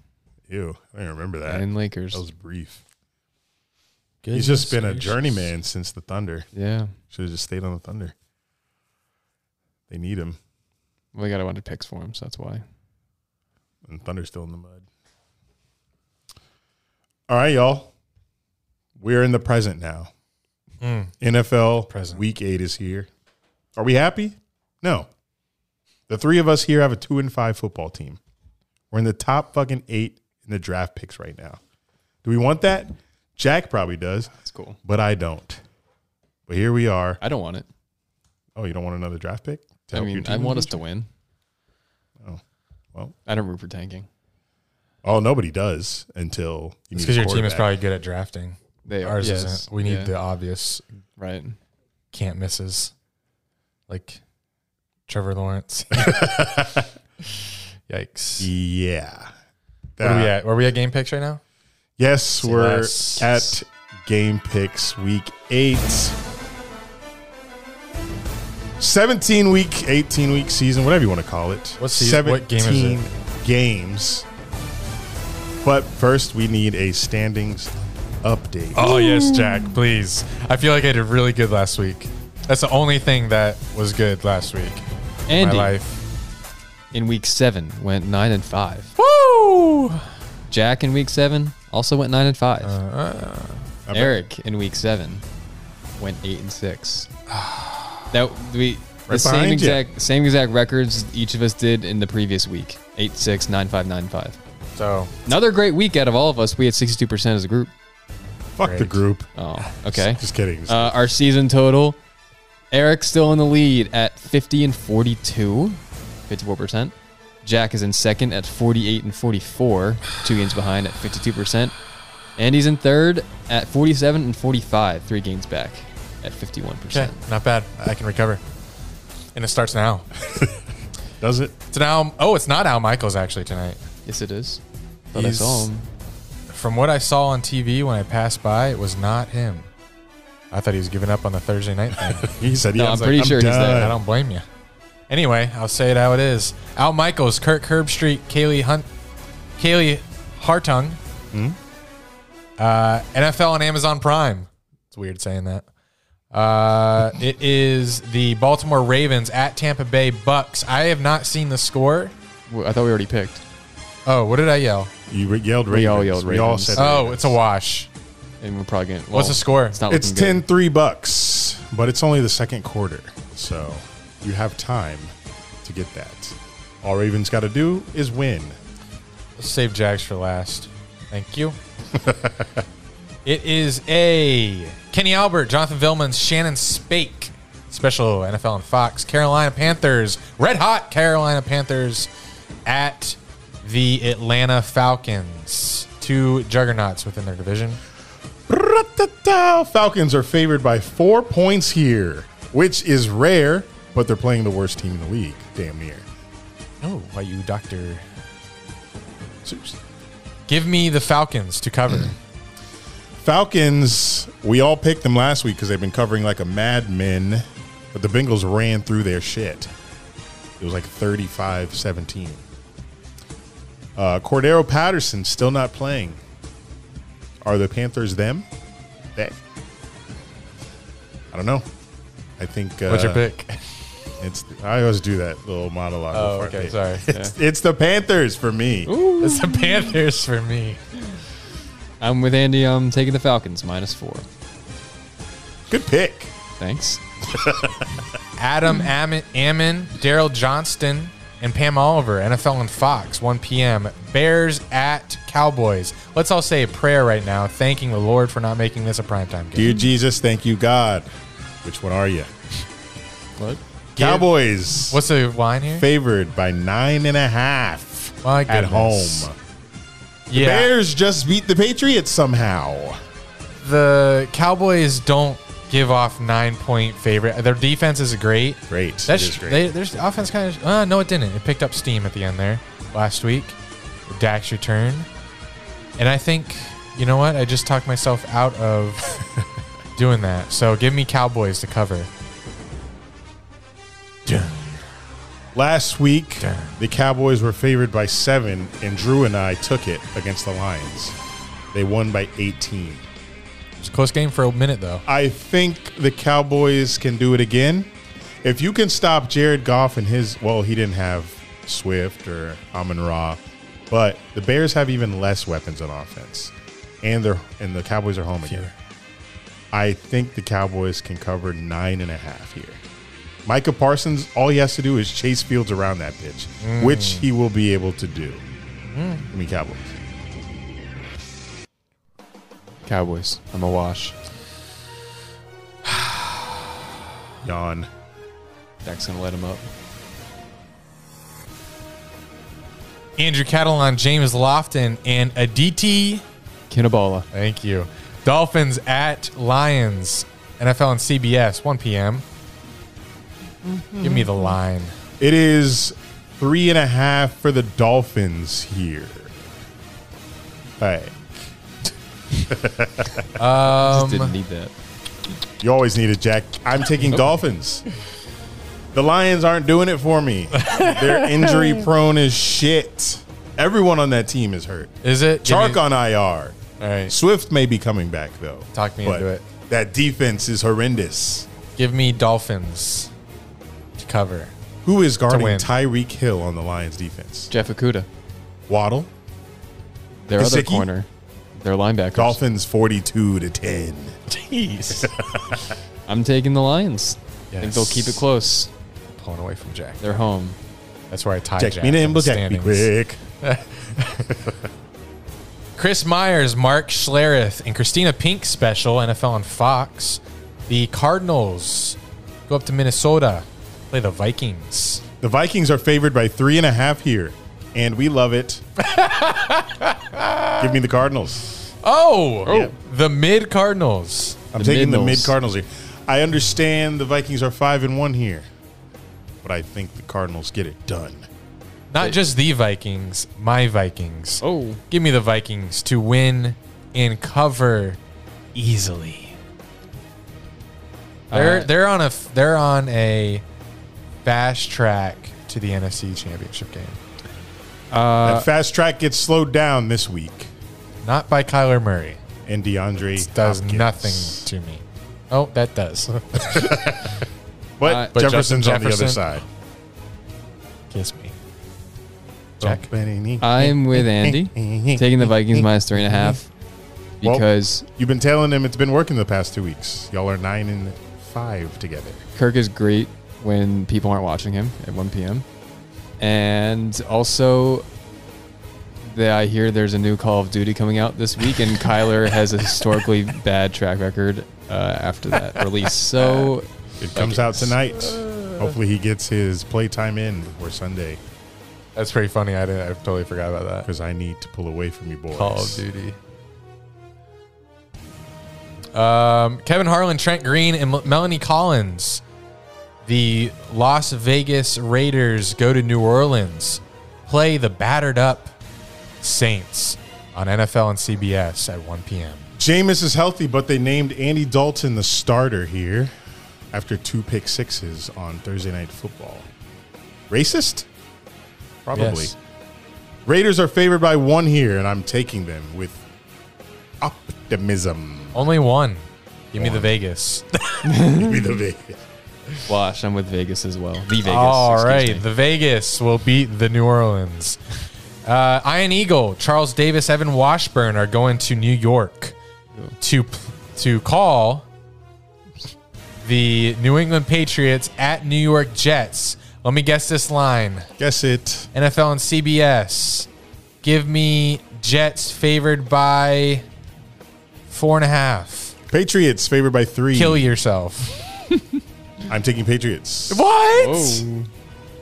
Speaker 2: crazy. Ew, I don't remember that.
Speaker 3: and Lakers.
Speaker 2: that was brief. He's just been a journeyman since the Thunder.
Speaker 3: yeah,
Speaker 2: Should have just stayed on the Thunder. They need him,
Speaker 3: well, they got a bunch of picks for him, so that's why.
Speaker 2: and Thunder's still in the mud. All right, y'all. We're in the present now.
Speaker 1: Mm.
Speaker 2: NFL
Speaker 1: Present.
Speaker 2: Week Eight is here. Are we happy? No. The three of us here have a two and five football team. We're in the top fucking eight in the draft picks right now. Do we want that? Jack probably does,
Speaker 3: That's cool.
Speaker 2: but I don't. But here we are.
Speaker 3: I don't want it.
Speaker 2: Oh, you don't want another draft pick? To
Speaker 3: I
Speaker 2: help your
Speaker 3: mean,
Speaker 2: team
Speaker 3: I
Speaker 2: in the
Speaker 3: want us
Speaker 1: Oh,
Speaker 2: future?
Speaker 3: to win.
Speaker 2: Well,
Speaker 3: I don't root for tanking.
Speaker 2: oh, nobody does until you
Speaker 1: It's
Speaker 2: need a
Speaker 1: because your team is
Speaker 2: quarterback.
Speaker 1: probably good at drafting.
Speaker 3: They are.
Speaker 1: Ours
Speaker 3: yes,
Speaker 1: isn't. We need
Speaker 3: yeah,
Speaker 1: the obvious
Speaker 3: right.
Speaker 1: can't misses, like Trevor Lawrence. Yikes.
Speaker 2: Yeah.
Speaker 1: What are we
Speaker 2: Uh,
Speaker 1: at? Are we at game picks right now?
Speaker 2: Yes, we're
Speaker 1: last-
Speaker 2: at Game Picks Week 8. 17 week, 18 week season, whatever you want to call it.
Speaker 1: What season- what game is it?
Speaker 2: 17 games. But first, we need a standings update.
Speaker 1: Oh yes, Jack. Please. I feel like I did really good last week. That's the only thing that was good last week. in My
Speaker 3: Andy
Speaker 1: life.
Speaker 3: in week seven went nine and five.
Speaker 1: Woo!
Speaker 3: Jack in week seven also went nine and five.
Speaker 1: Uh,
Speaker 3: Eric in week seven went eight and six. that we the
Speaker 2: Right
Speaker 3: same
Speaker 2: behind ya.
Speaker 3: exact same exact records each of us did in the previous week. Eight six nine five nine five.
Speaker 1: So
Speaker 3: Another great week out of all of us. We had sixty two percent as a group.
Speaker 2: Fuck the
Speaker 1: great.
Speaker 2: group.
Speaker 3: Oh, okay.
Speaker 2: Just kidding. Just-
Speaker 3: Uh, our season total. Eric still in the lead at 50 and 42, 54%. Jack is in second at 48 and 44, two games behind at 52%. Andy's in third at 47 and 45, three games back at 51%.
Speaker 1: okay, not bad. I can recover. And it starts now.
Speaker 2: does it?
Speaker 1: So now, oh, it's not Al Michaels actually tonight.
Speaker 3: Yes, it is. Thought I
Speaker 1: He's-
Speaker 3: saw him.
Speaker 1: From what I saw on TV when I passed by, it was not him. I thought he was giving up on the Thursday night thing.
Speaker 2: He said, yeah,
Speaker 3: No,
Speaker 2: I
Speaker 3: I'm
Speaker 2: was
Speaker 3: pretty sure he's there.
Speaker 2: done."
Speaker 1: I don't blame you. Anyway, I'll say it how it is. Al Michaels, Kirk Herbstreit, Kaylee Hunt, Kaylee Hartung, uh, NFL on Amazon Prime. It's weird saying that. Uh, it is the Baltimore Ravens at Tampa Bay Bucks. I have not seen the score.
Speaker 3: Well, I thought we already picked.
Speaker 1: Oh, what did I yell?
Speaker 2: You re- yelled Ravens.
Speaker 3: We all yelled
Speaker 2: We all
Speaker 3: Ravens.
Speaker 2: said
Speaker 1: Oh,
Speaker 2: Ravens.
Speaker 1: it's a wash.
Speaker 3: And we're probably going to.
Speaker 1: What's the score?
Speaker 3: It's, not
Speaker 2: It's
Speaker 3: looking
Speaker 2: 10
Speaker 3: good.
Speaker 2: 3 bucks, but it's only the second quarter. So you have time to get that. All Ravens got to do is win.
Speaker 1: Let's save Jags for last. Thank you. it is a Kenny Albert, Jonathan Vilman's Shannon Spake special NFL on Fox. Carolina Panthers, red hot Carolina Panthers at the Atlanta Falcons. Two juggernauts within their division.
Speaker 2: Ra-ta-ta. Falcons are favored by four points here, which is rare, but they're playing the worst team in the league, damn near.
Speaker 1: Oh, why you, Doctor?
Speaker 2: Seriously.
Speaker 1: Give me the Falcons to cover.
Speaker 2: Falcons, we all picked them last week because they've been covering like a madman, but the Bengals ran through their shit. It was like 35 17. Uh, Cordero Patterson still not playing. Are the Panthers them? They? I don't know. I think. Uh,
Speaker 1: What's your pick?
Speaker 2: It's I always do that little monologue.
Speaker 1: Oh,
Speaker 2: before I
Speaker 1: okay,
Speaker 2: pick.
Speaker 1: sorry.
Speaker 2: It's, it's the Panthers for me.
Speaker 1: It's the Panthers for me.
Speaker 3: I'm with Andy. I'm taking the Falcons minus four.
Speaker 2: Good pick.
Speaker 3: Thanks.
Speaker 1: Adam Ammon, Ammon Daryl Johnston, and Pam Oliver, NFL and Fox, 1 p.m. Bears at Cowboys. Let's all say a prayer right now, thanking the Lord for not making this a primetime game.
Speaker 2: Dear Jesus, thank you, God. Which one are you?
Speaker 3: What?
Speaker 2: Cowboys.
Speaker 1: What's the line here?
Speaker 2: favored by nine and a half
Speaker 1: My
Speaker 2: at
Speaker 1: goodness.
Speaker 2: home.
Speaker 1: yeah,
Speaker 2: Bears just beat the Patriots somehow.
Speaker 1: the Cowboys don't give off nine point favorite. Their defense is great.
Speaker 2: Great. It
Speaker 1: That's
Speaker 2: is great.
Speaker 1: They, their offense kind of. Uh, no, it didn't. It picked up steam at the end there last week. Dax return, and I think you know what? I just talked myself out of doing that. So give me Cowboys to cover.
Speaker 2: Last week,
Speaker 1: Damn.
Speaker 2: the Cowboys were favored by seven, and Drew and I took it against the Lions. They won by 18.
Speaker 1: It's a close game for a minute though.
Speaker 2: I think the Cowboys can do it again. If you can stop Jared Goff and his, well, he didn't have Swift or Amon Ra, but the Bears have even less weapons on offense, and they're and the Cowboys are home again. I think the Cowboys can cover nine and a half here. Micah Parsons, all he has to do is chase Fields around that pitch, which he will be able to do. I mean, Cowboys.
Speaker 3: Cowboys. I'm a wash.
Speaker 2: Yawn.
Speaker 3: Jack's going to let him up.
Speaker 1: Andrew Catalan, James Lofton, and Aditi.
Speaker 3: Kinabala.
Speaker 1: Thank you. Dolphins at Lions. NFL and CBS, 1 p.m. Give me the line.
Speaker 2: It is three and a half for the Dolphins here. All right.
Speaker 3: Just didn't need that.
Speaker 2: You always need a Jack. I'm taking Dolphins. The Lions aren't doing it for me. They're injury prone as shit. Everyone on that team is hurt.
Speaker 1: Is it? Give
Speaker 2: Chark
Speaker 1: me-
Speaker 2: on IR.
Speaker 1: All right.
Speaker 2: Swift may be coming back though.
Speaker 1: Talk me
Speaker 2: But
Speaker 1: into it.
Speaker 2: That defense is horrendous.
Speaker 1: Give me Dolphins to cover.
Speaker 2: Who is guarding
Speaker 1: win.
Speaker 2: Tyreek Hill on the Lions defense?
Speaker 3: Jeff Okuda,
Speaker 2: Waddle.
Speaker 3: their other
Speaker 2: Gesicki?
Speaker 3: corner, their linebacker.
Speaker 2: Dolphins 42 to 10.
Speaker 1: Jeez.
Speaker 3: I'm taking the Lions. I think
Speaker 1: Yes.
Speaker 3: they'll keep it close.
Speaker 1: Pulling away from Jack.
Speaker 3: They're home.
Speaker 1: That's where I tied
Speaker 2: Jack
Speaker 1: Jack
Speaker 2: me
Speaker 1: in the
Speaker 2: nimble, Jack me
Speaker 1: standings.
Speaker 2: quick.
Speaker 1: Chris Myers, Mark Schlereth, and Christina Pink special NFL on Fox. The Cardinals go up to Minnesota, play the Vikings.
Speaker 2: The Vikings are favored by three and a half here, and we love it. Give me the Cardinals.
Speaker 1: Oh,
Speaker 2: Yeah.
Speaker 1: the mid Cardinals.
Speaker 2: I'm
Speaker 3: The
Speaker 2: taking the
Speaker 3: Midnals.
Speaker 2: mid Cardinals here. I understand the Vikings are five and one here, but I think the Cardinals get it done.
Speaker 1: Not just the Vikings, my Vikings.
Speaker 3: Oh,
Speaker 1: Give me the Vikings to win and cover easily.
Speaker 3: All
Speaker 1: They're
Speaker 3: right.
Speaker 1: they're on a f- they're on a fast track to the NFC Championship game. Uh,
Speaker 2: that fast track gets slowed down this week,
Speaker 1: Not by Kyler Murray.
Speaker 2: and DeAndre
Speaker 1: Does
Speaker 2: Hopkins.
Speaker 1: nothing to me. Oh, that does.
Speaker 2: But,
Speaker 3: Uh, but
Speaker 2: Jefferson's
Speaker 1: Justin
Speaker 2: on the other
Speaker 1: Jefferson.
Speaker 2: side.
Speaker 1: Kiss me. Jack.
Speaker 3: I'm with Andy, taking the Vikings minus three and a half
Speaker 2: Well-
Speaker 3: because
Speaker 2: You've been telling him it's been working the past two weeks. Y'all are nine and five together.
Speaker 3: Kirk is great when people aren't watching him at 1 p.m. And also, that I hear there's a new Call of Duty coming out this week, and Kyler has a historically bad track record uh, after that release. So
Speaker 2: It comes out tonight. Hopefully, he gets his playtime in before Sunday
Speaker 1: That's pretty funny. I didn't. I totally forgot about that.
Speaker 2: because I need to pull away from you boys.
Speaker 1: Call of Duty. Um, Kevin Harlan, Trent Green, and Mel- Melanie Collins. The Las Vegas Raiders go to New Orleans, play the battered up Saints on NFL and CBS at 1 p.m.
Speaker 2: Jameis is healthy, but they named Andy Dalton the starter here after two pick sixes on Thursday Night Football. Racist? Probably.
Speaker 1: Yes.
Speaker 2: Raiders are favored by one here, and I'm taking them with optimism.
Speaker 1: Only one. Give me the Vegas.
Speaker 2: Give me the Vegas.
Speaker 3: Wash, I'm with Vegas as well. The Vegas.
Speaker 1: All
Speaker 3: excuse
Speaker 1: right,
Speaker 3: me.
Speaker 1: the Vegas will beat the New Orleans. Uh, Iron Eagle, Charles Davis, Evan Washburn are going to New York to to call the New England Patriots at New York Jets. Let me guess this line:
Speaker 2: Guess it.
Speaker 1: NFL and CBS. Give me Jets favored by four and a half.
Speaker 2: Patriots favored by three.
Speaker 1: Kill yourself.
Speaker 2: I'm taking Patriots.
Speaker 1: What?
Speaker 3: Whoa.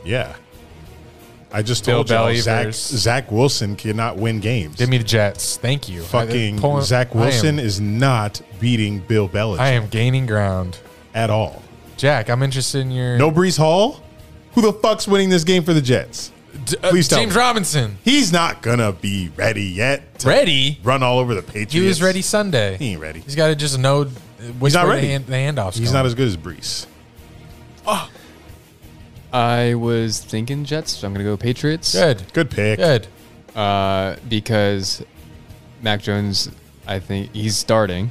Speaker 2: Yeah. I just
Speaker 1: Bill
Speaker 2: told you
Speaker 1: Belly
Speaker 2: Zach,
Speaker 1: versus-
Speaker 2: Zach Wilson cannot win games.
Speaker 1: Give me the Jets. Thank you.
Speaker 2: Fucking
Speaker 1: I- pulling- I
Speaker 2: Zach
Speaker 1: am-
Speaker 2: Wilson is not beating Bill Belichick
Speaker 1: I am gaining ground.
Speaker 2: at all.
Speaker 1: Jack, I'm interested in your.
Speaker 2: No Brees Hall? Who the fuck's winning this game for the Jets?
Speaker 1: D- uh,
Speaker 2: please tell
Speaker 1: James
Speaker 2: me.
Speaker 1: Robinson.
Speaker 2: He's not gonna be ready yet. to
Speaker 1: Ready?
Speaker 2: Run all over the Patriots.
Speaker 1: He was ready Sunday.
Speaker 2: He ain't ready.
Speaker 1: He's got to just know which
Speaker 2: not
Speaker 1: way
Speaker 2: ready.
Speaker 1: The, hand, the handoffs.
Speaker 2: He's
Speaker 1: going.
Speaker 2: not as good as Brees.
Speaker 3: I was thinking Jets, so I'm going to go Patriots.
Speaker 1: good.
Speaker 2: Good pick.
Speaker 1: Good.
Speaker 3: Uh, because Mac Jones, I think he's starting.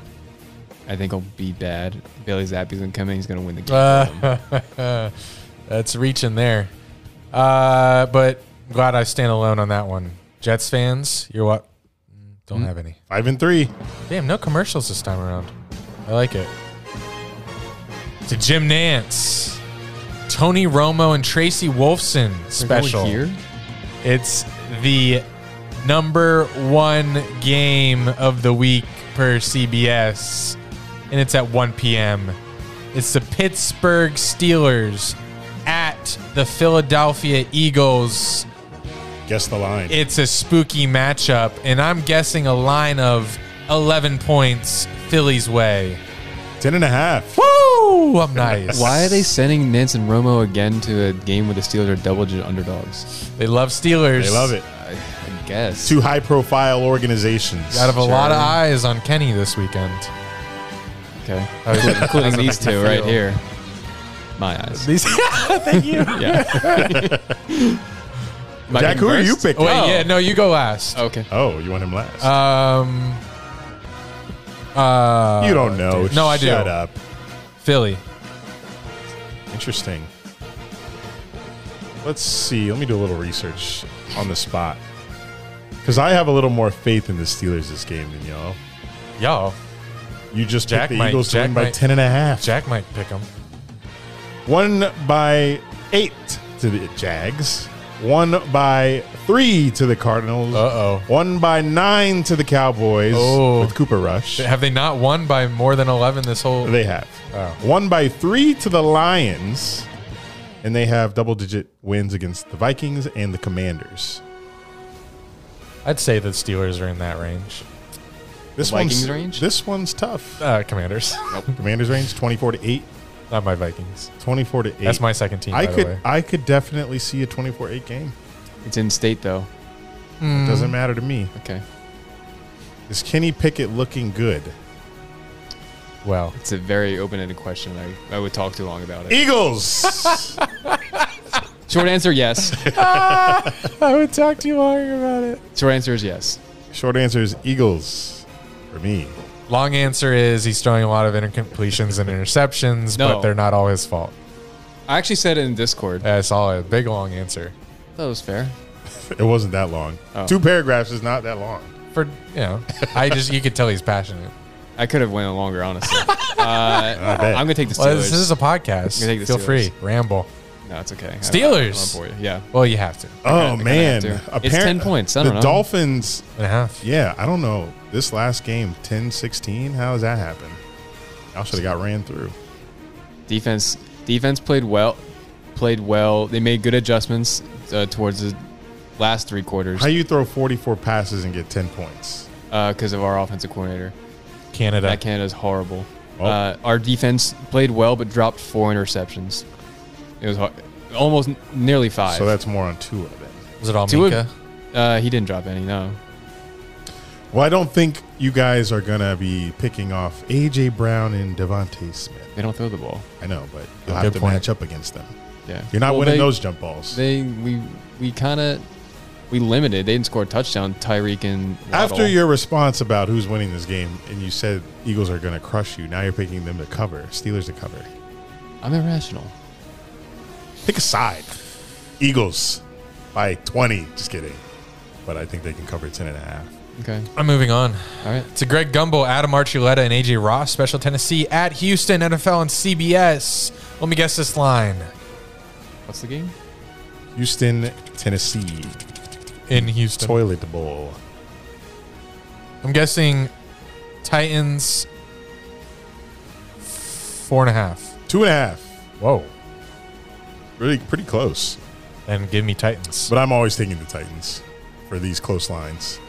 Speaker 3: I think he'll be bad. Bailey Zappi's going to come in. He's going to win the game.
Speaker 1: Uh,
Speaker 2: Um.
Speaker 1: that's reaching there. Uh, but glad I stand alone on that one. Jets fans, you're what? Don't
Speaker 2: Hmm?
Speaker 1: have any.
Speaker 2: Five and three.
Speaker 1: Damn, no commercials this time around. I like it. To Jim Nance, Tony Romo, and Tracy Wolfson
Speaker 3: They're going
Speaker 1: special.
Speaker 3: here.
Speaker 1: It's the number one game of the week per CBS, and it's at 1 p.m. It's the Pittsburgh Steelers at the Philadelphia Eagles.
Speaker 2: Guess the line.
Speaker 1: It's a spooky matchup, and I'm guessing a line of 11 points Philly's way.
Speaker 2: Ten and a half.
Speaker 1: Woo! I'm nice.
Speaker 3: Why are they sending Nance and Romo again to a game where the Steelers are double digit underdogs?
Speaker 1: They love Steelers.
Speaker 2: They love it.
Speaker 3: I, I guess.
Speaker 2: Two high profile organizations.
Speaker 1: Out of a
Speaker 3: Sure.
Speaker 1: lot of eyes on Kenny this weekend.
Speaker 3: Okay.
Speaker 1: Oh, yeah.
Speaker 3: Including these
Speaker 1: That's what I
Speaker 3: two right
Speaker 1: feel.
Speaker 3: here. My eyes.
Speaker 1: These- Thank you.
Speaker 3: Yeah. Am I
Speaker 2: Jack,
Speaker 3: getting
Speaker 2: who are you
Speaker 3: first?
Speaker 2: picking?
Speaker 1: Wait,
Speaker 3: Oh.
Speaker 1: yeah, no, you go last.
Speaker 3: Okay.
Speaker 2: Oh, you want him last?
Speaker 1: Um, uh,
Speaker 2: you don't know.
Speaker 1: dude. No, I do.
Speaker 2: Shut up.
Speaker 1: Philly.
Speaker 2: Interesting. Let's see. Let me do a little research on the spot. Because I have a little more faith in the Steelers this game than y'all.
Speaker 1: Yo,
Speaker 2: You just
Speaker 1: Jack
Speaker 2: picked the
Speaker 1: might-
Speaker 2: Eagles to
Speaker 1: Jack
Speaker 2: win by
Speaker 1: might-
Speaker 2: ten and a half.
Speaker 1: Jack might pick him.
Speaker 2: One by eight to the Jags. One by three to the Cardinals.
Speaker 1: Uh-oh.
Speaker 2: One by nine to the Cowboys
Speaker 1: Oh.
Speaker 2: with Cooper Rush.
Speaker 1: Have they not won by more than 11 this whole?
Speaker 2: They have. Uh,
Speaker 1: Oh.
Speaker 2: One by three to the Lions. And they have double digit wins against the Vikings and the Commanders.
Speaker 1: I'd say the Steelers are in that range.
Speaker 2: This
Speaker 3: The Vikings
Speaker 2: one's,
Speaker 3: range?
Speaker 2: This one's tough.
Speaker 1: Uh, commanders,
Speaker 2: Commanders range 24 to 8.
Speaker 1: not my Vikings.
Speaker 2: 24 to 8.
Speaker 1: That's my second team.
Speaker 2: I
Speaker 1: by The
Speaker 2: could
Speaker 1: way.
Speaker 2: I could definitely see a 24-8 game.
Speaker 3: It's in state though.
Speaker 2: It Doesn't
Speaker 3: Mm.
Speaker 2: matter to me.
Speaker 3: Okay.
Speaker 2: Is Kenny Pickett looking good?
Speaker 1: Well,
Speaker 3: It's a very open ended question. I, I would talk too long about it.
Speaker 2: Eagles.
Speaker 3: Short answer yes.
Speaker 1: I would talk to you longer about it.
Speaker 3: Short answer is yes.
Speaker 2: Short answer is Eagles for me.
Speaker 1: Long answer is he's throwing a lot of incompletions and interceptions, but
Speaker 3: No.
Speaker 1: they're not all his fault.
Speaker 3: I actually said it in Discord.
Speaker 1: That's all a big long answer
Speaker 3: That was fair.
Speaker 2: It wasn't that long.
Speaker 3: Oh.
Speaker 2: Two paragraphs is not that long.
Speaker 1: for you know. I just you could tell he's passionate.
Speaker 3: I could have went longer, honestly. uh,
Speaker 2: I bet.
Speaker 3: I'm gonna take the Steelers.
Speaker 1: Well, this is a podcast.
Speaker 3: I'm gonna take the
Speaker 1: Feel
Speaker 3: Steelers.
Speaker 1: free, ramble.
Speaker 3: no, it's okay. I-
Speaker 1: Steelers.
Speaker 3: I'm on board. Yeah.
Speaker 1: Well, you have to.
Speaker 2: oh
Speaker 3: gonna
Speaker 2: man,
Speaker 3: have to.
Speaker 2: Apparent-
Speaker 3: It's 10 points. I don't
Speaker 2: the
Speaker 3: know.
Speaker 2: Dolphins.
Speaker 1: And a half.
Speaker 2: Yeah, I don't know. This last game, 10-16, How does that happen? I should have got ran through.
Speaker 3: Defense. Defense played well. Played well. They made good adjustments uh, towards the last three quarters
Speaker 2: How you throw 44 passes and get 10 points?
Speaker 3: because of our offensive coordinator.
Speaker 1: Canada.
Speaker 3: That Canada's horrible.
Speaker 1: Oh.
Speaker 2: Well-
Speaker 3: Uh, our defense played well, but dropped four interceptions. It was hard, almost n- nearly five.
Speaker 2: So that's more on Tua then.
Speaker 1: Was it all
Speaker 3: Tua-
Speaker 1: Minka?
Speaker 3: uh, he didn't drop any. No,
Speaker 2: Well, I don't think you guys are gonna be picking off AJ Brown and Devontae Smith.
Speaker 3: they don't throw the ball.
Speaker 2: I know, but you'll
Speaker 1: Good
Speaker 2: have to
Speaker 1: point.
Speaker 2: match up against them.
Speaker 3: Yeah,
Speaker 2: You're not
Speaker 3: Well,
Speaker 2: winning
Speaker 3: they-
Speaker 2: those jump balls.
Speaker 3: They we we kind of we limited. They didn't score a touchdown. Tyreek and Waddle.
Speaker 2: After your response about who's winning this game, and you said Eagles are going to crush you, now you're picking them to cover, Steelers to cover.
Speaker 3: I'm irrational.
Speaker 2: Pick a side. Eagles by 20. Just kidding. But I think they can cover 10 and a half.
Speaker 3: Okay,
Speaker 1: I'm moving on.
Speaker 3: all right.
Speaker 1: To Greg Gumbel, Adam Archuleta, and AJ Ross, Special Tennessee at Houston, NFL and CBS. Let me guess this line
Speaker 3: What's the game?
Speaker 2: Houston, Tennessee.
Speaker 1: in Houston.
Speaker 2: Toilet bowl.
Speaker 1: I'm guessing Titans four and a half.
Speaker 2: Two and a half.
Speaker 1: Whoa.
Speaker 2: Really, pretty close.
Speaker 1: And give me Titans.
Speaker 2: But I'm always taking the Titans for these close lines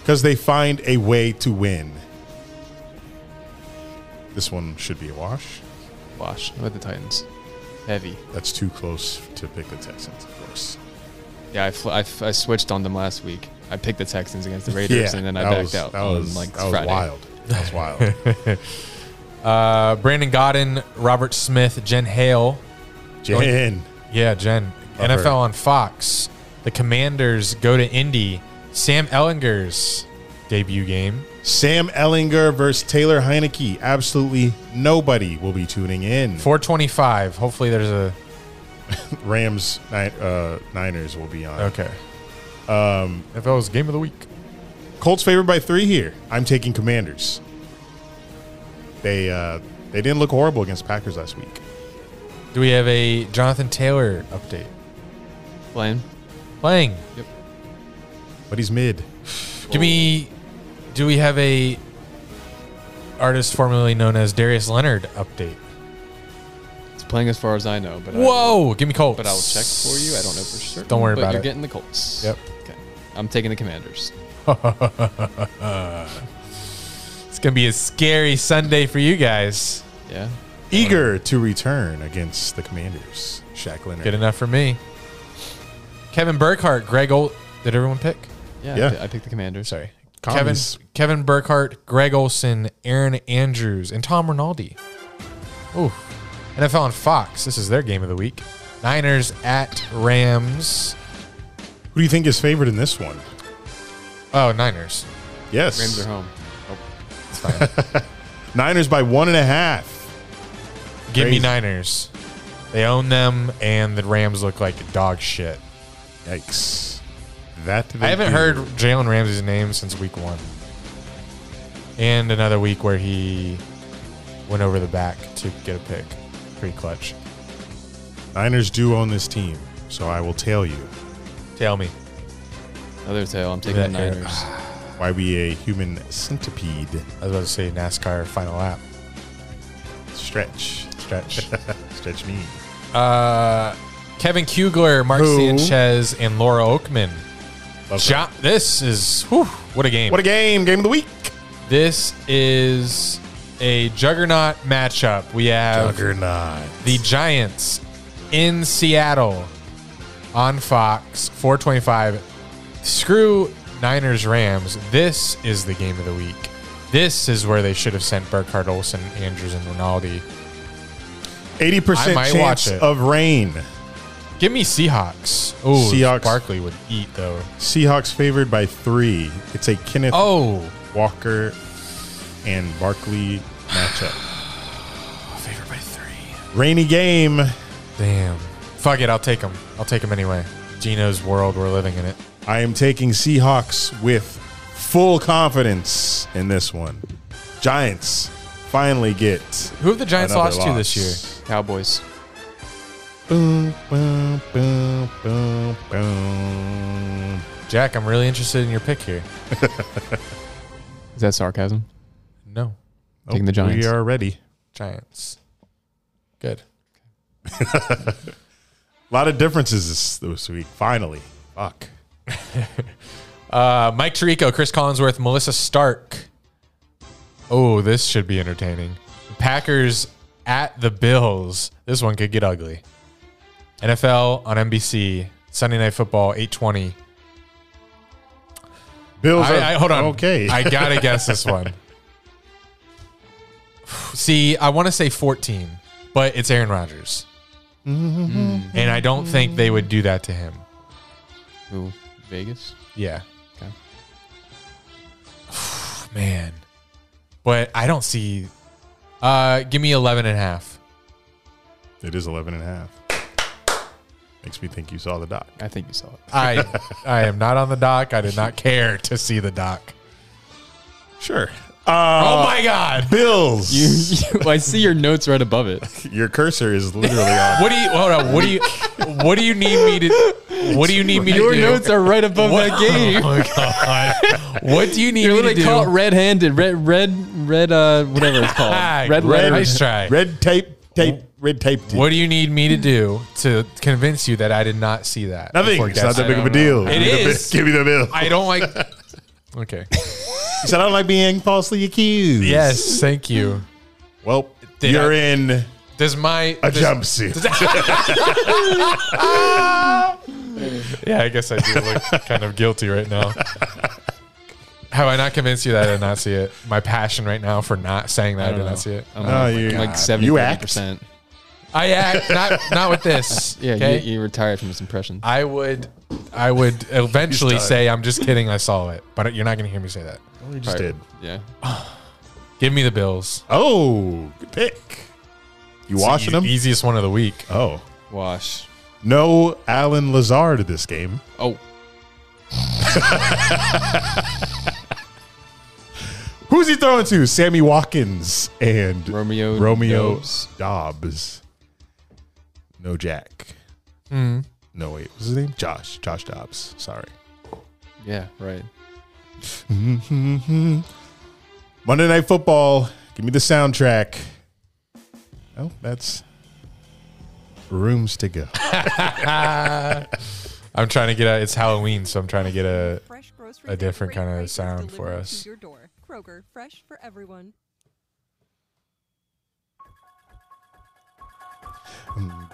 Speaker 2: because they find a way to win. This one should be a wash.
Speaker 3: Wash with the Titans. Heavy.
Speaker 2: That's too close to pick the Texans, of course.
Speaker 3: Yeah, I, fl- I, f- I switched on them last week. I picked the Texans against the Raiders, and then I
Speaker 2: that
Speaker 3: backed
Speaker 2: was-
Speaker 3: out
Speaker 2: That
Speaker 3: on
Speaker 2: was
Speaker 3: like
Speaker 2: that was
Speaker 3: Friday.
Speaker 2: wild. That was wild.
Speaker 1: Uh, Brandon Godden, Robert Smith, Jen Hale.
Speaker 2: Jen,
Speaker 1: Yeah, Jen.
Speaker 2: Love
Speaker 1: NFL
Speaker 2: her.
Speaker 1: on Fox. The Commanders go to Indy. Sam Ellinger's debut game.
Speaker 2: Sam Ellinger versus Taylor Heineke. Absolutely nobody will be tuning in.
Speaker 1: 425. Hopefully there's a
Speaker 2: Rams Ni- uh, Niners will be on.
Speaker 1: Okay. Um, NFL was game of the week.
Speaker 2: Colts favored by three here. I'm taking Commanders. They uh, they didn't look horrible against Packers last week.
Speaker 1: Do we have a Jonathan Taylor update?
Speaker 3: Playing.
Speaker 1: Playing.
Speaker 2: But he's mid.
Speaker 1: Give me. Do we have a artist formerly known as Darius Leonard update?
Speaker 3: It's playing, as far as I know. But I will-
Speaker 1: Whoa, give me Colts.
Speaker 3: but I will check for you. I don't know for sure.
Speaker 1: Don't worry
Speaker 3: but
Speaker 1: about
Speaker 3: you're
Speaker 1: it.
Speaker 3: getting the Colts.
Speaker 1: Yep.
Speaker 3: Okay. I'm taking the Commanders.
Speaker 1: It's gonna be a scary Sunday for you guys.
Speaker 3: Yeah.
Speaker 2: Eager to return against the Commanders. Shaq Leonard.
Speaker 1: Good enough for me. Kevin Burkhardt, Greg Ol. Did everyone pick?
Speaker 3: Yeah.
Speaker 2: Yeah.
Speaker 3: I, pi- I picked the Commanders.
Speaker 1: Sorry,
Speaker 2: Commies.
Speaker 1: Kevin Kevin Burkhardt, Greg Olson, Aaron Andrews, and Tom Rinaldi. Ooh, NFL on Fox. This is their game of the week. Niners at Rams.
Speaker 2: Who do you think is favored in this one?
Speaker 1: Oh, Niners.
Speaker 2: Yes.
Speaker 3: Rams are home. Oh,
Speaker 1: It's fine.
Speaker 2: Niners by one and a half.
Speaker 1: Give me
Speaker 2: Crazy.
Speaker 1: Niners. They own them, and the Rams look like dog shit.
Speaker 2: Yikes. That they
Speaker 1: I haven't
Speaker 2: do.
Speaker 1: heard Jalen Ramsey's name since week one. And another week where he went over the back to get a pick. Pretty clutch.
Speaker 2: Niners do own this team, so I will tell you
Speaker 1: Tell me.
Speaker 3: Another tail. I'm taking the
Speaker 1: that hair.
Speaker 3: Niners.
Speaker 2: why we a human centipede
Speaker 1: I was about to say NASCAR final lap.
Speaker 2: stretch.
Speaker 1: Stretch.
Speaker 2: Stretch me.
Speaker 1: Kevin Kugler, Mark
Speaker 2: Who?
Speaker 1: Sanchez, and Laura Oakman. Jo- this is whew, what a game.
Speaker 2: What a game. Game of the week.
Speaker 1: this is a juggernaut matchup. We have
Speaker 2: Juggernaut.
Speaker 1: the Giants in Seattle on Fox 425. Screw Niners Rams. This is the game of the week. This is where they should have sent Burkhardt Olsen, Andrews, and Rinaldi.
Speaker 2: 80%
Speaker 1: I might watch
Speaker 2: chance
Speaker 1: it.
Speaker 2: of rain.
Speaker 1: Give me Seahawks. Oh,
Speaker 2: Seahawks.
Speaker 1: Barkley would eat though.
Speaker 2: Seahawks favored by three. It's a Kenneth
Speaker 1: Oh,
Speaker 2: Walker and Barkley matchup.
Speaker 1: favored by three.
Speaker 2: Rainy game.
Speaker 1: Damn. Fuck it. I'll take them. I'll take them anyway. Gino's world. We're living in it.
Speaker 2: I am taking Seahawks with full confidence in this one. Giants finally get.
Speaker 1: Who have the Giants
Speaker 2: another
Speaker 1: lost to this year?
Speaker 3: Cowboys.
Speaker 2: Boom, boom, boom, boom, boom.
Speaker 1: Jack, I'm really interested in your pick here.
Speaker 3: Is that sarcasm?
Speaker 1: No.
Speaker 3: Taking the Giants.
Speaker 2: Oh, We are ready.
Speaker 1: Giants. Good.
Speaker 2: A lot of differences this, this week. Finally. Fuck.
Speaker 1: Uh, Mike Tirico, Chris Collinsworth, Melissa Stark. Oh, this should be entertaining. Packers at the Bills. This one could get ugly. NFL on NBC. Sunday Night Football, 820.
Speaker 2: Bills. are,
Speaker 1: I, I, hold on.
Speaker 2: Okay.
Speaker 1: I gotta guess this one. See, I want to say 14, but it's Aaron Rodgers, and I don't think they would do that to him.
Speaker 3: Who? Vegas.
Speaker 1: Yeah.
Speaker 3: Okay.
Speaker 1: Man. But I don't see. Uh, give me 11 and a half.
Speaker 2: It is 11 and a half. Makes me think you saw the doc.
Speaker 3: I think you saw it.
Speaker 1: I I am not on the dock. I did not care to see the dock.
Speaker 2: Sure.
Speaker 1: oh
Speaker 2: Uh,
Speaker 1: my God.
Speaker 2: Bills.
Speaker 3: You, you, I see your notes right above it.
Speaker 2: Your cursor is literally on.
Speaker 1: What do you hold on? What do you what do you need me to what do you need me
Speaker 3: Your
Speaker 1: to do?
Speaker 3: notes are right above that game.
Speaker 1: Oh my God. What do you need
Speaker 3: You're
Speaker 1: me to
Speaker 3: literally
Speaker 1: do?
Speaker 3: caught red-handed. Red, red, red. Uh, whatever it's called. red,
Speaker 1: red.
Speaker 3: letter.
Speaker 1: Nice try.
Speaker 2: Red tape, tape, red tape.
Speaker 1: What do you need me to do to convince you that I did not see that?
Speaker 2: Nothing.
Speaker 1: before
Speaker 2: It's not
Speaker 1: guessing?
Speaker 2: that big of a
Speaker 3: I don't
Speaker 2: deal.
Speaker 1: It
Speaker 2: give me the
Speaker 1: is.
Speaker 2: bi- give me the bill.
Speaker 1: I don't like. Okay.
Speaker 2: He said, I don't like being falsely accused.
Speaker 1: Yes. Thank you.
Speaker 2: Well,
Speaker 1: Did
Speaker 2: you're
Speaker 1: I-
Speaker 2: in a
Speaker 1: Does my does-
Speaker 2: jumpsuit.
Speaker 1: Yeah, I guess I do look kind of guilty right now. Have I not convinced you that I did not see it? My passion right now for not saying that I, did
Speaker 3: don't know.
Speaker 1: not see it.
Speaker 3: I'm
Speaker 2: Oh, you-
Speaker 3: like
Speaker 2: God.
Speaker 3: seventy
Speaker 2: You act.
Speaker 3: percent.
Speaker 1: I act not not with this.
Speaker 3: Yeah,
Speaker 1: okay?
Speaker 3: you, you retired from this impression.
Speaker 1: I would I would eventually
Speaker 2: He's done.
Speaker 1: say I'm just kidding. I saw it, but you're not going to hear me say that.
Speaker 2: Oh, You just did.
Speaker 3: Yeah.
Speaker 1: Give me the Bills.
Speaker 2: Oh, good pick. You washing
Speaker 1: E-
Speaker 2: them?
Speaker 1: Easiest one of the week.
Speaker 2: Oh.
Speaker 3: Wash.
Speaker 2: No Alan Lazard this game.
Speaker 3: Oh,
Speaker 2: Who's he throwing to? Sammy Watkins and
Speaker 3: Romeo
Speaker 2: Romeo
Speaker 3: Dobbs.
Speaker 2: Dobbs. No Jack. Hmm. No, wait. What's his name? Josh. Josh Dobbs. Sorry.
Speaker 3: yeah. Right.
Speaker 2: Monday Night Football. Give me the soundtrack. Oh, that's Rooms to go.
Speaker 1: I'm trying to get a. It's Halloween, so I'm trying to get a.
Speaker 5: Fresh grocery
Speaker 1: a different
Speaker 5: delivery
Speaker 1: kinda
Speaker 5: prices
Speaker 1: sound for
Speaker 5: delivered
Speaker 1: us.
Speaker 5: To your door. Kroger, fresh for everyone.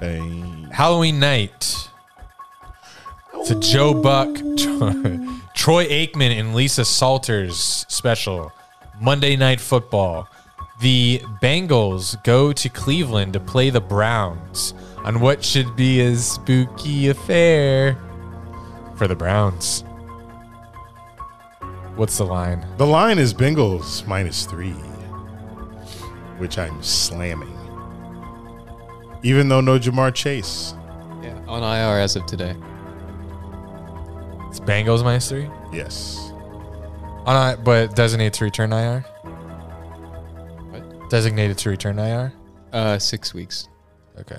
Speaker 2: Bang.
Speaker 1: Halloween night. It's a Joe Buck, Troy Aikman, and Lisa Salters special. Monday Night Football. The Bengals go to Cleveland to play the Browns on what should be a spooky affair for the Browns. What's the line?
Speaker 2: The line is Bengals minus three, which I'm slamming. Even though no Jamar Chase.
Speaker 3: Yeah, on IR as of today.
Speaker 1: It's Bengals minus three.
Speaker 2: Yes.
Speaker 1: On I, but designated to return IR.
Speaker 3: What?
Speaker 1: Designated to return IR.
Speaker 3: Uh, six weeks
Speaker 1: Okay.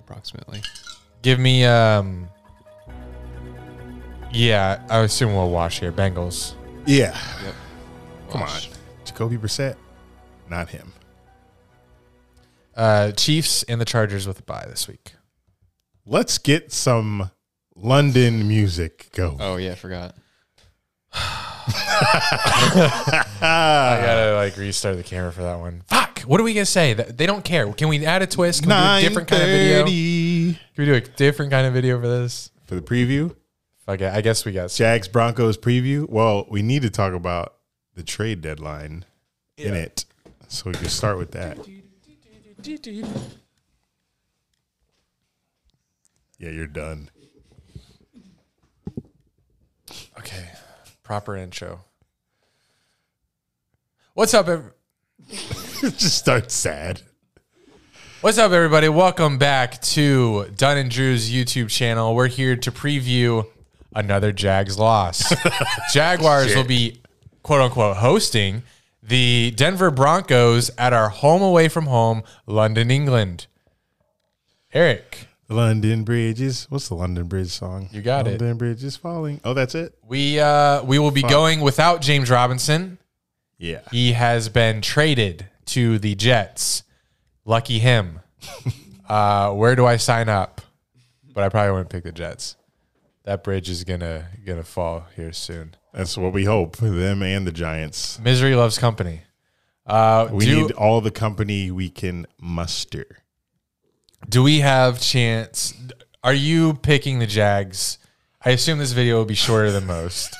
Speaker 3: approximately.
Speaker 1: Give me um Yeah, I assume we'll wash here. Bengals.
Speaker 2: Yeah.
Speaker 3: Come
Speaker 2: Jacoby Brissett. Not him.
Speaker 1: Uh Chiefs and the Chargers with a bye this week.
Speaker 2: Let's get some London music going.
Speaker 3: Oh yeah, I forgot.
Speaker 1: I gotta like restart the camera for that one. Fuck! What are we gonna say? That- They don't care. Can we add a twist? Can we do a different kind of video? Can
Speaker 2: 9:30.
Speaker 1: we do a different kind of video for this?
Speaker 2: For the preview,
Speaker 1: Fuck it. I guess we got
Speaker 2: Jags Broncos preview. Well, we need to talk about the trade deadline in it. So we can start with that. Yeah, you're done.
Speaker 1: Okay. Proper intro. What's up ev-
Speaker 2: Just start sad.
Speaker 1: What's up, everybody? Welcome back to Dunn and Drew's YouTube channel. We're here to preview another Jags loss. Jaguars will be quote unquote hosting the Denver Broncos at our home away from home, London, England. Eric,
Speaker 2: London Bridges. What's the London Bridge song?
Speaker 1: You got it.
Speaker 2: London Bridge is falling. Oh, that's it?
Speaker 1: we uh, we will be going without James Robinson.
Speaker 2: Yeah.
Speaker 1: He has been traded to the Jets. Lucky him. uh, where do I sign up? But I probably wouldn't pick the Jets. That bridge is gonna gonna fall here soon.
Speaker 2: That's what we hope. Them and the Giants.
Speaker 1: Misery loves company. Uh,
Speaker 2: We
Speaker 1: do,
Speaker 2: need all the company we can muster.
Speaker 1: do we have chance? Are you picking the Jags? I assume this video will be shorter than most.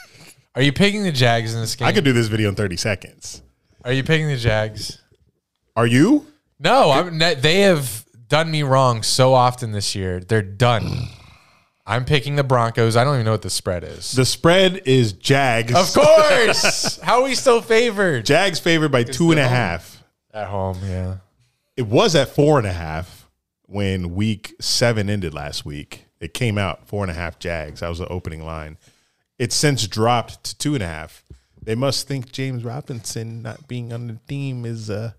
Speaker 1: Are you picking the Jags in this game?
Speaker 2: I could do this video in 30 seconds.
Speaker 1: Are you picking the Jags?
Speaker 2: Are you?
Speaker 1: No, I'm ne- they have done me wrong so often this year. They're done. I'm picking the Broncos. I don't even know what the spread is.
Speaker 2: The spread is Jags.
Speaker 1: Of course. How are we still favored?
Speaker 2: Jags favored by two and a
Speaker 3: they're home.
Speaker 2: half.
Speaker 1: At home, yeah.
Speaker 2: It was at four and a half when week seven ended last week. It came out four and a half Jags. That was the opening line. It's since dropped to two and a half. They must think James Robinson not being on the team is a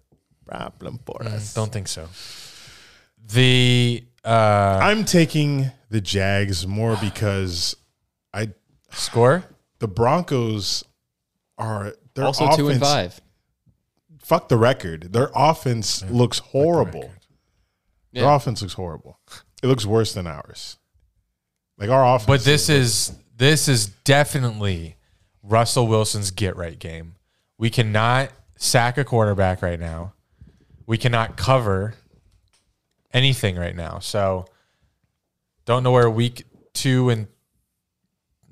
Speaker 2: problem for
Speaker 3: Mm.
Speaker 2: us.
Speaker 1: Don't think so. The uh,
Speaker 2: I'm taking the Jags more because I
Speaker 1: score?
Speaker 2: the Broncos are their
Speaker 3: Also two and
Speaker 2: offense-
Speaker 3: five.
Speaker 2: Fuck the record. Their offense looks horrible. Their
Speaker 3: Yeah.
Speaker 2: offense looks horrible. It looks worse than ours. Like our offense.
Speaker 1: But this is this is definitely Russell Wilson's get right game. We cannot sack a quarterback right now. We cannot cover anything right now. So don't know where week two and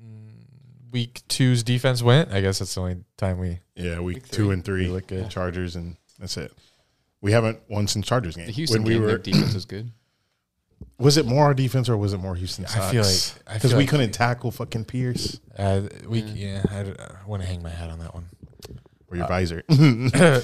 Speaker 1: mm, week two's defense went. I guess that's the only time we
Speaker 2: yeah, week, two and three,
Speaker 1: look good.
Speaker 2: Chargers, and that's it. We haven't won since Chargers game.
Speaker 3: The Houston
Speaker 2: when we
Speaker 3: game,
Speaker 2: were,
Speaker 3: their defense was good.
Speaker 2: was it more our defense or was it more Houston?
Speaker 1: I feel like- I
Speaker 2: because
Speaker 1: feel
Speaker 2: we
Speaker 1: like-
Speaker 2: couldn't tackle fucking Pierce
Speaker 1: uh, we yeah, I, want to hang my hat on that one.
Speaker 2: or your visor.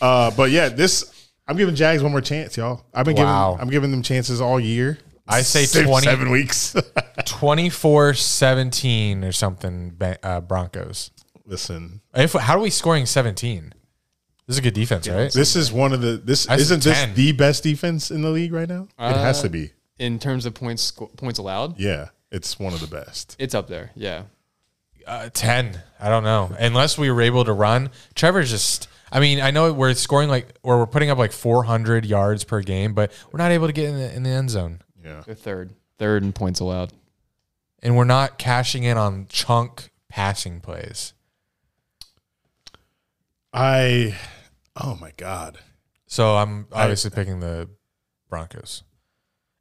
Speaker 2: uh, but yeah, this I'm giving Jags one more chance, y'all. I've been
Speaker 1: Wow.
Speaker 2: giving I'm giving them chances all year.
Speaker 1: I say
Speaker 2: Save
Speaker 1: 20
Speaker 2: seven weeks.
Speaker 1: 24-17 or something Ba- uh, Broncos.
Speaker 2: Listen,
Speaker 1: If how are we scoring 17? This is a good defense, right?
Speaker 2: this is one of the this
Speaker 1: I said
Speaker 2: isn't this
Speaker 1: 10.
Speaker 2: the best defense in the league right now?
Speaker 1: Uh,
Speaker 2: it has to be.
Speaker 3: In terms of points sco- points allowed,
Speaker 2: Yeah, it's one of the best.
Speaker 3: it's up there. Yeah.
Speaker 1: Uh, 10. I don't know. Unless we were able to run, Trevor just I mean, I know we're scoring like, or we're putting up like 400 yards per game, but we're not able to get in the, in the end zone,
Speaker 2: Yeah.
Speaker 3: They're third. Third in points allowed.
Speaker 1: and we're not cashing in on chunk passing plays.
Speaker 2: I, oh my God.
Speaker 1: So I'm obviously picking the Broncos.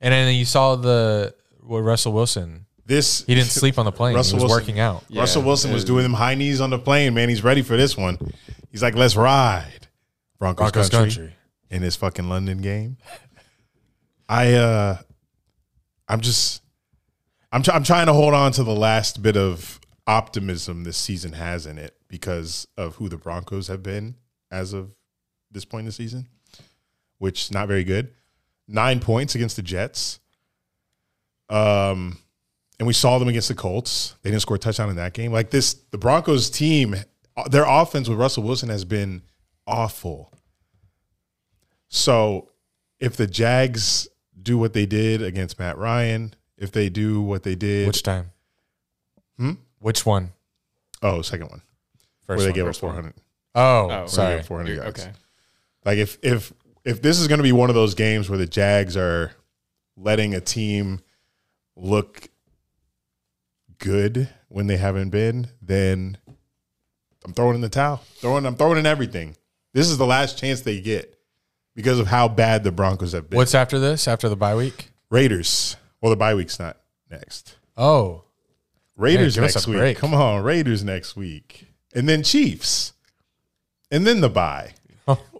Speaker 1: And then you saw the what Russell Wilson.
Speaker 2: This,
Speaker 1: He didn't sleep on the plane.
Speaker 2: Russell
Speaker 1: he was
Speaker 2: Wilson-
Speaker 1: working out.
Speaker 3: Yeah.
Speaker 2: Russell Wilson was doing them high knees on the plane, man. He's ready for this one. He's like, let's ride. Broncos,
Speaker 1: Broncos
Speaker 2: country,
Speaker 1: country.
Speaker 2: in his fucking London game. I uh I'm just I'm try- I'm trying to hold on to the last bit of optimism this season has in it because of who the Broncos have been as of this point in the season, which is not very good. 9 points against the Jets. Um and we saw them against the Colts. They didn't score a touchdown in that game. Like this, the Broncos team, uh, their offense with Russell Wilson has been awful. So if the Jags do what they did against Matt Ryan, if they do what they did,
Speaker 1: Which time?
Speaker 2: Hmm?
Speaker 1: Which one?
Speaker 2: oh, second one,
Speaker 1: First
Speaker 2: where they
Speaker 1: one.
Speaker 2: gave up
Speaker 1: first one.
Speaker 2: 400. where
Speaker 1: Oh,
Speaker 3: Oh,
Speaker 2: they gave
Speaker 1: sorry.
Speaker 2: up 400
Speaker 3: You're-
Speaker 2: yards.
Speaker 3: Okay.
Speaker 2: Like if if if this is going to be one of those games where the Jags are letting a team look good when they haven't been, then I'm throwing in the towel. Throwing I'm throwing in everything. This is the last chance they get because of how bad the Broncos have been.
Speaker 1: What's after this? After the bye week?
Speaker 2: Raiders? Well, the bye week's not next.
Speaker 1: Oh,
Speaker 2: Raiders
Speaker 1: Man, give us
Speaker 2: next
Speaker 1: a
Speaker 2: week.
Speaker 1: break.
Speaker 2: Come on, Raiders next week. And then Chiefs. And then the bye.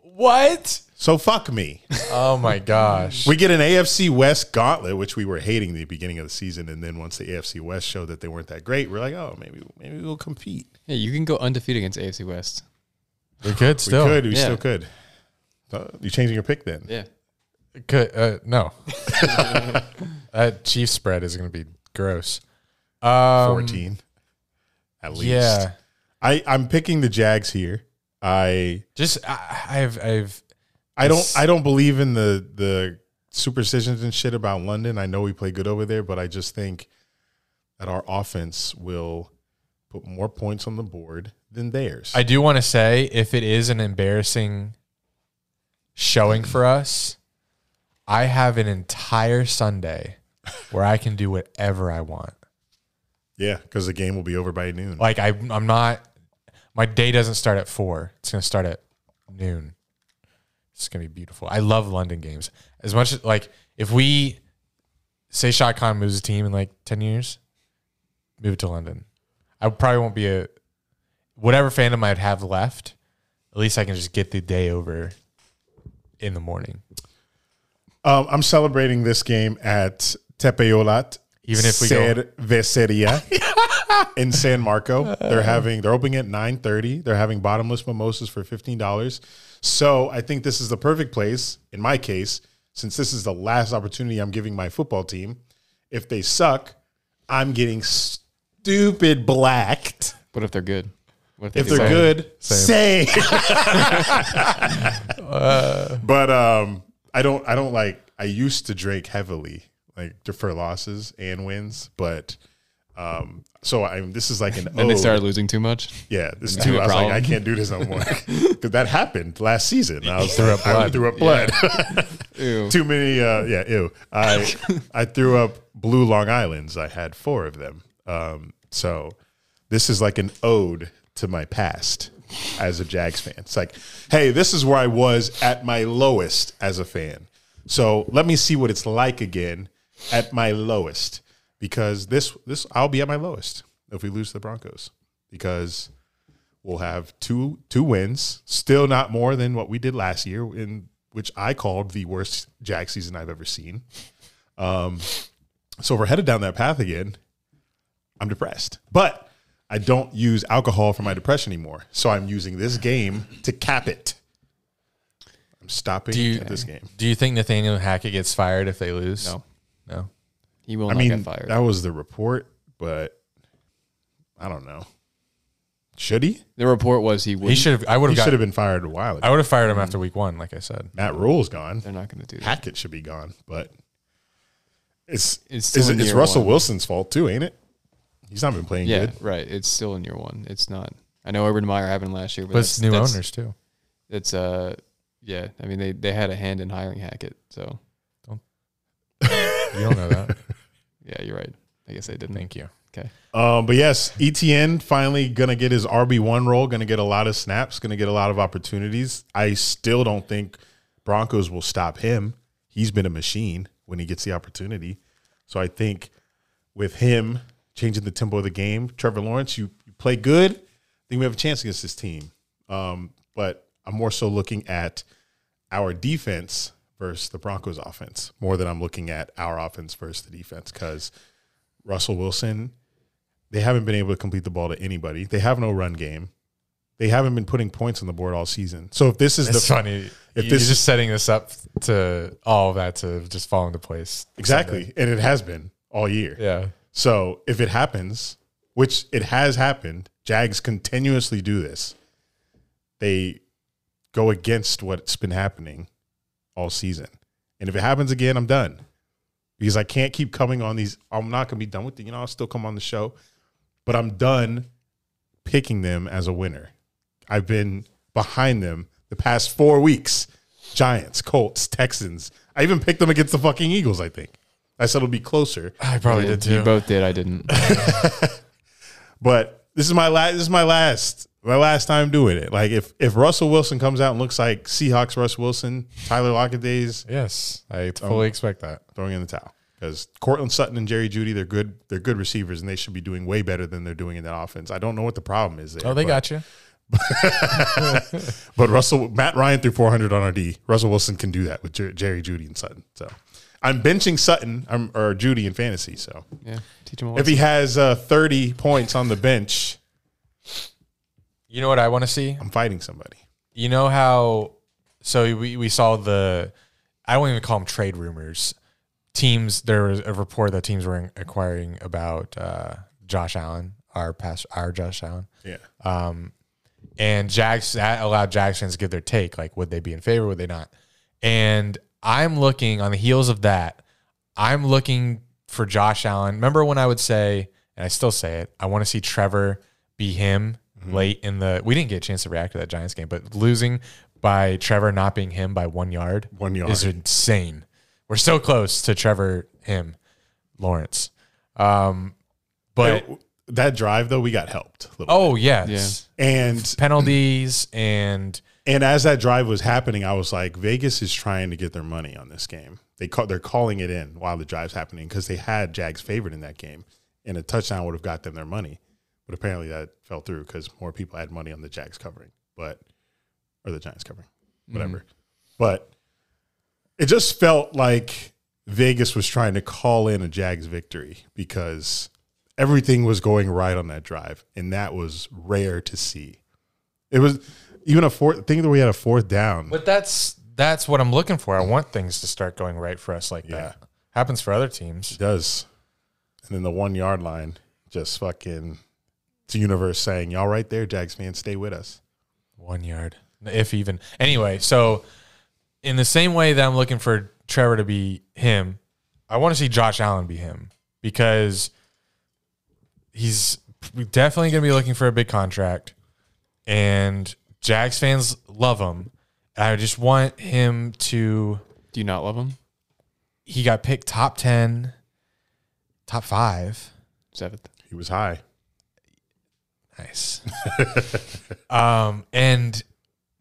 Speaker 1: what?
Speaker 2: So fuck me.
Speaker 1: Oh my gosh.
Speaker 2: We get an AFC West gauntlet, which we were hating the beginning of the season, and then once the AFC West showed that they weren't that great, we're like, oh, maybe maybe we'll compete.
Speaker 3: Hey, you can go undefeated against AFC West.
Speaker 1: We could
Speaker 2: We
Speaker 1: still.
Speaker 2: could, we
Speaker 3: Yeah.
Speaker 2: still could. Uh, you changing your pick then?
Speaker 3: Yeah.
Speaker 1: Could- uh, no. that Chiefs spread is going to be gross. Um,
Speaker 2: Fourteen, at least.
Speaker 1: Yeah.
Speaker 2: I I'm picking the Jags here. I
Speaker 1: Just I, I've I've
Speaker 2: I don't
Speaker 1: Yes.
Speaker 2: I don't believe in the the superstitions and shit about London. I know we play good over there, but I just think that our offense will put more points on the board than theirs.
Speaker 1: I do want to say if it is an embarrassing showing for us, I have an entire Sunday where I can do whatever I want.
Speaker 2: yeah, because the game will be over by noon.
Speaker 1: Like I I'm not my day doesn't start at 4. It's going to start at noon. It's going to be beautiful. I love London games. As much as like if we say Shot Khan moves a team in like 10 years, move it to London. I probably won't be a whatever fandom I'd have left. At least I can just get the day over in the morning.
Speaker 2: Um, I'm celebrating this game at Tepeolat.
Speaker 1: Even if we go-
Speaker 2: Cerveceria in San Marco. They're having they're opening at 9:30. They're having bottomless mimosas for $15. So, I think this is the perfect place in my case since this is the last opportunity I'm giving my football team. If they suck, I'm getting stupid blacked.
Speaker 3: What if they're good? What
Speaker 2: If
Speaker 3: they
Speaker 2: they're
Speaker 3: suck?
Speaker 2: good, same. but um, I don't. I don't like. I used to drink heavily, like defer losses and wins. But um, so I'm. This is like an.
Speaker 3: Then they
Speaker 2: ode.
Speaker 3: started losing too much.
Speaker 2: Yeah, this
Speaker 3: Became
Speaker 2: too.
Speaker 3: a
Speaker 2: I was like,
Speaker 3: problem.
Speaker 2: I can't do this no more. 'Cause that happened last season. I was threw up blood. I
Speaker 1: blood.
Speaker 2: threw up blood.
Speaker 3: Ew.
Speaker 2: Too many. Uh, yeah, ew. I I threw up blue Long Island's. I had four of them. Um, so this is like an ode to my past as a Jags fan. It's like, hey, this is where I was at my lowest as a fan. So let me see what it's like again at my lowest because this this I'll be at my lowest if we lose to the Broncos because we'll have two two wins, still not more than what we did last year, in which I called the worst Jag season I've ever seen. Um, so if we're headed down that path again. I'm depressed, but I don't use alcohol for my depression anymore. So I'm using this game to cap it. I'm stopping
Speaker 1: Do you-
Speaker 2: at this game.
Speaker 1: Do you think Nathaniel Hackett gets fired if they lose?
Speaker 3: No.
Speaker 1: No.
Speaker 3: He will
Speaker 2: I
Speaker 3: not
Speaker 2: mean,
Speaker 3: get fired.
Speaker 2: that was the report, but I don't know. Should he?
Speaker 3: the report was he would.
Speaker 1: He should have I would
Speaker 2: He
Speaker 1: have
Speaker 2: should
Speaker 1: got
Speaker 2: have been fired a while ago.
Speaker 1: I would have fired him after week 1 like I said.
Speaker 2: Matt Rule's gone.
Speaker 3: They're not going to do that.
Speaker 2: Hackett should be gone, but it's
Speaker 3: It's
Speaker 2: it's,
Speaker 3: still
Speaker 2: it's,
Speaker 3: in year
Speaker 2: Russell
Speaker 3: one.
Speaker 2: Wilson's fault too, ain't it? He's not been playing
Speaker 3: Yeah,
Speaker 2: good.
Speaker 3: right. It's still in year one. It's not. I know Urban Meyer happened last year, but,
Speaker 1: But it's
Speaker 3: that's-
Speaker 1: new
Speaker 3: that's-
Speaker 1: owners too.
Speaker 3: It's uh yeah, I mean they they had a hand in hiring Hackett, so
Speaker 1: You don't know that.
Speaker 3: yeah, you're right. I guess they didn't.
Speaker 1: Thank you.
Speaker 3: Okay.
Speaker 2: Um, but yes, ETN finally gonna get his RB one role, gonna get a lot of snaps, gonna get a lot of opportunities. I still don't think Broncos will stop him. He's been a machine when he gets the opportunity. So I think with him changing the tempo of the game, Trevor Lawrence, you, you play good. I think we have a chance against this team. Um, but I'm more so looking at our defense versus the Broncos offense more than I'm looking at our offense versus the defense because Russell Wilson they haven't been able to complete the ball to anybody. They have no run game. They haven't been putting points on the board all season. So if this is
Speaker 1: It's
Speaker 2: the
Speaker 1: funny.
Speaker 2: if
Speaker 1: You're
Speaker 2: this-
Speaker 1: just setting this up to all that to just fall into place.
Speaker 2: exactly, and it has been all year.
Speaker 1: Yeah.
Speaker 2: So if it happens, which it has happened, Jags continuously do this. They go against what's been happening all season. And if it happens again, I'm done. Because I can't keep coming on these. I'm not gonna be done with it. You know, I'll still come on the show. But I'm done picking them as a winner. I've been behind them the past four weeks. Giants, Colts, Texans. I even picked them against the fucking Eagles, I think. I said it'll be closer.
Speaker 1: I probably
Speaker 3: Yeah,
Speaker 1: Oh, did too.
Speaker 3: You both did. I didn't.
Speaker 2: But this is my last. This is my last. My last time doing it. Like if if Russell Wilson comes out and looks like Seahawks Russ Wilson, Tyler Lockett days,
Speaker 1: yes. I fully expect that.
Speaker 2: throwing in the towel because Cortland Sutton and Jerry Judy, they're good. They're good receivers, and they should be doing way better than they're doing in that offense. I don't know what the problem is. There,
Speaker 1: Oh, they
Speaker 2: but,
Speaker 1: got you.
Speaker 2: But Russell Matt Ryan threw 400 on our D. Russell Wilson can do that with Jer- Jerry Judy and Sutton. So I'm benching Sutton um, or Judy in fantasy. So
Speaker 3: Yeah, teach them all.
Speaker 2: if he has uh, 30 points on the bench,
Speaker 1: You know what I want to see?
Speaker 2: I'm fighting somebody.
Speaker 1: You know how? So we, we saw the, I won't even call them trade rumors. Teams, there was a report that teams were inquiring about uh, Josh Allen, our past, our Josh Allen.
Speaker 2: Yeah.
Speaker 1: and Jags that allowed Jags fans to give their take, like would they be in favor, would they not? And I'm looking on the heels of that. I'm looking for Josh Allen. Remember when I would say, and I still say it, I want to see Trevor be him
Speaker 2: Mm-hmm.
Speaker 1: late in the. We didn't get a chance to react to that Giants game, but losing by Trevor not being him by one yard,
Speaker 2: One yard.
Speaker 1: is insane. We're so close to Trevor him, Lawrence. Um, but
Speaker 2: Yeah, that drive though, we got helped. A little
Speaker 1: oh yes.
Speaker 3: Yeah.
Speaker 2: And
Speaker 1: Penalties and
Speaker 2: and as that drive was happening, I was like, Vegas is trying to get their money on this game. They call, they're calling it in while the drive's happening because they had Jags favored in that game, and a touchdown would have got them their money. But apparently that fell through because more people had money on the Jags covering, but or the Giants covering, whatever. But it just felt like Vegas was trying to call in a Jags victory because everything was going right on that drive, and that was rare to see. It was even a fourth. Think that we had a fourth down.
Speaker 1: But that's that's what I'm looking for. I want things to start going right for us like that. Happens for other teams.
Speaker 2: It does, and then the one yard line just fucking. It's the universe saying, "Y'all right there, Jags man, stay with us."
Speaker 1: One yard, if even. Anyway, so in the same way that I'm looking for Trevor to be him, I want to see Josh Allen be him because he's definitely going to be looking for a big contract, and Jags fans love him. I just want him to.
Speaker 3: Do you not love him?
Speaker 1: He got picked top ten, top five.
Speaker 3: Seventh.
Speaker 2: He was high.
Speaker 1: Nice. um, and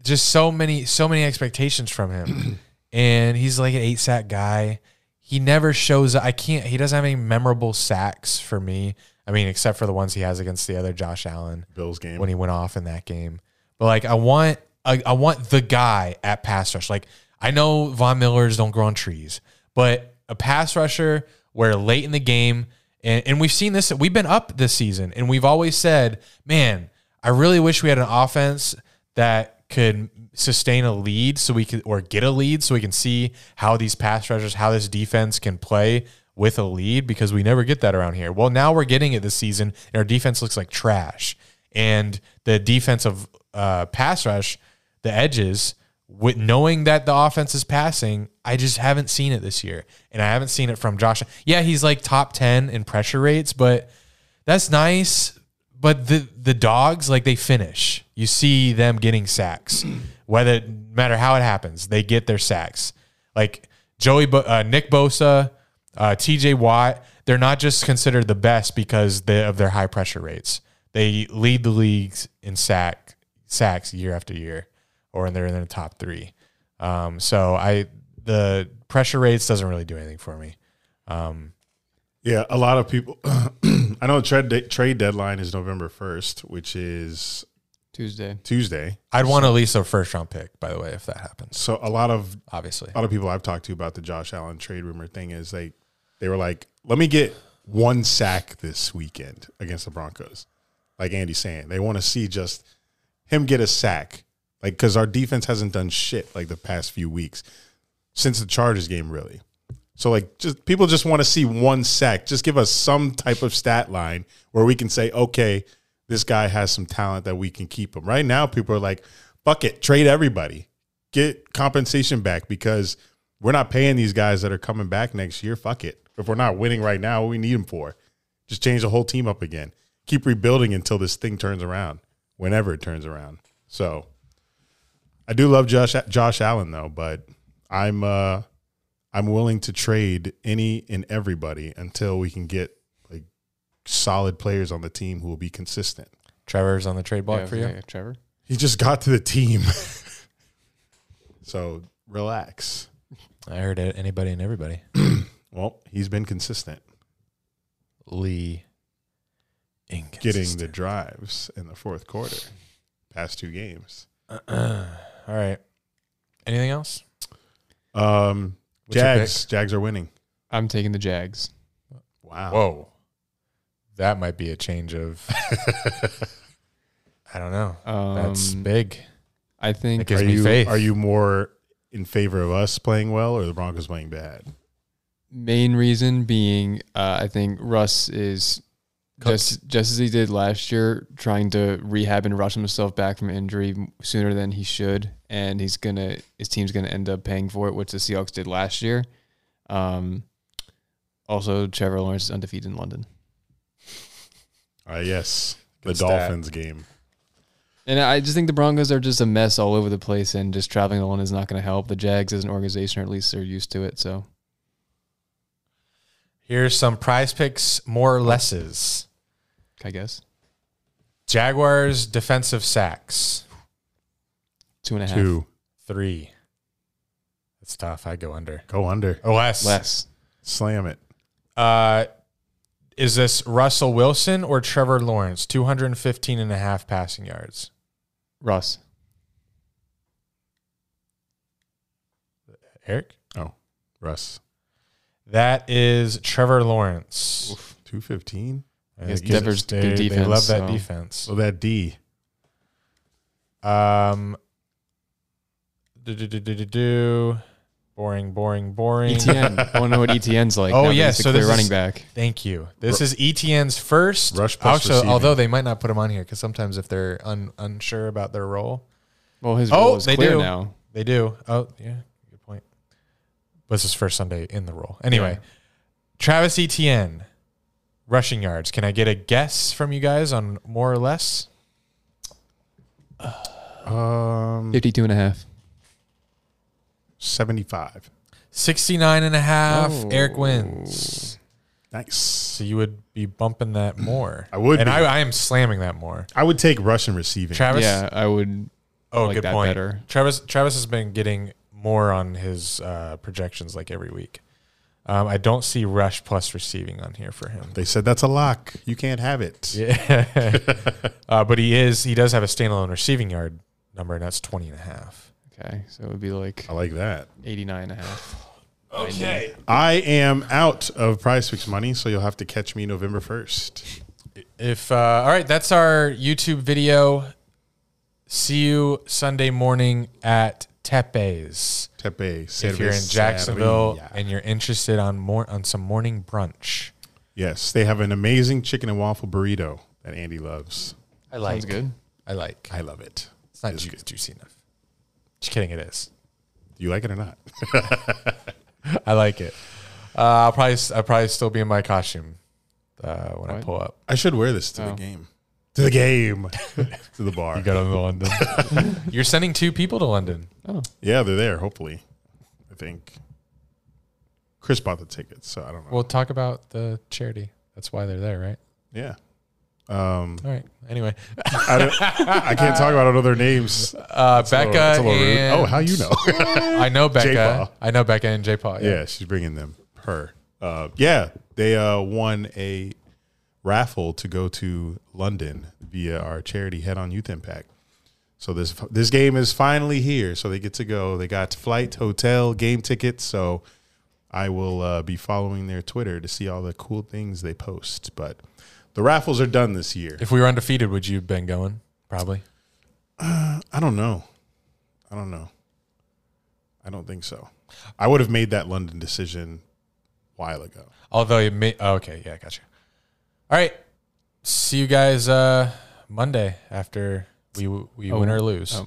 Speaker 1: just so many, so many expectations from him. and he's like an eight sack guy. He never shows up. I can't, he doesn't have any memorable sacks for me. I mean, except for the ones he has against the other Josh Allen
Speaker 2: Bills game.
Speaker 1: when he went off in that game. But like, I want, I, I want the guy at pass rush. Like, I know Von Millers don't grow on trees, but a pass rusher where late in the game, and, and we've seen this, we've been up this season, and we've always said, man, I really wish we had an offense that could sustain a lead so we could, or get a lead so we can see how these pass rushers, how this defense can play with a lead because we never get that around here. Well, now we're getting it this season, and our defense looks like trash and the defensive uh, pass rush, the edges, with knowing that the offense is passing, I just haven't seen it this year, and I haven't seen it from Josh. Yeah, he's like top ten in pressure rates, but that's nice. but the the dogs like they finish. You see them getting sacks, whether no matter how it happens, they get their sacks. Like Joey, Bo- uh, Nick Bosa, uh, T.J. Watt, they're not just considered the best because they, of their high pressure rates. They lead the leagues in sack sacks year after year, or in they're in the top three. Um, so I the pressure rates doesn't really do anything for me.
Speaker 2: Yeah, a lot of people. I know trade de- trade deadline is November first, which is
Speaker 3: Tuesday.
Speaker 2: Tuesday.
Speaker 1: I'd want at least a first round pick, by the way, if that happens.
Speaker 2: So a lot of
Speaker 1: Obviously,
Speaker 2: a lot of people I've talked to about the Josh Allen trade rumor thing is they they were like, let me get one sack this weekend against the Broncos. Like Andy's saying, they want to see just him get a sack. Like because our defense hasn't done shit like the past few weeks since the Chargers game, really. So like just people just want to see one sack. Just give us some type of stat line where we can say, okay, this guy has some talent that we can keep him. Right now, people are like, fuck it, trade everybody. Get compensation back because we're not paying these guys that are coming back next year. Fuck it. If we're not winning right now, what we need them for. Just change the whole team up again. Keep rebuilding until this thing turns around, whenever it turns around. So I do love Josh Josh Allen though, but I'm uh I'm willing to trade any and everybody until we can get like solid players on the team who will be consistent.
Speaker 1: Trevor's on the trade block
Speaker 3: Yeah,
Speaker 1: for you.
Speaker 3: yeah, Trevor.
Speaker 2: He just got to the team. so relax.
Speaker 1: I heard it, anybody and everybody.
Speaker 2: Well, he's been consistent
Speaker 1: Lee
Speaker 2: getting
Speaker 1: inconsistent.
Speaker 2: the drives in the fourth quarter, past two games.
Speaker 1: All right. Anything else?
Speaker 2: Um,
Speaker 1: What's your
Speaker 2: Jags, Jags are winning.
Speaker 3: I'm taking the Jags.
Speaker 2: Wow.
Speaker 1: Whoa. That might be a change of I don't know. That's
Speaker 3: Um,
Speaker 1: big.
Speaker 3: I
Speaker 1: That
Speaker 3: think
Speaker 1: gives
Speaker 2: are
Speaker 1: me
Speaker 2: you
Speaker 1: faith.
Speaker 2: are you more in favor of us playing well or the Broncos playing bad?
Speaker 3: main reason being uh, I think Russ is just just as he did last year, trying to rehab and rush himself back from injury m- sooner than he should, and he's gonna his team's gonna end up paying for it, which the Seahawks did last year. Um, also, Trevor Lawrence is undefeated in London,
Speaker 2: Uh, yes, the
Speaker 1: Good stat.
Speaker 2: Dolphins game.
Speaker 3: and I just think the Broncos are just a mess all over the place, and just traveling alone is not gonna help. The Jags as an organization, or at least they're used to it, so.
Speaker 1: Here's some prize picks more or lesses.
Speaker 3: I guess
Speaker 1: Jaguars defensive sacks.
Speaker 3: two and a half
Speaker 2: Two
Speaker 1: Three. That's tough. I go under.
Speaker 2: go under,
Speaker 1: Or less.
Speaker 3: less.
Speaker 2: slam it.
Speaker 1: Uh, is this Russell Wilson or Trevor Lawrence? 215 and a half passing yards.
Speaker 3: Russ,
Speaker 1: Eric?
Speaker 2: Oh, Russ,
Speaker 1: That is Trevor Lawrence.
Speaker 2: two fifteen.
Speaker 1: I
Speaker 3: Yes,
Speaker 1: think he's-
Speaker 3: Denver's good
Speaker 1: they, They
Speaker 3: defense,
Speaker 1: love that
Speaker 3: so-
Speaker 1: defense.
Speaker 2: So that D.
Speaker 1: Um, do, do, do, do, do, do. Boring, boring,
Speaker 3: E
Speaker 1: boring.
Speaker 3: ETN. I want to know what ETN's like.
Speaker 1: Oh,
Speaker 3: now that
Speaker 1: yeah,
Speaker 3: he's a
Speaker 1: so this
Speaker 3: clear running
Speaker 1: is-
Speaker 3: back.
Speaker 1: Thank you. This is ETN's first.
Speaker 2: Rush plus
Speaker 1: also,
Speaker 2: receiving.
Speaker 1: although they might not put him on here because sometimes if they're un, unsure about their role,
Speaker 3: Well, his
Speaker 1: Oh,
Speaker 3: role is
Speaker 1: they
Speaker 3: clear
Speaker 1: do.
Speaker 3: now.
Speaker 1: They do. Oh, yeah. Good point. But this is first Sunday in the role. Anyway, Travis Etienne, rushing yards. Can I get a guess from you guys on more or less?
Speaker 2: Um,
Speaker 3: 52 and a half.
Speaker 2: seventy five.
Speaker 1: 69 and a half.
Speaker 3: Oh.
Speaker 1: Eric wins.
Speaker 2: Nice.
Speaker 1: So you would be bumping that more.
Speaker 2: I would
Speaker 1: And
Speaker 2: be.
Speaker 1: I, I am slamming that more.
Speaker 2: I would take Russian receiving.
Speaker 1: Travis.
Speaker 3: Yeah, I would.
Speaker 1: Oh,
Speaker 3: like
Speaker 1: good
Speaker 3: that
Speaker 1: point.
Speaker 3: better.
Speaker 1: Travis Travis has been getting more on his uh, projections like every week. Um, I don't see rush plus receiving on here for him.
Speaker 2: they said that's a lock. You can't have it.
Speaker 1: Yeah. uh, but he is, he does have a standalone receiving yard number, and that's 20 and a half.
Speaker 3: Okay, so it would be like
Speaker 1: Oh.
Speaker 2: I like that.
Speaker 3: 89 and a half.
Speaker 1: Okay.
Speaker 2: I am out of Prize Picks money, so you'll have to catch me November first.
Speaker 1: If, uh, all right, that's our YouTube video. See you Sunday morning at Tepe's.
Speaker 2: Tepe.
Speaker 1: If you're in
Speaker 2: Cerveceria.
Speaker 1: Jacksonville and you're interested on more on some morning brunch,
Speaker 2: yes, they have an amazing chicken and waffle burrito that Andy loves.
Speaker 1: I like.
Speaker 3: Sounds good.
Speaker 1: I like.
Speaker 2: I love it.
Speaker 1: It's not
Speaker 2: It's
Speaker 1: ju-
Speaker 2: good.
Speaker 1: juicy enough. Just kidding. It is.
Speaker 2: Do you like it or not?
Speaker 1: I like it. Uh, I'll probably I'll probably still be in my costume uh, when I
Speaker 3: Right.
Speaker 1: pull up.
Speaker 2: I should wear this to
Speaker 3: Oh.
Speaker 2: the game. to the game, to the bar.
Speaker 1: You go to London. You're sending two people to London.
Speaker 3: Oh.
Speaker 2: yeah, they're there. Hopefully, I think Chris bought the tickets, so I don't know.
Speaker 1: We'll talk about the charity. That's why they're there, right?
Speaker 2: yeah. Um,
Speaker 1: All right. Anyway,
Speaker 2: I, don't- I can't talk about other names.
Speaker 1: uh,
Speaker 2: It's a
Speaker 1: Becca
Speaker 2: little- it's a little rude.
Speaker 1: and
Speaker 2: oh, how you know?
Speaker 1: I know Becca.
Speaker 2: J-Paw.
Speaker 1: I know Becca and J Paul.
Speaker 2: Yeah, she's bringing them her. Uh, yeah, they uh, won a raffle to go to London via our charity Head On Youth Impact. So this this game is finally here. So they get to go. They got flight, hotel, game tickets. So I will uh, be following their Twitter to see all the cool things they post. But the raffles are done this year.
Speaker 1: If we were undefeated, would you have been going? Probably.
Speaker 2: I don't know. I don't know. I don't think so. I would have made that London decision a while ago.
Speaker 1: Although it may. Oh, okay. Yeah, gotcha. All right. See you guys uh, Monday after we we
Speaker 2: Oh.
Speaker 1: win or lose.
Speaker 2: Um,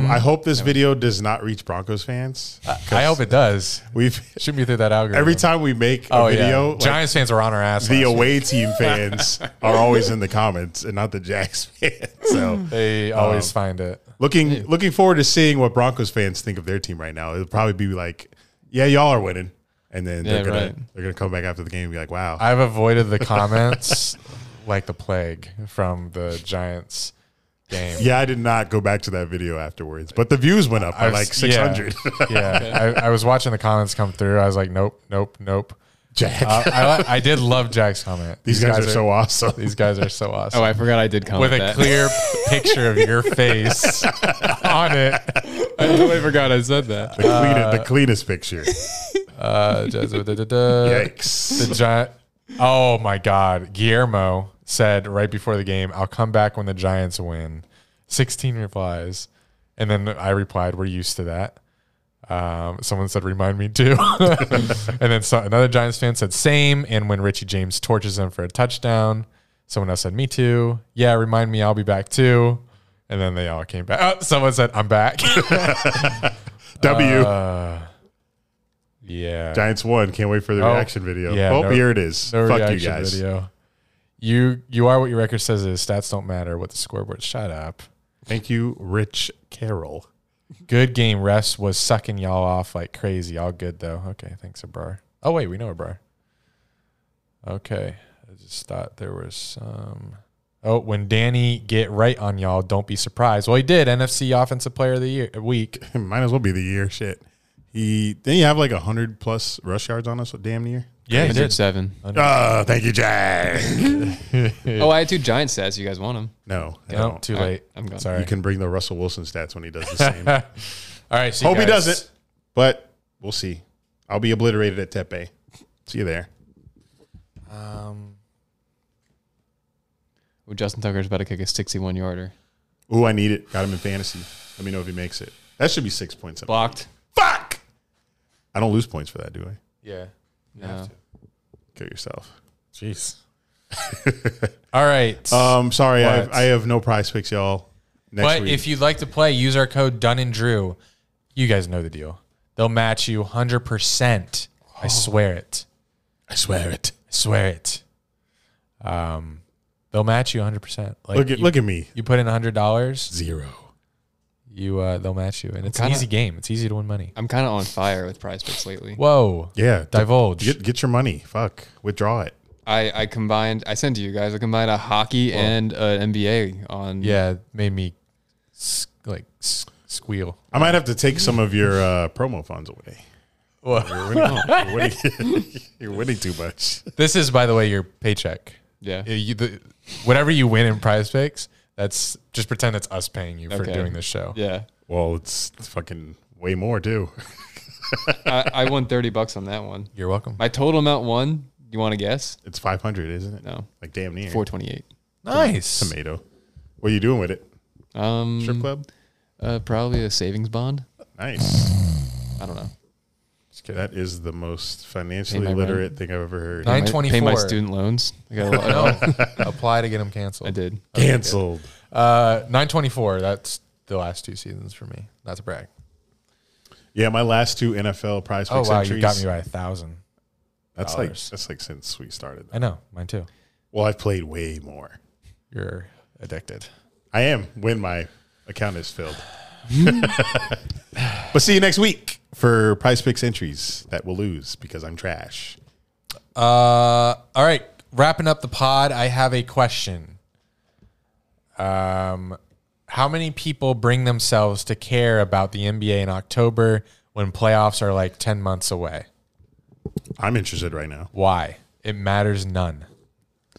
Speaker 1: Hmm.
Speaker 2: I hope this video does not reach Broncos fans.
Speaker 1: I hope it does.
Speaker 2: We've
Speaker 1: Shoot me through that algorithm.
Speaker 2: every time we make a
Speaker 1: Oh
Speaker 2: video,
Speaker 1: yeah.
Speaker 2: like,
Speaker 1: Giants fans are on our ass.
Speaker 2: the
Speaker 1: last week.
Speaker 2: away team fans are always in the comments and not the Jags fans.
Speaker 1: Hmm.
Speaker 2: So
Speaker 1: They always
Speaker 2: Um,
Speaker 1: find it.
Speaker 2: looking looking forward to seeing what Broncos fans think of their team right now. It'll probably be like, yeah, y'all are winning, and then they're
Speaker 3: Yeah,
Speaker 2: gonna
Speaker 3: right.
Speaker 2: they're gonna come back after the game and be like, wow,
Speaker 1: I've avoided the comments like the plague from the Giants game.
Speaker 2: yeah, I did not go back to that video afterwards, but the views went up by
Speaker 1: I've-
Speaker 2: like six hundred.
Speaker 1: Yeah, yeah. I, I was watching the comments come through. I was like, nope, nope, nope.
Speaker 2: Jack,
Speaker 1: Uh, I, li- I did love Jack's comment.
Speaker 2: these, guys, are, so awesome.
Speaker 1: these guys are so awesome.
Speaker 3: Oh, I forgot I did comment
Speaker 1: With a
Speaker 3: that.
Speaker 1: clear picture of your face on it.
Speaker 3: I totally forgot I said that.
Speaker 2: the, cleanest, the cleanest picture.
Speaker 1: Uh, just- da- da- da.
Speaker 2: Yikes.
Speaker 1: The Giant. Oh my God. Guillermo said right before the game, I'll come back when the Giants win. 16 replies. And then I replied, We're used to that. Um, someone said, Remind me too. and then so, another Giants fan said, Same. And when Richie James torches him for a touchdown, someone else said, Me too. Yeah, remind me, I'll be back too. And then they all came back. Oh, someone said, I'm back.
Speaker 2: W.
Speaker 1: yeah.
Speaker 2: Giants won. Can't wait for the
Speaker 1: Oh,
Speaker 2: reaction video.
Speaker 1: yeah,
Speaker 2: oh,
Speaker 1: no-
Speaker 2: here it is.
Speaker 1: No
Speaker 2: Fuck you
Speaker 1: reaction
Speaker 2: guys.
Speaker 1: video. You you are what your record says is stats don't matter. What the scoreboard? Shut up.
Speaker 2: Thank you, Rich Carroll.
Speaker 1: Good game. Refs was sucking y'all off like crazy. All good though. Okay, thanks, Abrar. Oh wait, we know Abrar. Okay, I just thought there was some. Oh, when Danny get right on y'all, don't be surprised. Well, he did. NFC Offensive Player of the Year uh, week.
Speaker 2: Might as well be the year. Shit. He didn't he have like hundred plus rush yards on us. Damn near.
Speaker 1: Yeah,
Speaker 3: 107.
Speaker 2: Ah, thank you, Jack.
Speaker 3: Oh, I had two giant stats. You guys want them?
Speaker 2: no, I
Speaker 1: No,
Speaker 2: don't.
Speaker 1: too late.
Speaker 3: I'm gone.
Speaker 1: Sorry.
Speaker 2: You can bring the Russell Wilson stats when he does the same. Hope
Speaker 1: All right. See you guys.
Speaker 2: he does it, but we'll see. I'll be obliterated at Tepe. See you there.
Speaker 1: um,
Speaker 3: Well, Justin Tucker's about to kick a 61 yarder.
Speaker 2: Ooh, I need it. Got him in fantasy. Let me know if he makes it. That should be six points.
Speaker 3: Blocked.
Speaker 2: Fuck. I don't lose points for that, do I?
Speaker 1: Yeah.
Speaker 3: No.
Speaker 2: Kill yourself.
Speaker 1: Jeez. All right.
Speaker 2: Um, sorry, I have,
Speaker 1: What?
Speaker 2: I have no prize picks, y'all. Next
Speaker 1: But
Speaker 2: week.
Speaker 1: if you'd like to play, use our code Dunn and Drew. You guys know the deal. They'll match you 100%. I swear it.
Speaker 2: Oh. I swear it.
Speaker 1: I swear it. Um, they'll match you 100%. Like
Speaker 2: Look at
Speaker 1: you,
Speaker 2: look at me.
Speaker 1: you put in $100,
Speaker 2: Zero.
Speaker 1: you uh, they'll match you and it's an
Speaker 3: kinda-
Speaker 1: easy game. It's easy to win money.
Speaker 3: I'm kind of on fire with prize picks lately.
Speaker 1: Whoa.
Speaker 2: Yeah.
Speaker 1: Divulge.
Speaker 2: Get get your money. Fuck. Withdraw it.
Speaker 3: I, I combined, I sent to you guys, I combined a hockey and an NBA on.
Speaker 1: yeah, made me s- like s- squeal.
Speaker 2: I might have to take some of your uh, promo funds away. You're winning, you're, winning, you're winning too much.
Speaker 1: This is by the way your paycheck.
Speaker 3: Yeah.
Speaker 1: Uh, you- the- whatever you win in prize picks, that's just pretend it's us paying you for
Speaker 3: Okay.
Speaker 1: doing this show.
Speaker 3: Yeah.
Speaker 2: Well, it's fucking way more too.
Speaker 3: I, I won 30 bucks on that one.
Speaker 1: You're welcome.
Speaker 3: My total amount won, you want to guess?
Speaker 2: It's five hundred, isn't it?
Speaker 3: No.
Speaker 2: Like damn near.
Speaker 3: 428.
Speaker 1: Nice.
Speaker 2: Tomato. What are you doing with it?
Speaker 1: Mm-hmm.
Speaker 3: Um,
Speaker 2: Strip club.
Speaker 3: Uh, probably a savings bond.
Speaker 2: Nice.
Speaker 3: I don't know.
Speaker 1: Just kidding.
Speaker 2: That is the most financially
Speaker 3: Hey, my
Speaker 2: literate thing I've ever heard.
Speaker 1: Nice.
Speaker 3: Pay my- Pay my
Speaker 1: 924.
Speaker 3: student loans. I got a lot.
Speaker 1: no, apply to get them canceled.
Speaker 3: I did.
Speaker 2: Cancelled.
Speaker 1: Uh, 924. That's the last two seasons for me. Not to brag.
Speaker 2: Yeah, my last two NFL prize
Speaker 1: Oh
Speaker 2: picks
Speaker 1: wow,
Speaker 2: entries.
Speaker 1: you got me by a thousand.
Speaker 2: That's like
Speaker 1: dollars.
Speaker 2: that's like since we started.
Speaker 1: I know, mine too.
Speaker 2: Well, I've played way more.
Speaker 1: You're addicted.
Speaker 2: I am when my account is filled. but see you next week for prize picks entries that will lose because I'm trash.
Speaker 1: Uh, all right. Wrapping up the pod, I have a question. Um, how many people bring themselves to care about the NBA in October when playoffs are like 10 months away?
Speaker 2: I'm interested right now.
Speaker 1: Why? It matters none.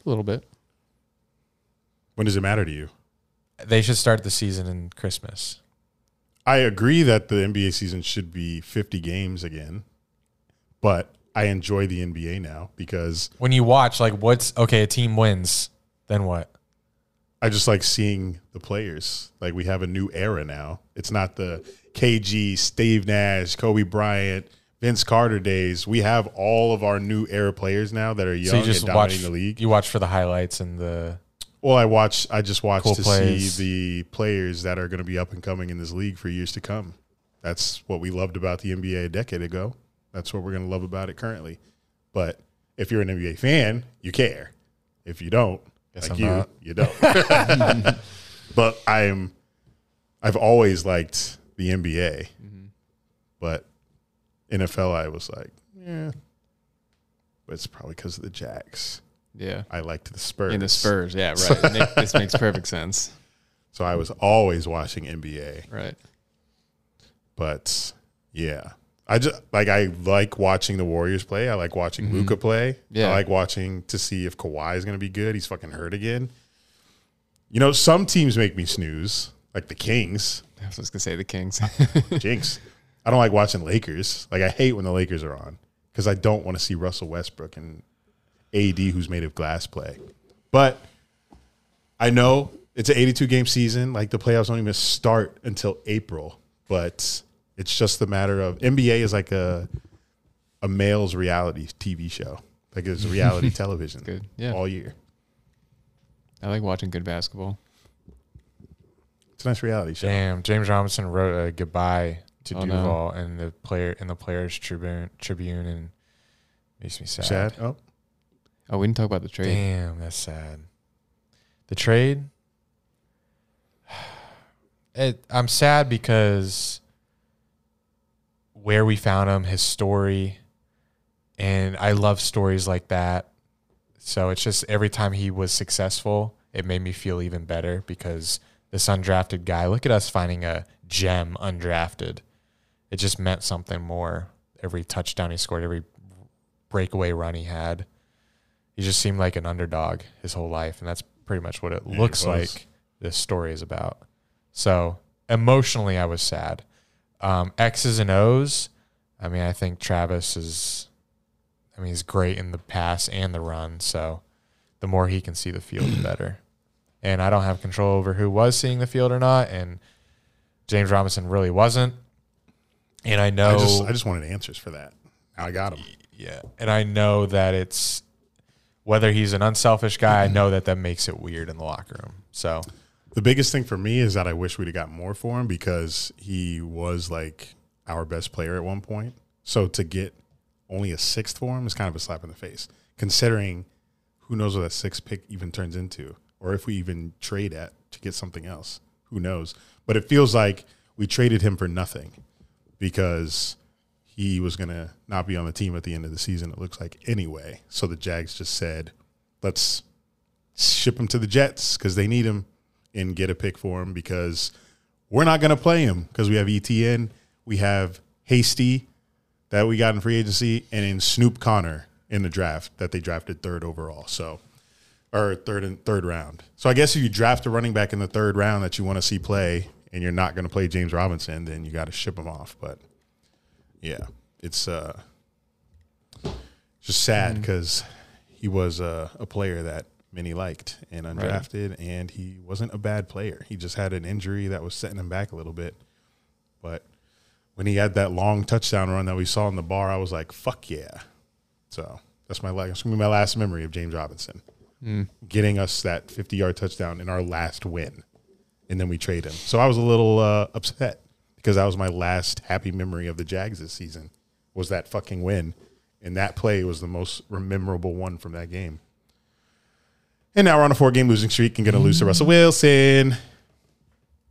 Speaker 3: A little bit.
Speaker 2: When does it matter to you?
Speaker 1: They should start the season in Christmas.
Speaker 2: I agree that the NBA season should be 50 games again, but I enjoy the NBA now because
Speaker 1: When you watch, like, what's okay, a team wins, then what?
Speaker 2: I just like seeing the players. Like we have a new era now. It's not the KG, Steve Nash, Kobe Bryant, Vince Carter days. We have all of our new era players now that are young
Speaker 1: so you just
Speaker 2: and
Speaker 1: watch
Speaker 2: dominating the league.
Speaker 1: You watch for the highlights and the
Speaker 2: Well, I watch. I just watch
Speaker 1: Cool
Speaker 2: to
Speaker 1: plays.
Speaker 2: see the players that are going to be up and coming in this league for years to come. That's what we loved about the NBA a decade ago. That's what we're going to love about it currently. But if you're an NBA fan, you care. If you don't,
Speaker 1: Guess I'm
Speaker 2: like you,
Speaker 1: not.
Speaker 2: you don't. but I'm. I've always liked the NBA,
Speaker 1: Mm-hmm.
Speaker 2: but NFL, I was like, yeah. But it's probably because of the Jacks.
Speaker 3: Yeah.
Speaker 2: I liked the Spurs.
Speaker 3: In the Spurs. Yeah, right. It make- this makes perfect sense.
Speaker 2: So I was always watching NBA,
Speaker 3: Right.
Speaker 2: but yeah, I just like I like watching the Warriors play. I like watching Luca play.
Speaker 3: Yeah.
Speaker 2: I like watching to see if Kawhi is going to be good. He's fucking hurt again. You know, some teams make me snooze, like the Kings.
Speaker 3: I was just going to say the Kings.
Speaker 2: Jinx. I don't like watching Lakers. Like I hate when the Lakers are on because I don't want to see Russell Westbrook and AD, who's made of glass, play. But I know it's an 82 game season. Like the playoffs don't even start until April. But it's just a matter of NBA is like a a male's reality TV show. Like it's reality television.
Speaker 3: Good. Yeah.
Speaker 2: all year.
Speaker 3: I like watching good basketball.
Speaker 2: It's a nice reality show.
Speaker 1: Damn, James Robinson wrote a goodbye to
Speaker 3: Oh, no.
Speaker 1: Duval and the player in the Players Tribune, Tribune, and makes me sad.
Speaker 2: Sad. Oh,
Speaker 3: Oh, we didn't talk about the trade.
Speaker 1: Damn, that's sad. The trade. It, I'm sad because where we found him, his story, and I love stories like that. So it's just every time he was successful, it made me feel even better because this undrafted guy. Look at us finding a gem undrafted. It just meant something more. Every touchdown he scored, every breakaway run he had he just seemed like an underdog his whole life and that's pretty much what it
Speaker 2: he
Speaker 1: looks
Speaker 2: was.
Speaker 1: like this story is about so emotionally i was sad um, x's and o's i mean i think travis is i mean he's great in the pass and the run so the more he can see the field the better and i don't have control over who was seeing the field or not and james robinson really wasn't and i know
Speaker 2: I just I just wanted answers for that. Now I got them.
Speaker 1: yeah. And I know that it's whether he's an unselfish guy, I know that that makes it weird in the locker room. So
Speaker 2: The biggest thing for me is that I wish we'd have got more for him because he was like our best player at one point. So to get only a sixth for him is kind of a slap in the face, considering who knows what that sixth pick even turns into, or if we even trade at to get something else. Who knows? But it feels like we traded him for nothing because he was going to not be on the team at the end of the season, it looks like, anyway. So the Jags just said, let's ship him to the Jets because they need him and get a pick for him because we're not going to play him because we have ETN, we have Hasty that we got in free agency, and in Snoop Connor in the draft that they drafted third overall. So, or third and third round. So I guess if you draft a running back in the third round that you want to see play and you're not going to play James Robinson, then you got to ship him off. But yeah, it's uh, just sad because he was uh, a player that many liked and undrafted, and he wasn't a bad player. He just had an injury that was setting him back a little bit. But when he had that long touchdown run that we saw in the bar, I was like, "Fuck yeah!" So that's my la- that's gonna be my last memory of James Robinson getting us that 50 yard touchdown in our last win, and then we trade him. So I was a little uh, upset because that was my last happy memory of the Jags this season was that fucking win, and that play was the most memorable one from that game. And now we're on a four game losing streak and going to lose to Russell Wilson.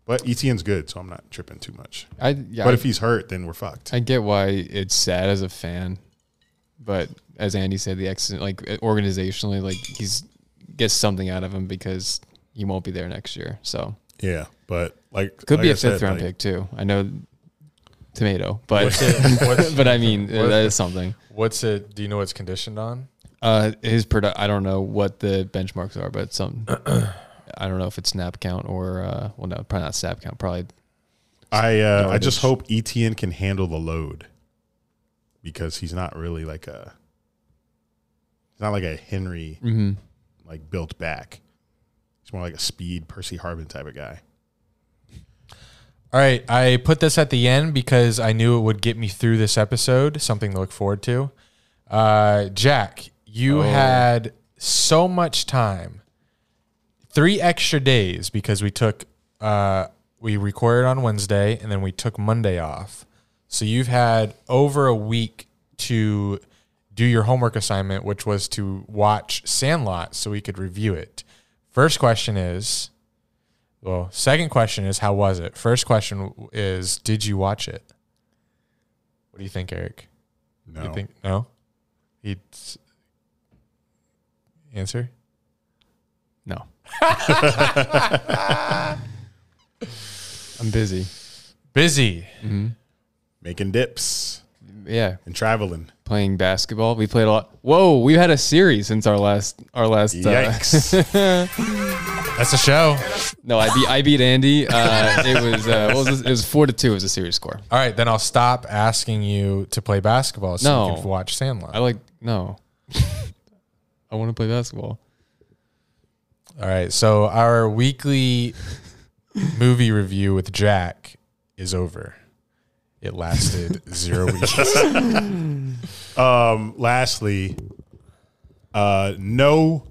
Speaker 2: But ETN's good, so I'm not tripping too much.
Speaker 3: I yeah,
Speaker 2: but
Speaker 3: I,
Speaker 2: if he's hurt, then we're fucked.
Speaker 3: I get why it's sad as a fan, but as Andy said, the accident like organizationally, like he's gets something out of him because he won't be there next year. So
Speaker 2: yeah, but like
Speaker 3: could
Speaker 2: like
Speaker 3: be
Speaker 2: I
Speaker 3: a fifth
Speaker 2: said,
Speaker 3: round
Speaker 2: like,
Speaker 3: pick too. I know tomato, but
Speaker 1: What's it- what's-
Speaker 3: but I mean
Speaker 1: What-
Speaker 3: that is something.
Speaker 1: What's it? Do you know what it's conditioned on?
Speaker 3: Uh, his produ- I don't know what the benchmarks are, but some. I don't know if it's snap count or uh, well, no, probably not snap count. Probably
Speaker 2: I uh, I
Speaker 3: Yardage.
Speaker 2: just hope ETN can handle the load because he's not really like a he's not like a Henry
Speaker 3: mm-hmm.
Speaker 2: like built back. He's more like a speed Percy Harbin type of guy.
Speaker 1: All right, I put this at the end because I knew it would get me through this episode, something to look forward to. Uh, Jack, you
Speaker 3: Oh.
Speaker 1: had so much time, three extra days because we took uh, we recorded on Wednesday and then we took Monday off. So you've had over a week to do your homework assignment, which was to watch Sandlot so we could review it. First question is. Well, second question is how was it? First question is did you watch it? What do you think, Eric?
Speaker 2: No,
Speaker 1: You think no? He'd s- answer.
Speaker 3: no. I'm busy.
Speaker 1: Busy.
Speaker 2: making dips
Speaker 3: Yeah,
Speaker 2: and traveling.
Speaker 3: playing basketball. We played a lot. Whoa, we had a series since our last our last. Uh,
Speaker 2: Yikes!
Speaker 1: That's a show.
Speaker 3: no, I beat I beat Andy. Uh, it was uh, what was this? it was four to two. It was a series score.
Speaker 1: All right, then I'll stop asking you to play basketball so you
Speaker 3: No.
Speaker 1: can watch Sandlot.
Speaker 3: I like no. I want to play basketball.
Speaker 1: All right, so our weekly movie review with Jack is over. It lasted zero weeks.
Speaker 2: um, lastly, uh, no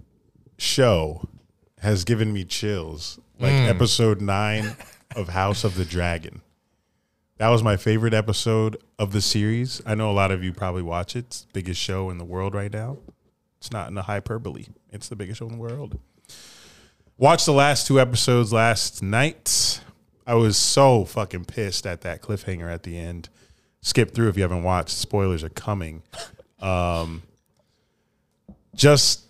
Speaker 2: show has given me chills like episode nine of House of the Dragon. That was my favorite episode of the series. I know a lot of you probably watch it. It's the biggest show in the world right now. It's not in the hyperbole. It's the biggest show in the world. Watched the last two episodes last night. I was so fucking pissed at that cliffhanger at the end. Skip through if you haven't watched. Spoilers are coming. Um, just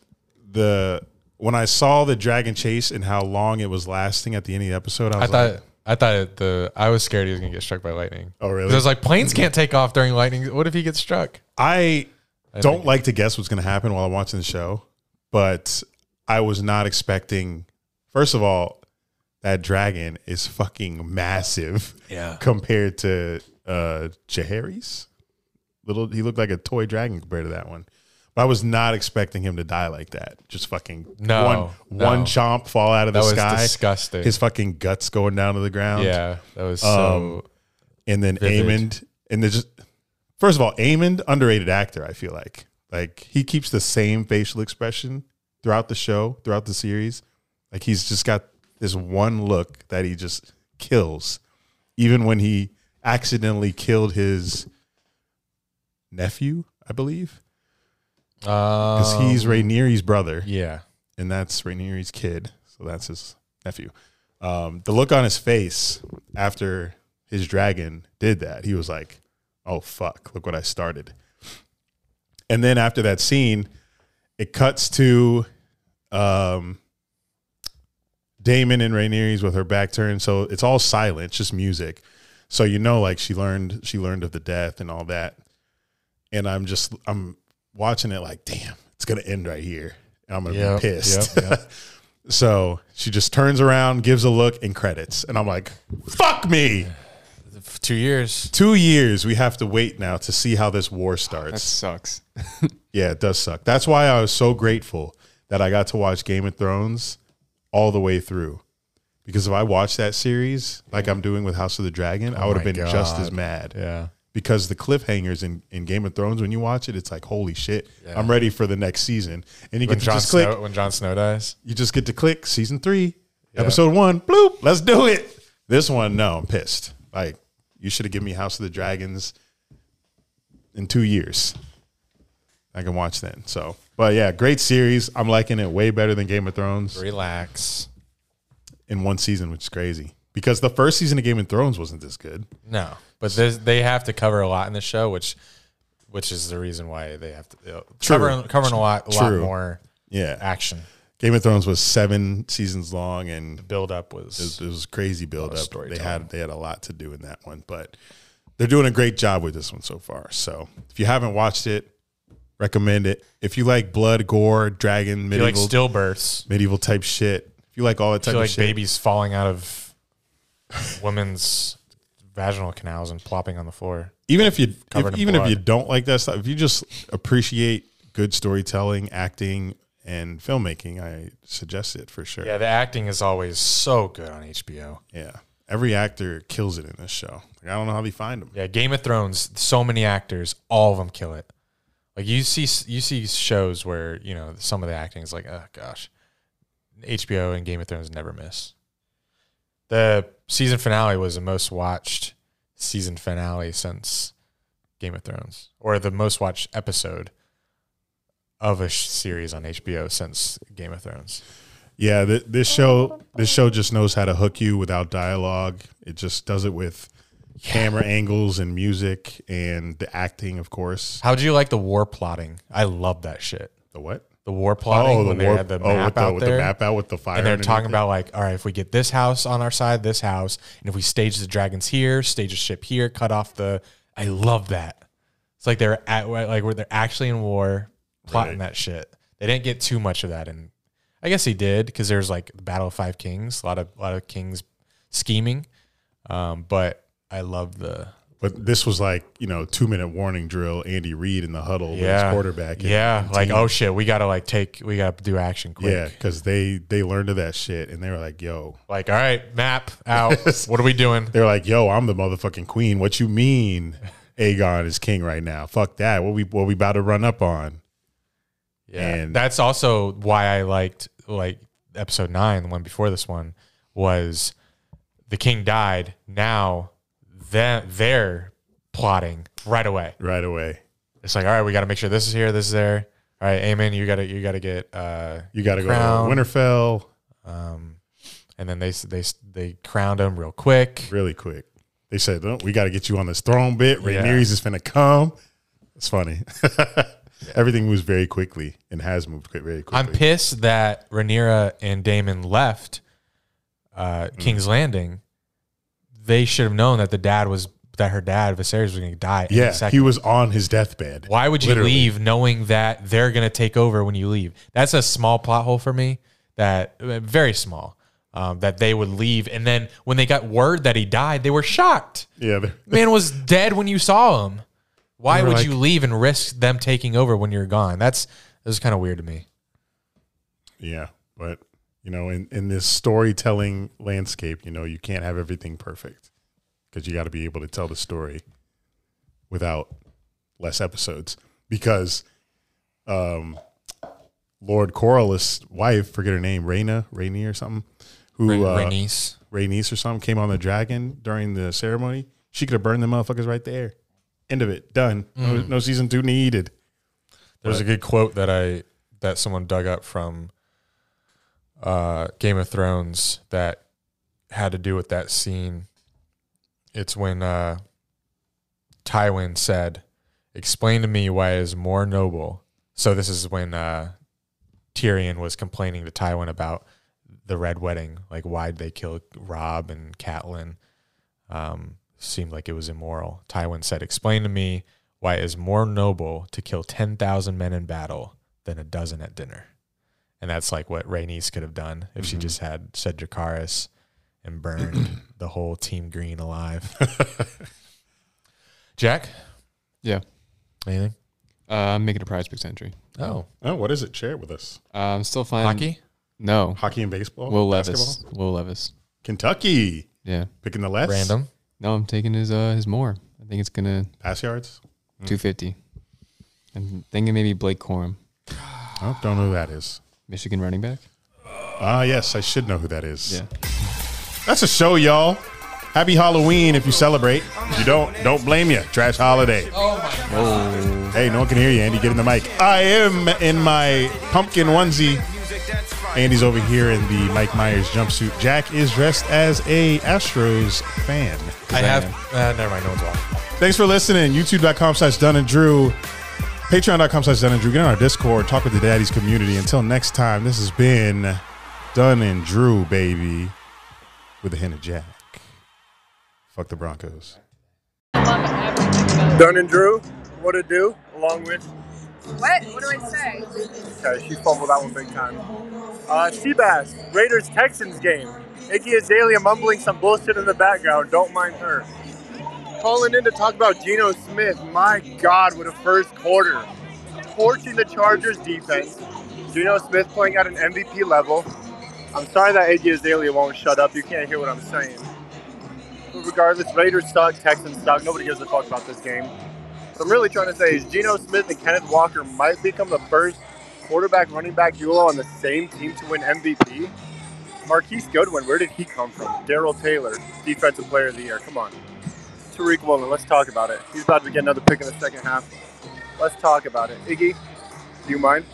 Speaker 2: the when I saw the dragon chase and how long it was lasting at the end of the episode, I
Speaker 1: I
Speaker 2: was
Speaker 1: thought
Speaker 2: like,
Speaker 1: I thought it, the I was scared he was gonna get struck by lightning.
Speaker 2: Oh, really?
Speaker 1: 'Cause I was like, planes can't take off during lightning. What if he gets struck?
Speaker 2: I
Speaker 1: think-
Speaker 2: don't like to guess what's going to happen while I'm watching the show, but I was not expecting. First of all, that dragon is fucking massive.
Speaker 1: Yeah.
Speaker 2: Compared to uh Jaehaerys. Little he looked like a toy dragon compared to that one. But I was not expecting him to die like that. Just fucking
Speaker 1: No,
Speaker 2: one
Speaker 1: no.
Speaker 2: one chomp fall out of
Speaker 1: That
Speaker 2: the
Speaker 1: was
Speaker 2: sky.
Speaker 1: disgusting.
Speaker 2: His fucking guts going down to the ground Um,
Speaker 1: yeah, that was so.
Speaker 2: and then
Speaker 1: Vivid.
Speaker 2: Amond, and there's just first of all, Amond underrated actor. I feel like like he keeps the same facial expression throughout the show, throughout the series. Like he's just got this one look that he just kills, even when he accidentally killed his nephew, I believe, because
Speaker 1: Um,
Speaker 2: he's Rainieri's brother
Speaker 1: yeah,
Speaker 2: and that's Rainieri's kid. So that's his nephew. Um, the look on his face after his dragon did that, he was like, "Oh fuck! Look what I started." And then after that scene, it cuts to um, Damon and Rainieri's with her back turned, so it's all silent, it's just music. So you know, like she learned, she learned of the death and all that. And I'm just, I'm watching it like, damn, it's gonna end right here, and I'm gonna
Speaker 1: Yep,
Speaker 2: be pissed.
Speaker 1: yep,
Speaker 2: so she just turns around, gives a look, and credits. And I'm like, fuck me.
Speaker 1: F- two years.
Speaker 2: Two years we have to wait now to see how this war starts.
Speaker 3: That sucks.
Speaker 2: Yeah, it does suck. That's why I was so grateful that I got to watch Game of Thrones all the way through. Because if I watched that series, like I'm doing with House of the Dragon, I would have
Speaker 1: Oh my
Speaker 2: been just
Speaker 1: God.
Speaker 2: as mad.
Speaker 1: Yeah,
Speaker 2: Because the cliffhangers in, in Game of Thrones, when you watch it, it's like, holy shit, I'm ready for the next season. And you
Speaker 1: when
Speaker 2: get to
Speaker 1: Jon
Speaker 2: just click,
Speaker 1: Snow when Jon Snow dies.
Speaker 2: you just get to click season three, episode one, bloop, let's do it. This one, no, I'm pissed. Like, you should have given me House of the Dragons in two years. I can watch then. So But yeah, great series. I'm liking it way better than Game of Thrones
Speaker 1: Relax.
Speaker 2: in one season, which is crazy because the first season of Game of Thrones wasn't this good.
Speaker 1: No, but there's, they have to cover a lot in the show, which which is the reason why they have to you know,
Speaker 2: True.
Speaker 1: covering covering a lot, a lot
Speaker 2: True.
Speaker 1: more
Speaker 2: Yeah,
Speaker 1: action.
Speaker 2: Game of Thrones was seven seasons long and
Speaker 1: Build up
Speaker 2: It was,
Speaker 1: was
Speaker 2: it was crazy build up. They
Speaker 1: storytelling.
Speaker 2: had they had a lot to do in that one, but they're doing a great job with this one so far. So if you haven't watched it, recommend it. If you like blood, gore, dragon,
Speaker 1: feel like
Speaker 2: medieval,
Speaker 1: stillbirths.
Speaker 2: medieval type shit, if you like all that type
Speaker 1: feel
Speaker 2: of
Speaker 1: like
Speaker 2: shit,
Speaker 1: babies falling out of women's vaginal canals and plopping on the floor.
Speaker 2: even if you
Speaker 1: covered
Speaker 2: if,
Speaker 1: in
Speaker 2: even if
Speaker 1: blood.
Speaker 2: you don't like that stuff, if you just appreciate good storytelling, acting, and filmmaking, I suggest it for sure.
Speaker 1: Yeah, the acting is always so good on HBO.
Speaker 2: Yeah. every actor kills it in this show. Like, I don't know how they find them.
Speaker 1: Yeah, Game of Thrones, so many actors, all of them kill it. Like you see, you see shows where you know some of the acting is like, oh gosh, HBO and Game of Thrones never miss. The season finale was the most watched season finale since Game of Thrones, or the most watched episode of a sh- series on HBO since Game of Thrones.
Speaker 2: Yeah, th- this show this show just knows how to hook you without dialogue. It just does it with camera angles and music and the acting, of course.
Speaker 1: How do you like the war plotting? I love that shit.
Speaker 2: The what?
Speaker 1: The war plotting when they
Speaker 2: war-
Speaker 1: had the
Speaker 2: oh,
Speaker 1: map
Speaker 2: with the,
Speaker 1: out
Speaker 2: with
Speaker 1: there.
Speaker 2: the map out with the fire.
Speaker 1: and they're talking
Speaker 2: underneath it.
Speaker 1: about like, all right, if we get this house on our side, this house, and if we stage the dragons here, stage a ship here, cut off the. I love that. It's like they're at like where they're actually in war, plotting
Speaker 2: Right.
Speaker 1: that shit. They didn't get too much of that, and I guess he did because there's like the Battle of Five Kings, a lot of a lot of kings scheming. Um, but I love the
Speaker 2: But this was like you know two minute warning drill. Andy Reid in the huddle with
Speaker 1: yeah
Speaker 2: his quarterback. and-
Speaker 1: Yeah,
Speaker 2: and
Speaker 1: like
Speaker 2: team.
Speaker 1: oh shit, we gotta like take we gotta do action quick.
Speaker 2: yeah, because they they learned of that shit and they were like, yo,
Speaker 1: Like all right, map out. what are we doing?
Speaker 2: they're like, yo, I'm the motherfucking queen. What you mean? Aegon is king right now. Fuck that. What we what we about to run up on?
Speaker 1: Yeah.
Speaker 2: And-
Speaker 1: that's also why I liked like episode nine, the one before this one, was the king died. Now they they're plotting right away.
Speaker 2: Right away.
Speaker 1: It's like, all right, we gotta make sure this is here, this is there. All right, Aemon, you gotta you gotta get uh
Speaker 2: You got to go to
Speaker 1: Crown.
Speaker 2: Winterfell
Speaker 1: um and then they s- they s- they crowned him real quick.
Speaker 2: really quick. They said, "Don't- "We got to get you on this throne bit.
Speaker 1: Yeah.
Speaker 2: Rhaenyra's is finna come." It's funny. Everything moves very quickly and has moved qui- very
Speaker 1: I'm
Speaker 2: quickly.
Speaker 1: pissed that Rhaenyra and Damon left uh,
Speaker 2: Mm.
Speaker 1: King's Landing. They should have known that the dad was that her dad Viserys was going to die. any
Speaker 2: yeah,
Speaker 1: second.
Speaker 2: he was on his deathbed.
Speaker 1: Why would you
Speaker 2: Literally.
Speaker 1: leave knowing that they're going to take over when you leave? That's a small plot hole for me. That uh, very small. Um, that they would leave, and then when they got word that he died, they were shocked.
Speaker 2: Yeah, they're-
Speaker 1: Man was dead when you saw him. Why
Speaker 2: They were
Speaker 1: would
Speaker 2: like-
Speaker 1: you leave and risk them taking over when you're gone? That's that's kind of weird to me.
Speaker 2: yeah. But you know, in in this storytelling landscape, you know, you can't have everything perfect because you got to be able to tell the story without less episodes because. Um, Lord Coralus' wife, forget her name, Raina, Rainey or something, who uh,
Speaker 1: Rhaenys.
Speaker 2: Rhaenys or something came on the dragon during the ceremony, she could have burned the motherfuckers right there. End of it. Done. No,
Speaker 3: Mm-hmm.
Speaker 2: no season two needed.
Speaker 1: There's a good quote that I that someone dug up from uh, Game of Thrones that had to do with that scene. It's when uh, Tywin said, "Explain to me why it is more noble." So this is when uh, Tyrion was complaining to Tywin about the Red Wedding, like why'd they kill Rob and Catelyn? Um, seemed like it was immoral. Tywin said, "Explain to me why it is more noble to kill 10,000 men in battle than a dozen at dinner. And that's like what Rhaenys could have done if she just had said Dracarys and burned the whole Team Green alive. Jack,
Speaker 3: Yeah.
Speaker 1: anything?
Speaker 3: Uh, I'm making a prize picks entry.
Speaker 1: Oh,
Speaker 2: Oh, what is it? Share it with us.
Speaker 3: Uh, I'm still fine.
Speaker 1: hockey?
Speaker 3: No.
Speaker 2: Hockey and baseball.
Speaker 3: Will Levis.
Speaker 2: basketball?
Speaker 3: Will Levis.
Speaker 2: Kentucky.
Speaker 3: Yeah.
Speaker 2: Picking the less.
Speaker 1: Random.
Speaker 3: No, I'm taking his uh his more. I think it's gonna
Speaker 2: Pass yards.
Speaker 3: two fifty. I'm thinking maybe Blake Corum,
Speaker 2: Oh, don't know who that is.
Speaker 3: Michigan running back.
Speaker 2: Ah, yes, I should know who that is. That's a show, y'all. Happy Halloween if you celebrate. If you don't, don't blame you. Trash holiday. Oh. Hey, no one can hear you, Andy. Get in the mic. I am in my pumpkin onesie.
Speaker 4: Music that's fire.
Speaker 2: Andy's over here in the Mike Myers jumpsuit. Jack is dressed as a Astros fan.
Speaker 1: I
Speaker 3: I
Speaker 1: have. Uh, never mind. No one's watching.
Speaker 2: Thanks for listening. YouTube.com slash Dunn and Drew. Patreon.com slash Dunn and Drew. Get on our Discord. Talk with the Daddies community. Until next time, this has been Dunn and Drew, baby, with a hint of Jack. Fuck the Broncos.
Speaker 6: Dunn and Drew, what it do, along with,
Speaker 7: What? What do I say?
Speaker 6: okay, she fumbled that one big time. Uh, Seabass, Raiders Texans game. Iggy Azalea mumbling some bullshit in the background. Don't mind her. Calling in to talk about Geno Smith. My God, what a first quarter. Torching the Chargers defense. Geno Smith playing at an MVP level. I'm sorry that Iggy Azalea won't shut up. You can't hear what I'm saying. But regardless, Raiders suck, Texans suck. Nobody gives a fuck about this game. What I'm really trying to say is Geno Smith and Kenneth Walker might become the first quarterback running back duo on the same team to win MVP. Marquise Goodwin, where did he come from? Daryl Taylor, defensive player of the year. Come on. Tariq Woolen, let's talk about it. He's about to get another pick in the second half. Let's talk about it. Iggy, do you mind?